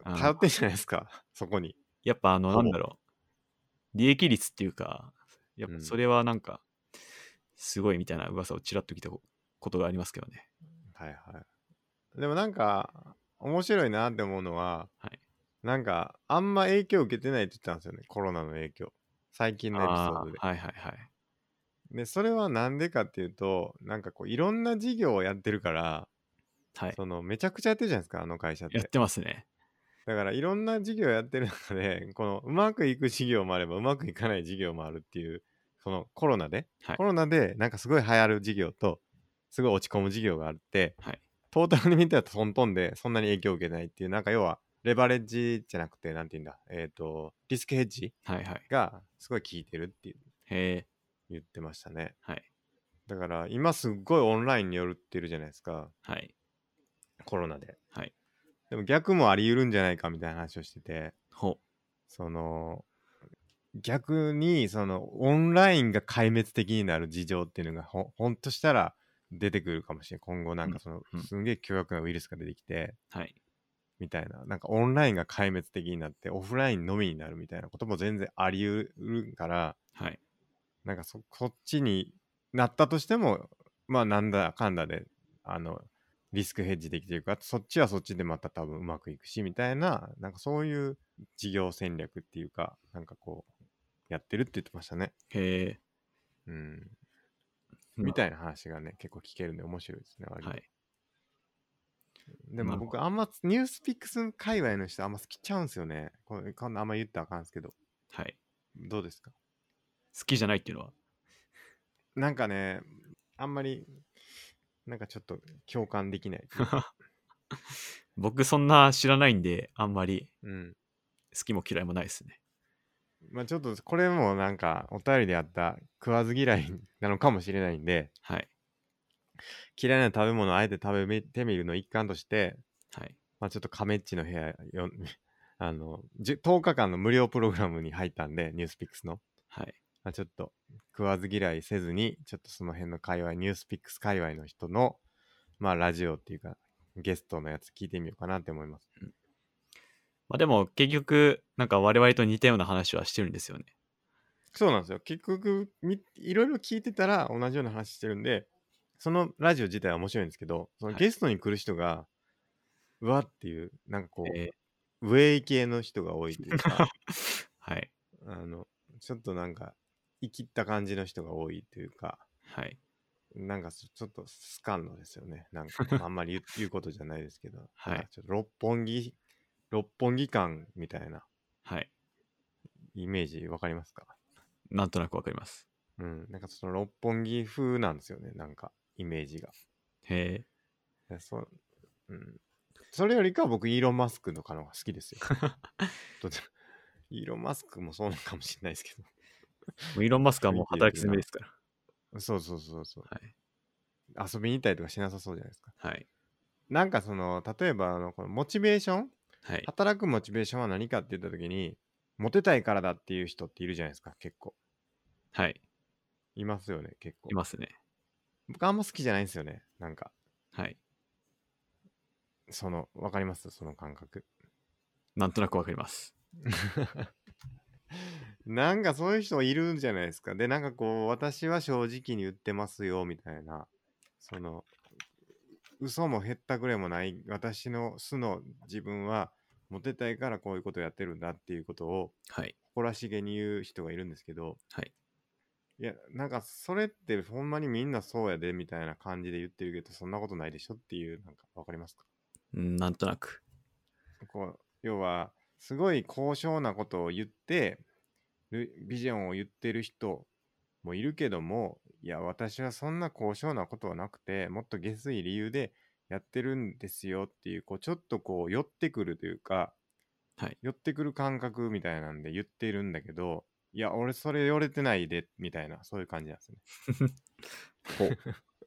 [SPEAKER 2] あー
[SPEAKER 1] 通ってんじゃないですか。 [laughs] そこに。
[SPEAKER 2] やっぱあの、
[SPEAKER 1] ほぼ
[SPEAKER 2] なんだろう。利益率っていうか、やっ
[SPEAKER 1] う
[SPEAKER 2] ぱ
[SPEAKER 1] ん
[SPEAKER 2] それはなんか、すごいみたいな噂をちらっと聞いたことがありますけどね。
[SPEAKER 1] はいはい。でもなんか、面白いなって思うのは、
[SPEAKER 2] はい
[SPEAKER 1] なんか、あんま影響受けてないって言ったんですよね。コロナの影響。最近のエピソ
[SPEAKER 2] あ
[SPEAKER 1] ー
[SPEAKER 2] ー
[SPEAKER 1] ドで。
[SPEAKER 2] はいはいはい。
[SPEAKER 1] で、それはなんでかっていうと、なんかこう、いろんな事業をやってるから、
[SPEAKER 2] はい。
[SPEAKER 1] その、めちゃくちゃやってるじゃないですか、あの会社っ
[SPEAKER 2] や
[SPEAKER 1] て。
[SPEAKER 2] ってますね。
[SPEAKER 1] だから、いろんな事業やってる中で、この、うまくいく事業もあれば、うまくいかない事業もあるっていう、その、コロナで、
[SPEAKER 2] はい
[SPEAKER 1] コロナで、なんかすごい流行る事業と、すごい落ち込む事業があって、
[SPEAKER 2] はい
[SPEAKER 1] トータルに見たらトントンで、そんなに影響を受けないっていう、なんか要は、レバレッジじゃなくて、なんて言うんだ、えっ、と、リスクヘッジ
[SPEAKER 2] はいはい。
[SPEAKER 1] が、すごい効いてるっていう
[SPEAKER 2] へえ。
[SPEAKER 1] 言ってましたね。
[SPEAKER 2] はい。
[SPEAKER 1] だから今すっごいオンラインによるってるじゃないですか
[SPEAKER 2] はい。
[SPEAKER 1] コロナで
[SPEAKER 2] はい。
[SPEAKER 1] でも逆もあり得るんじゃないかみたいな話をしてて
[SPEAKER 2] ほ
[SPEAKER 1] その逆にそのオンラインが壊滅的になる事情っていうのがほほんとしたら出てくるかもしれない今後なんかその
[SPEAKER 2] うん
[SPEAKER 1] すんげえ凶悪なウイルスが出てきて
[SPEAKER 2] う。はい。
[SPEAKER 1] みたいななんかオンラインが壊滅的になってオフラインのみになるみたいなことも全然あり得るから
[SPEAKER 2] はい。
[SPEAKER 1] なんかそこっちになったとしてもまあなんだかんだであのリスクヘッジできてるからそっちはそっちでまた多分うまくいくしみたいななんかそういう事業戦略っていうかなんかこうやってるって言ってましたね。
[SPEAKER 2] へえ。
[SPEAKER 1] うん、みたいな話がね、結構聞けるんで面白いですね、割と
[SPEAKER 2] はい。
[SPEAKER 1] でも僕、あんま、ニュースピックス界隈の人、あんま好きちゃうんですよね。これこんなあんま言ったらあかんですけど、
[SPEAKER 2] はい。
[SPEAKER 1] どうですか
[SPEAKER 2] 好きじゃないっていうのは。
[SPEAKER 1] なんかね、あんまり、なんかちょっと共感できない。
[SPEAKER 2] 僕そんな知らないんで、あんまり
[SPEAKER 1] うん。
[SPEAKER 2] 好きも嫌いもないですね。
[SPEAKER 1] まあちょっと、これもなんか、お便りであった食わず嫌いなのかもしれないんで、
[SPEAKER 2] はい。
[SPEAKER 1] 嫌いな食べ物をあえて食べてみるの一環として、
[SPEAKER 2] はい。
[SPEAKER 1] まあちょっとカメッチの部屋よ、 [laughs] あの、10 10日間の無料プログラムに入ったんで、ニュースピックスの。
[SPEAKER 2] はい。
[SPEAKER 1] まあ、ちょっと食わず嫌いせずに、ちょっとその辺の界隈、ニュースピックス界隈の人の、まあラジオっていうか、ゲストのやつ聞いてみようかなって思います。
[SPEAKER 2] まあでも結局、なんか我々と似たような話はしてるんですよね。
[SPEAKER 1] そうなんですよ。結局、みいろいろ聞いてたら同じような話してるんで、そのラジオ自体は面白いんですけど、その
[SPEAKER 2] はい
[SPEAKER 1] ゲストに来る人が、うわっていう、なんかこう、
[SPEAKER 2] え
[SPEAKER 1] 上位系の人が多いという
[SPEAKER 2] [laughs]
[SPEAKER 1] か、
[SPEAKER 2] ーはい。
[SPEAKER 1] あの、ちょっとなんか、生きった感じの人が多いというか、
[SPEAKER 2] はい。
[SPEAKER 1] なんかちょちょっとスカンのですよね。なんか
[SPEAKER 2] [laughs]
[SPEAKER 1] あんまり言う言うことじゃないですけど、
[SPEAKER 2] はい
[SPEAKER 1] なんかちょっと六本木、六本木感みたいな
[SPEAKER 2] はい。
[SPEAKER 1] イメージわかりますか
[SPEAKER 2] なんとなくわかります。
[SPEAKER 1] うん、なんかその六本木風なんですよね、なんかイメージが。
[SPEAKER 2] [laughs] へえ。
[SPEAKER 1] いやそ,、うん、それよりかは僕、イーロン・マスクのかの方が好きですよ。 [laughs] どっちイーロン・マスクもそうなのかもしれないですけ
[SPEAKER 2] もうイーロン・マスクはもう働き詰めですから。
[SPEAKER 1] ど、 [laughs] そうそうそうそう。
[SPEAKER 2] はい。
[SPEAKER 1] 遊びに行ったりとかしなさそうじゃないですか。
[SPEAKER 2] はい。
[SPEAKER 1] なんかその、例えばあのこのモチベーション
[SPEAKER 2] はい。
[SPEAKER 1] 働くモチベーションは何かって言った時にモテたいからだっていう人っているじゃないですか結構
[SPEAKER 2] はい。
[SPEAKER 1] いますよね結構
[SPEAKER 2] いますね。
[SPEAKER 1] 僕あんま好きじゃないんですよねなんか
[SPEAKER 2] はい。
[SPEAKER 1] そのわかりますその感覚
[SPEAKER 2] なんとなくわかります。
[SPEAKER 1] [laughs] なんかそういう人いるんじゃないですかでなんかこう私は正直に言ってますよみたいなその嘘も減ったくれもない私の素の自分はモテたいからこういうことをやってるんだっていうことを
[SPEAKER 2] はい。
[SPEAKER 1] 誇らしげに言う人がいるんですけど、
[SPEAKER 2] はい、
[SPEAKER 1] やなんかそれってほんまにみんなそうやでみたいな感じで言ってるけどそんなことないでしょっていうなんかわかりますか
[SPEAKER 2] うんなんとなく。
[SPEAKER 1] こう要はすごい高尚なことを言ってるビジョンを言ってる人もいるけどもいや私はそんな高尚なことはなくてもっと下水理由でやってるんですよっていうこうちょっとこう寄ってくるというか、
[SPEAKER 2] はい
[SPEAKER 1] 寄ってくる感覚みたいなんで言ってるんだけどいや俺それ寄れてないでみたいなそういう感じなんですね。
[SPEAKER 2] ほう
[SPEAKER 1] [laughs]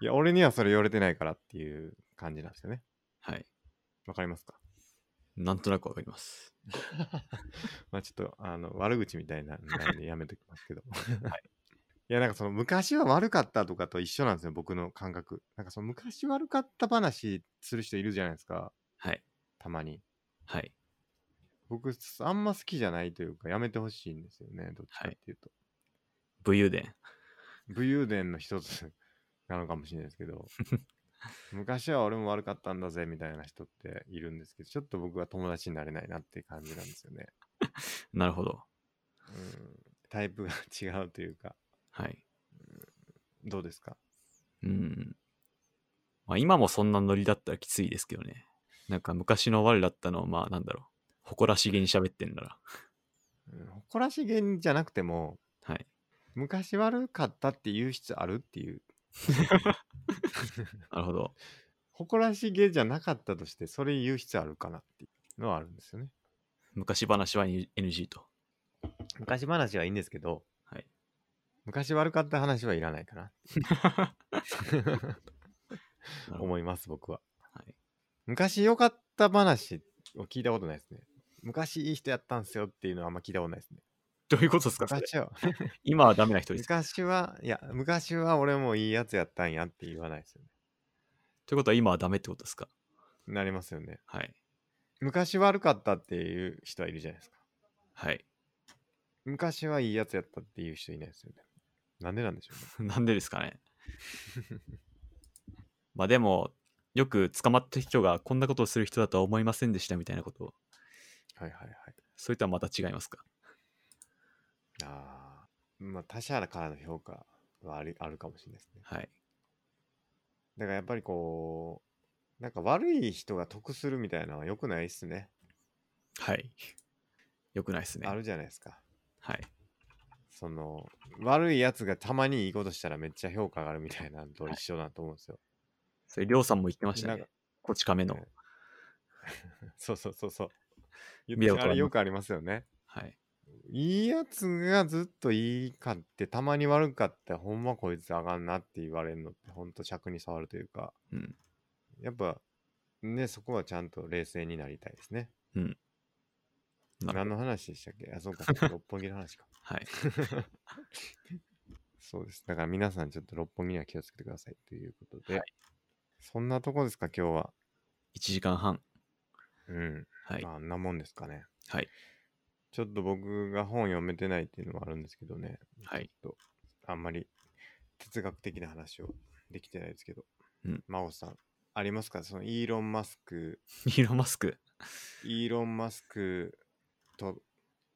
[SPEAKER 1] いや俺にはそれ寄れてないからっていう感じなんですよね。
[SPEAKER 2] はい。
[SPEAKER 1] わかりますか
[SPEAKER 2] なんとなくわかります。
[SPEAKER 1] まあちょっとあの悪口みたい [laughs] ななんでやめときますけど。 [laughs] いやなんかその昔は悪かったとかと一緒なんですよ、僕の感覚。なんかその昔悪かった話する人いるじゃないですか、
[SPEAKER 2] はい。
[SPEAKER 1] たまに。
[SPEAKER 2] はい。
[SPEAKER 1] 僕、あんま好きじゃないというか、やめてほしいんですよね、どっちかっていうと。
[SPEAKER 2] 武勇伝。 [laughs]
[SPEAKER 1] 武勇伝の一つなのかもしれないですけ [laughs] ど、昔は俺も悪かったんだぜみたいな人っているんですけど、ちょっと僕は友達になれないなって感じなんですよね。
[SPEAKER 2] なるほど。
[SPEAKER 1] うん、タイプが違うというか、
[SPEAKER 2] はい。
[SPEAKER 1] どうですか
[SPEAKER 2] うん。まあ今もそんなノリだったらきついですけどね。なんか昔の我だったのをまあなんだろう。誇らしげに喋ってんなら。
[SPEAKER 1] うん誇らしげにじゃなくても
[SPEAKER 2] はい。
[SPEAKER 1] 昔悪かったって言う必要あるっていう
[SPEAKER 2] なるほど。
[SPEAKER 1] 誇らしげじゃなかったとしてそれ言う必要あるかなっていうのはあるんですよね
[SPEAKER 2] 昔話は NG と。
[SPEAKER 1] 昔話はいいんですけど
[SPEAKER 2] はい。
[SPEAKER 1] 昔悪かった話はいらないかな
[SPEAKER 2] なるほど
[SPEAKER 1] 思います僕は
[SPEAKER 2] はい。
[SPEAKER 1] 昔良かった話を聞いたことないですね昔いい人やったんすよっていうのはあんま聞いたことないですね
[SPEAKER 2] どういうことですかそれ
[SPEAKER 1] 昔は
[SPEAKER 2] 今はダメな人ですか。
[SPEAKER 1] 昔はいや昔は俺もいいやつやったんやって言わないですよね
[SPEAKER 2] ということは今はダメってことですか
[SPEAKER 1] なりますよね
[SPEAKER 2] はい。
[SPEAKER 1] 昔悪かったっていう人はいるじゃないですか
[SPEAKER 2] はい。
[SPEAKER 1] 昔はいいやつやったっていう人いないですよね。なんでなんでしょうね。
[SPEAKER 2] [laughs] なんでですかね。まあでも、よく捕まった人がこんなことをする人だとは思いませんでしたみたいなことを、
[SPEAKER 1] はいはいはい。
[SPEAKER 2] それとはまた違いますか。
[SPEAKER 1] ああ。まあ、他者からの評価はあるあるかもしれないですね。
[SPEAKER 2] はい。
[SPEAKER 1] だからやっぱりこう、なんか悪い人が得するみたいなのは良くないっすね。
[SPEAKER 2] はい。よくないですね。
[SPEAKER 1] あるじゃないですか。
[SPEAKER 2] はい。
[SPEAKER 1] その、悪いやつがたまにいいことしたらめっちゃ評価があるみたいなのと一緒だと思うんですよ。
[SPEAKER 2] それ、りょうさんも言ってました
[SPEAKER 1] なん
[SPEAKER 2] ね
[SPEAKER 1] か。
[SPEAKER 2] こち亀の
[SPEAKER 1] ね。そうそうそうそう。言
[SPEAKER 2] 見
[SPEAKER 1] って
[SPEAKER 2] ようと
[SPEAKER 1] あ
[SPEAKER 2] は思う
[SPEAKER 1] れよくありますよね。
[SPEAKER 2] はい。
[SPEAKER 1] いいやつがずっといいかって、たまに悪かって、ほんまこいつあかんなって言われるのって、ほんと尺に触るというか、
[SPEAKER 2] うん。
[SPEAKER 1] やっぱ、ね、そこはちゃんと冷静になりたいですね。
[SPEAKER 2] うんなるほ
[SPEAKER 1] 何
[SPEAKER 2] ど
[SPEAKER 1] の話でしたっけあ、そうか、
[SPEAKER 2] [laughs]
[SPEAKER 1] そうか六本木の話か。
[SPEAKER 2] はい。
[SPEAKER 1] そうです。だから皆さんちょっと六本木には気をつけてくださいということで、
[SPEAKER 2] は
[SPEAKER 1] そんなとこですか、今日は。
[SPEAKER 2] 1時間半。
[SPEAKER 1] うん。
[SPEAKER 2] はい
[SPEAKER 1] ま。あ、あんなもんですかね。
[SPEAKER 2] はい。 [laughs]
[SPEAKER 1] ちょっと僕が本読めてないっていうのもあるんですけどね。
[SPEAKER 2] はい。
[SPEAKER 1] あんまり哲学的な話をできてないですけど、
[SPEAKER 2] うん
[SPEAKER 1] 真帆さんありますかそのイーロン・マスク
[SPEAKER 2] イーロンマスク。
[SPEAKER 1] イーロン・マスクと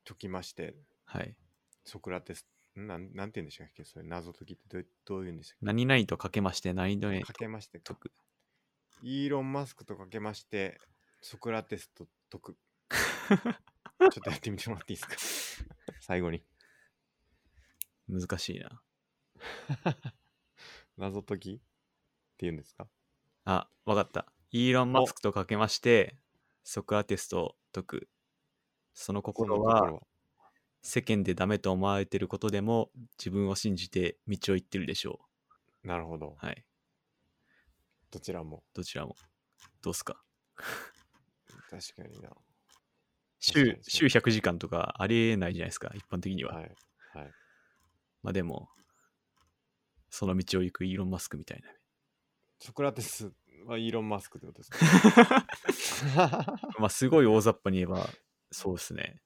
[SPEAKER 1] 解きまして
[SPEAKER 2] はい。
[SPEAKER 1] ソクラテスなんなんて言うんでしたっけそれ謎解きってどうどういうんでしたっ
[SPEAKER 2] 何々とかけまして、何々
[SPEAKER 1] けかけまして
[SPEAKER 2] と
[SPEAKER 1] か
[SPEAKER 2] く。
[SPEAKER 1] イーロン・マスクとかけましてソクラテスと解く
[SPEAKER 2] [laughs]
[SPEAKER 1] ちょっとやってみてもらっていいですか [laughs] 最後に
[SPEAKER 2] 難しいな。
[SPEAKER 1] 謎解きっていうんですか
[SPEAKER 2] あ、わかった。イーロン・マスクとかけまして、ソクラテスと解く。その心
[SPEAKER 1] その
[SPEAKER 2] は、世間でダメと思われてることでも、自分を信じて道を行ってるでしょ
[SPEAKER 1] なるほど
[SPEAKER 2] う。はい。
[SPEAKER 1] どちらも
[SPEAKER 2] どちらも。どうっすか。
[SPEAKER 1] 確かにな確か
[SPEAKER 2] 週
[SPEAKER 1] にそ
[SPEAKER 2] 週
[SPEAKER 1] う
[SPEAKER 2] 100時間とかありえないじゃないですか、一般的には。
[SPEAKER 1] はいはい
[SPEAKER 2] まあでも、その道を行くイーロン・マスクみたいな。
[SPEAKER 1] ソクラテスはイーロン・マスクってことですか
[SPEAKER 2] [laughs]
[SPEAKER 1] [laughs]
[SPEAKER 2] まあすごい大雑把に言えば、そうですね。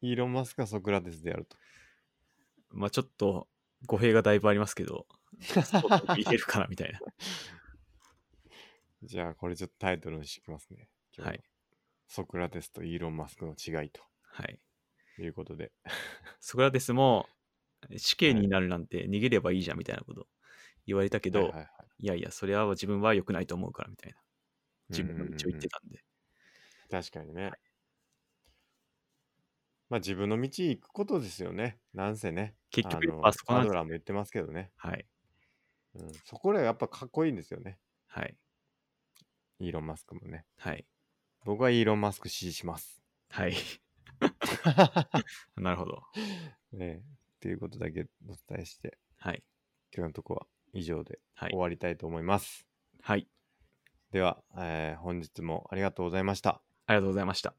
[SPEAKER 1] イーロン・マスクはソクラテスであると。
[SPEAKER 2] まあちょっと語弊がだいぶありますけど、そうと言えるかなみた
[SPEAKER 1] [laughs]
[SPEAKER 2] いな。
[SPEAKER 1] じゃあこれちょっとタイトルにしてきますね。今日
[SPEAKER 2] はい。
[SPEAKER 1] ソクラテスとイーロン・マスクの違いと
[SPEAKER 2] はい。
[SPEAKER 1] いうことで。
[SPEAKER 2] ソクラテスも死刑になるなんて逃げればいいじゃんみたいなこと言われたけど、
[SPEAKER 1] はい
[SPEAKER 2] い
[SPEAKER 1] はいはい
[SPEAKER 2] やいや、それは自分は良くないと思うからみたいな。自分の道を行って
[SPEAKER 1] た。
[SPEAKER 2] たんで。
[SPEAKER 1] 確かにね。まあ自分の道行くことですよね。なんせね。
[SPEAKER 2] 結局
[SPEAKER 1] あ
[SPEAKER 2] やっ
[SPEAKER 1] の
[SPEAKER 2] ぱそこなん
[SPEAKER 1] ア
[SPEAKER 2] です
[SPEAKER 1] ドラーも言ってますけどね。
[SPEAKER 2] はい。
[SPEAKER 1] うん、そこらがやっぱかっこいいんですよね。
[SPEAKER 2] はい。
[SPEAKER 1] イーロン・マスクもね。
[SPEAKER 2] はい。
[SPEAKER 1] 僕はイーロン・マスク支持します。
[SPEAKER 2] はい。 [laughs] なるほど。
[SPEAKER 1] ねえ。っていうことだけお伝えして、
[SPEAKER 2] はい。
[SPEAKER 1] 今日のとこは以上で
[SPEAKER 2] はい
[SPEAKER 1] 終。わりたいと思います。
[SPEAKER 2] はい。
[SPEAKER 1] では、えー本日もありがとうございました。
[SPEAKER 2] ありがとうございました。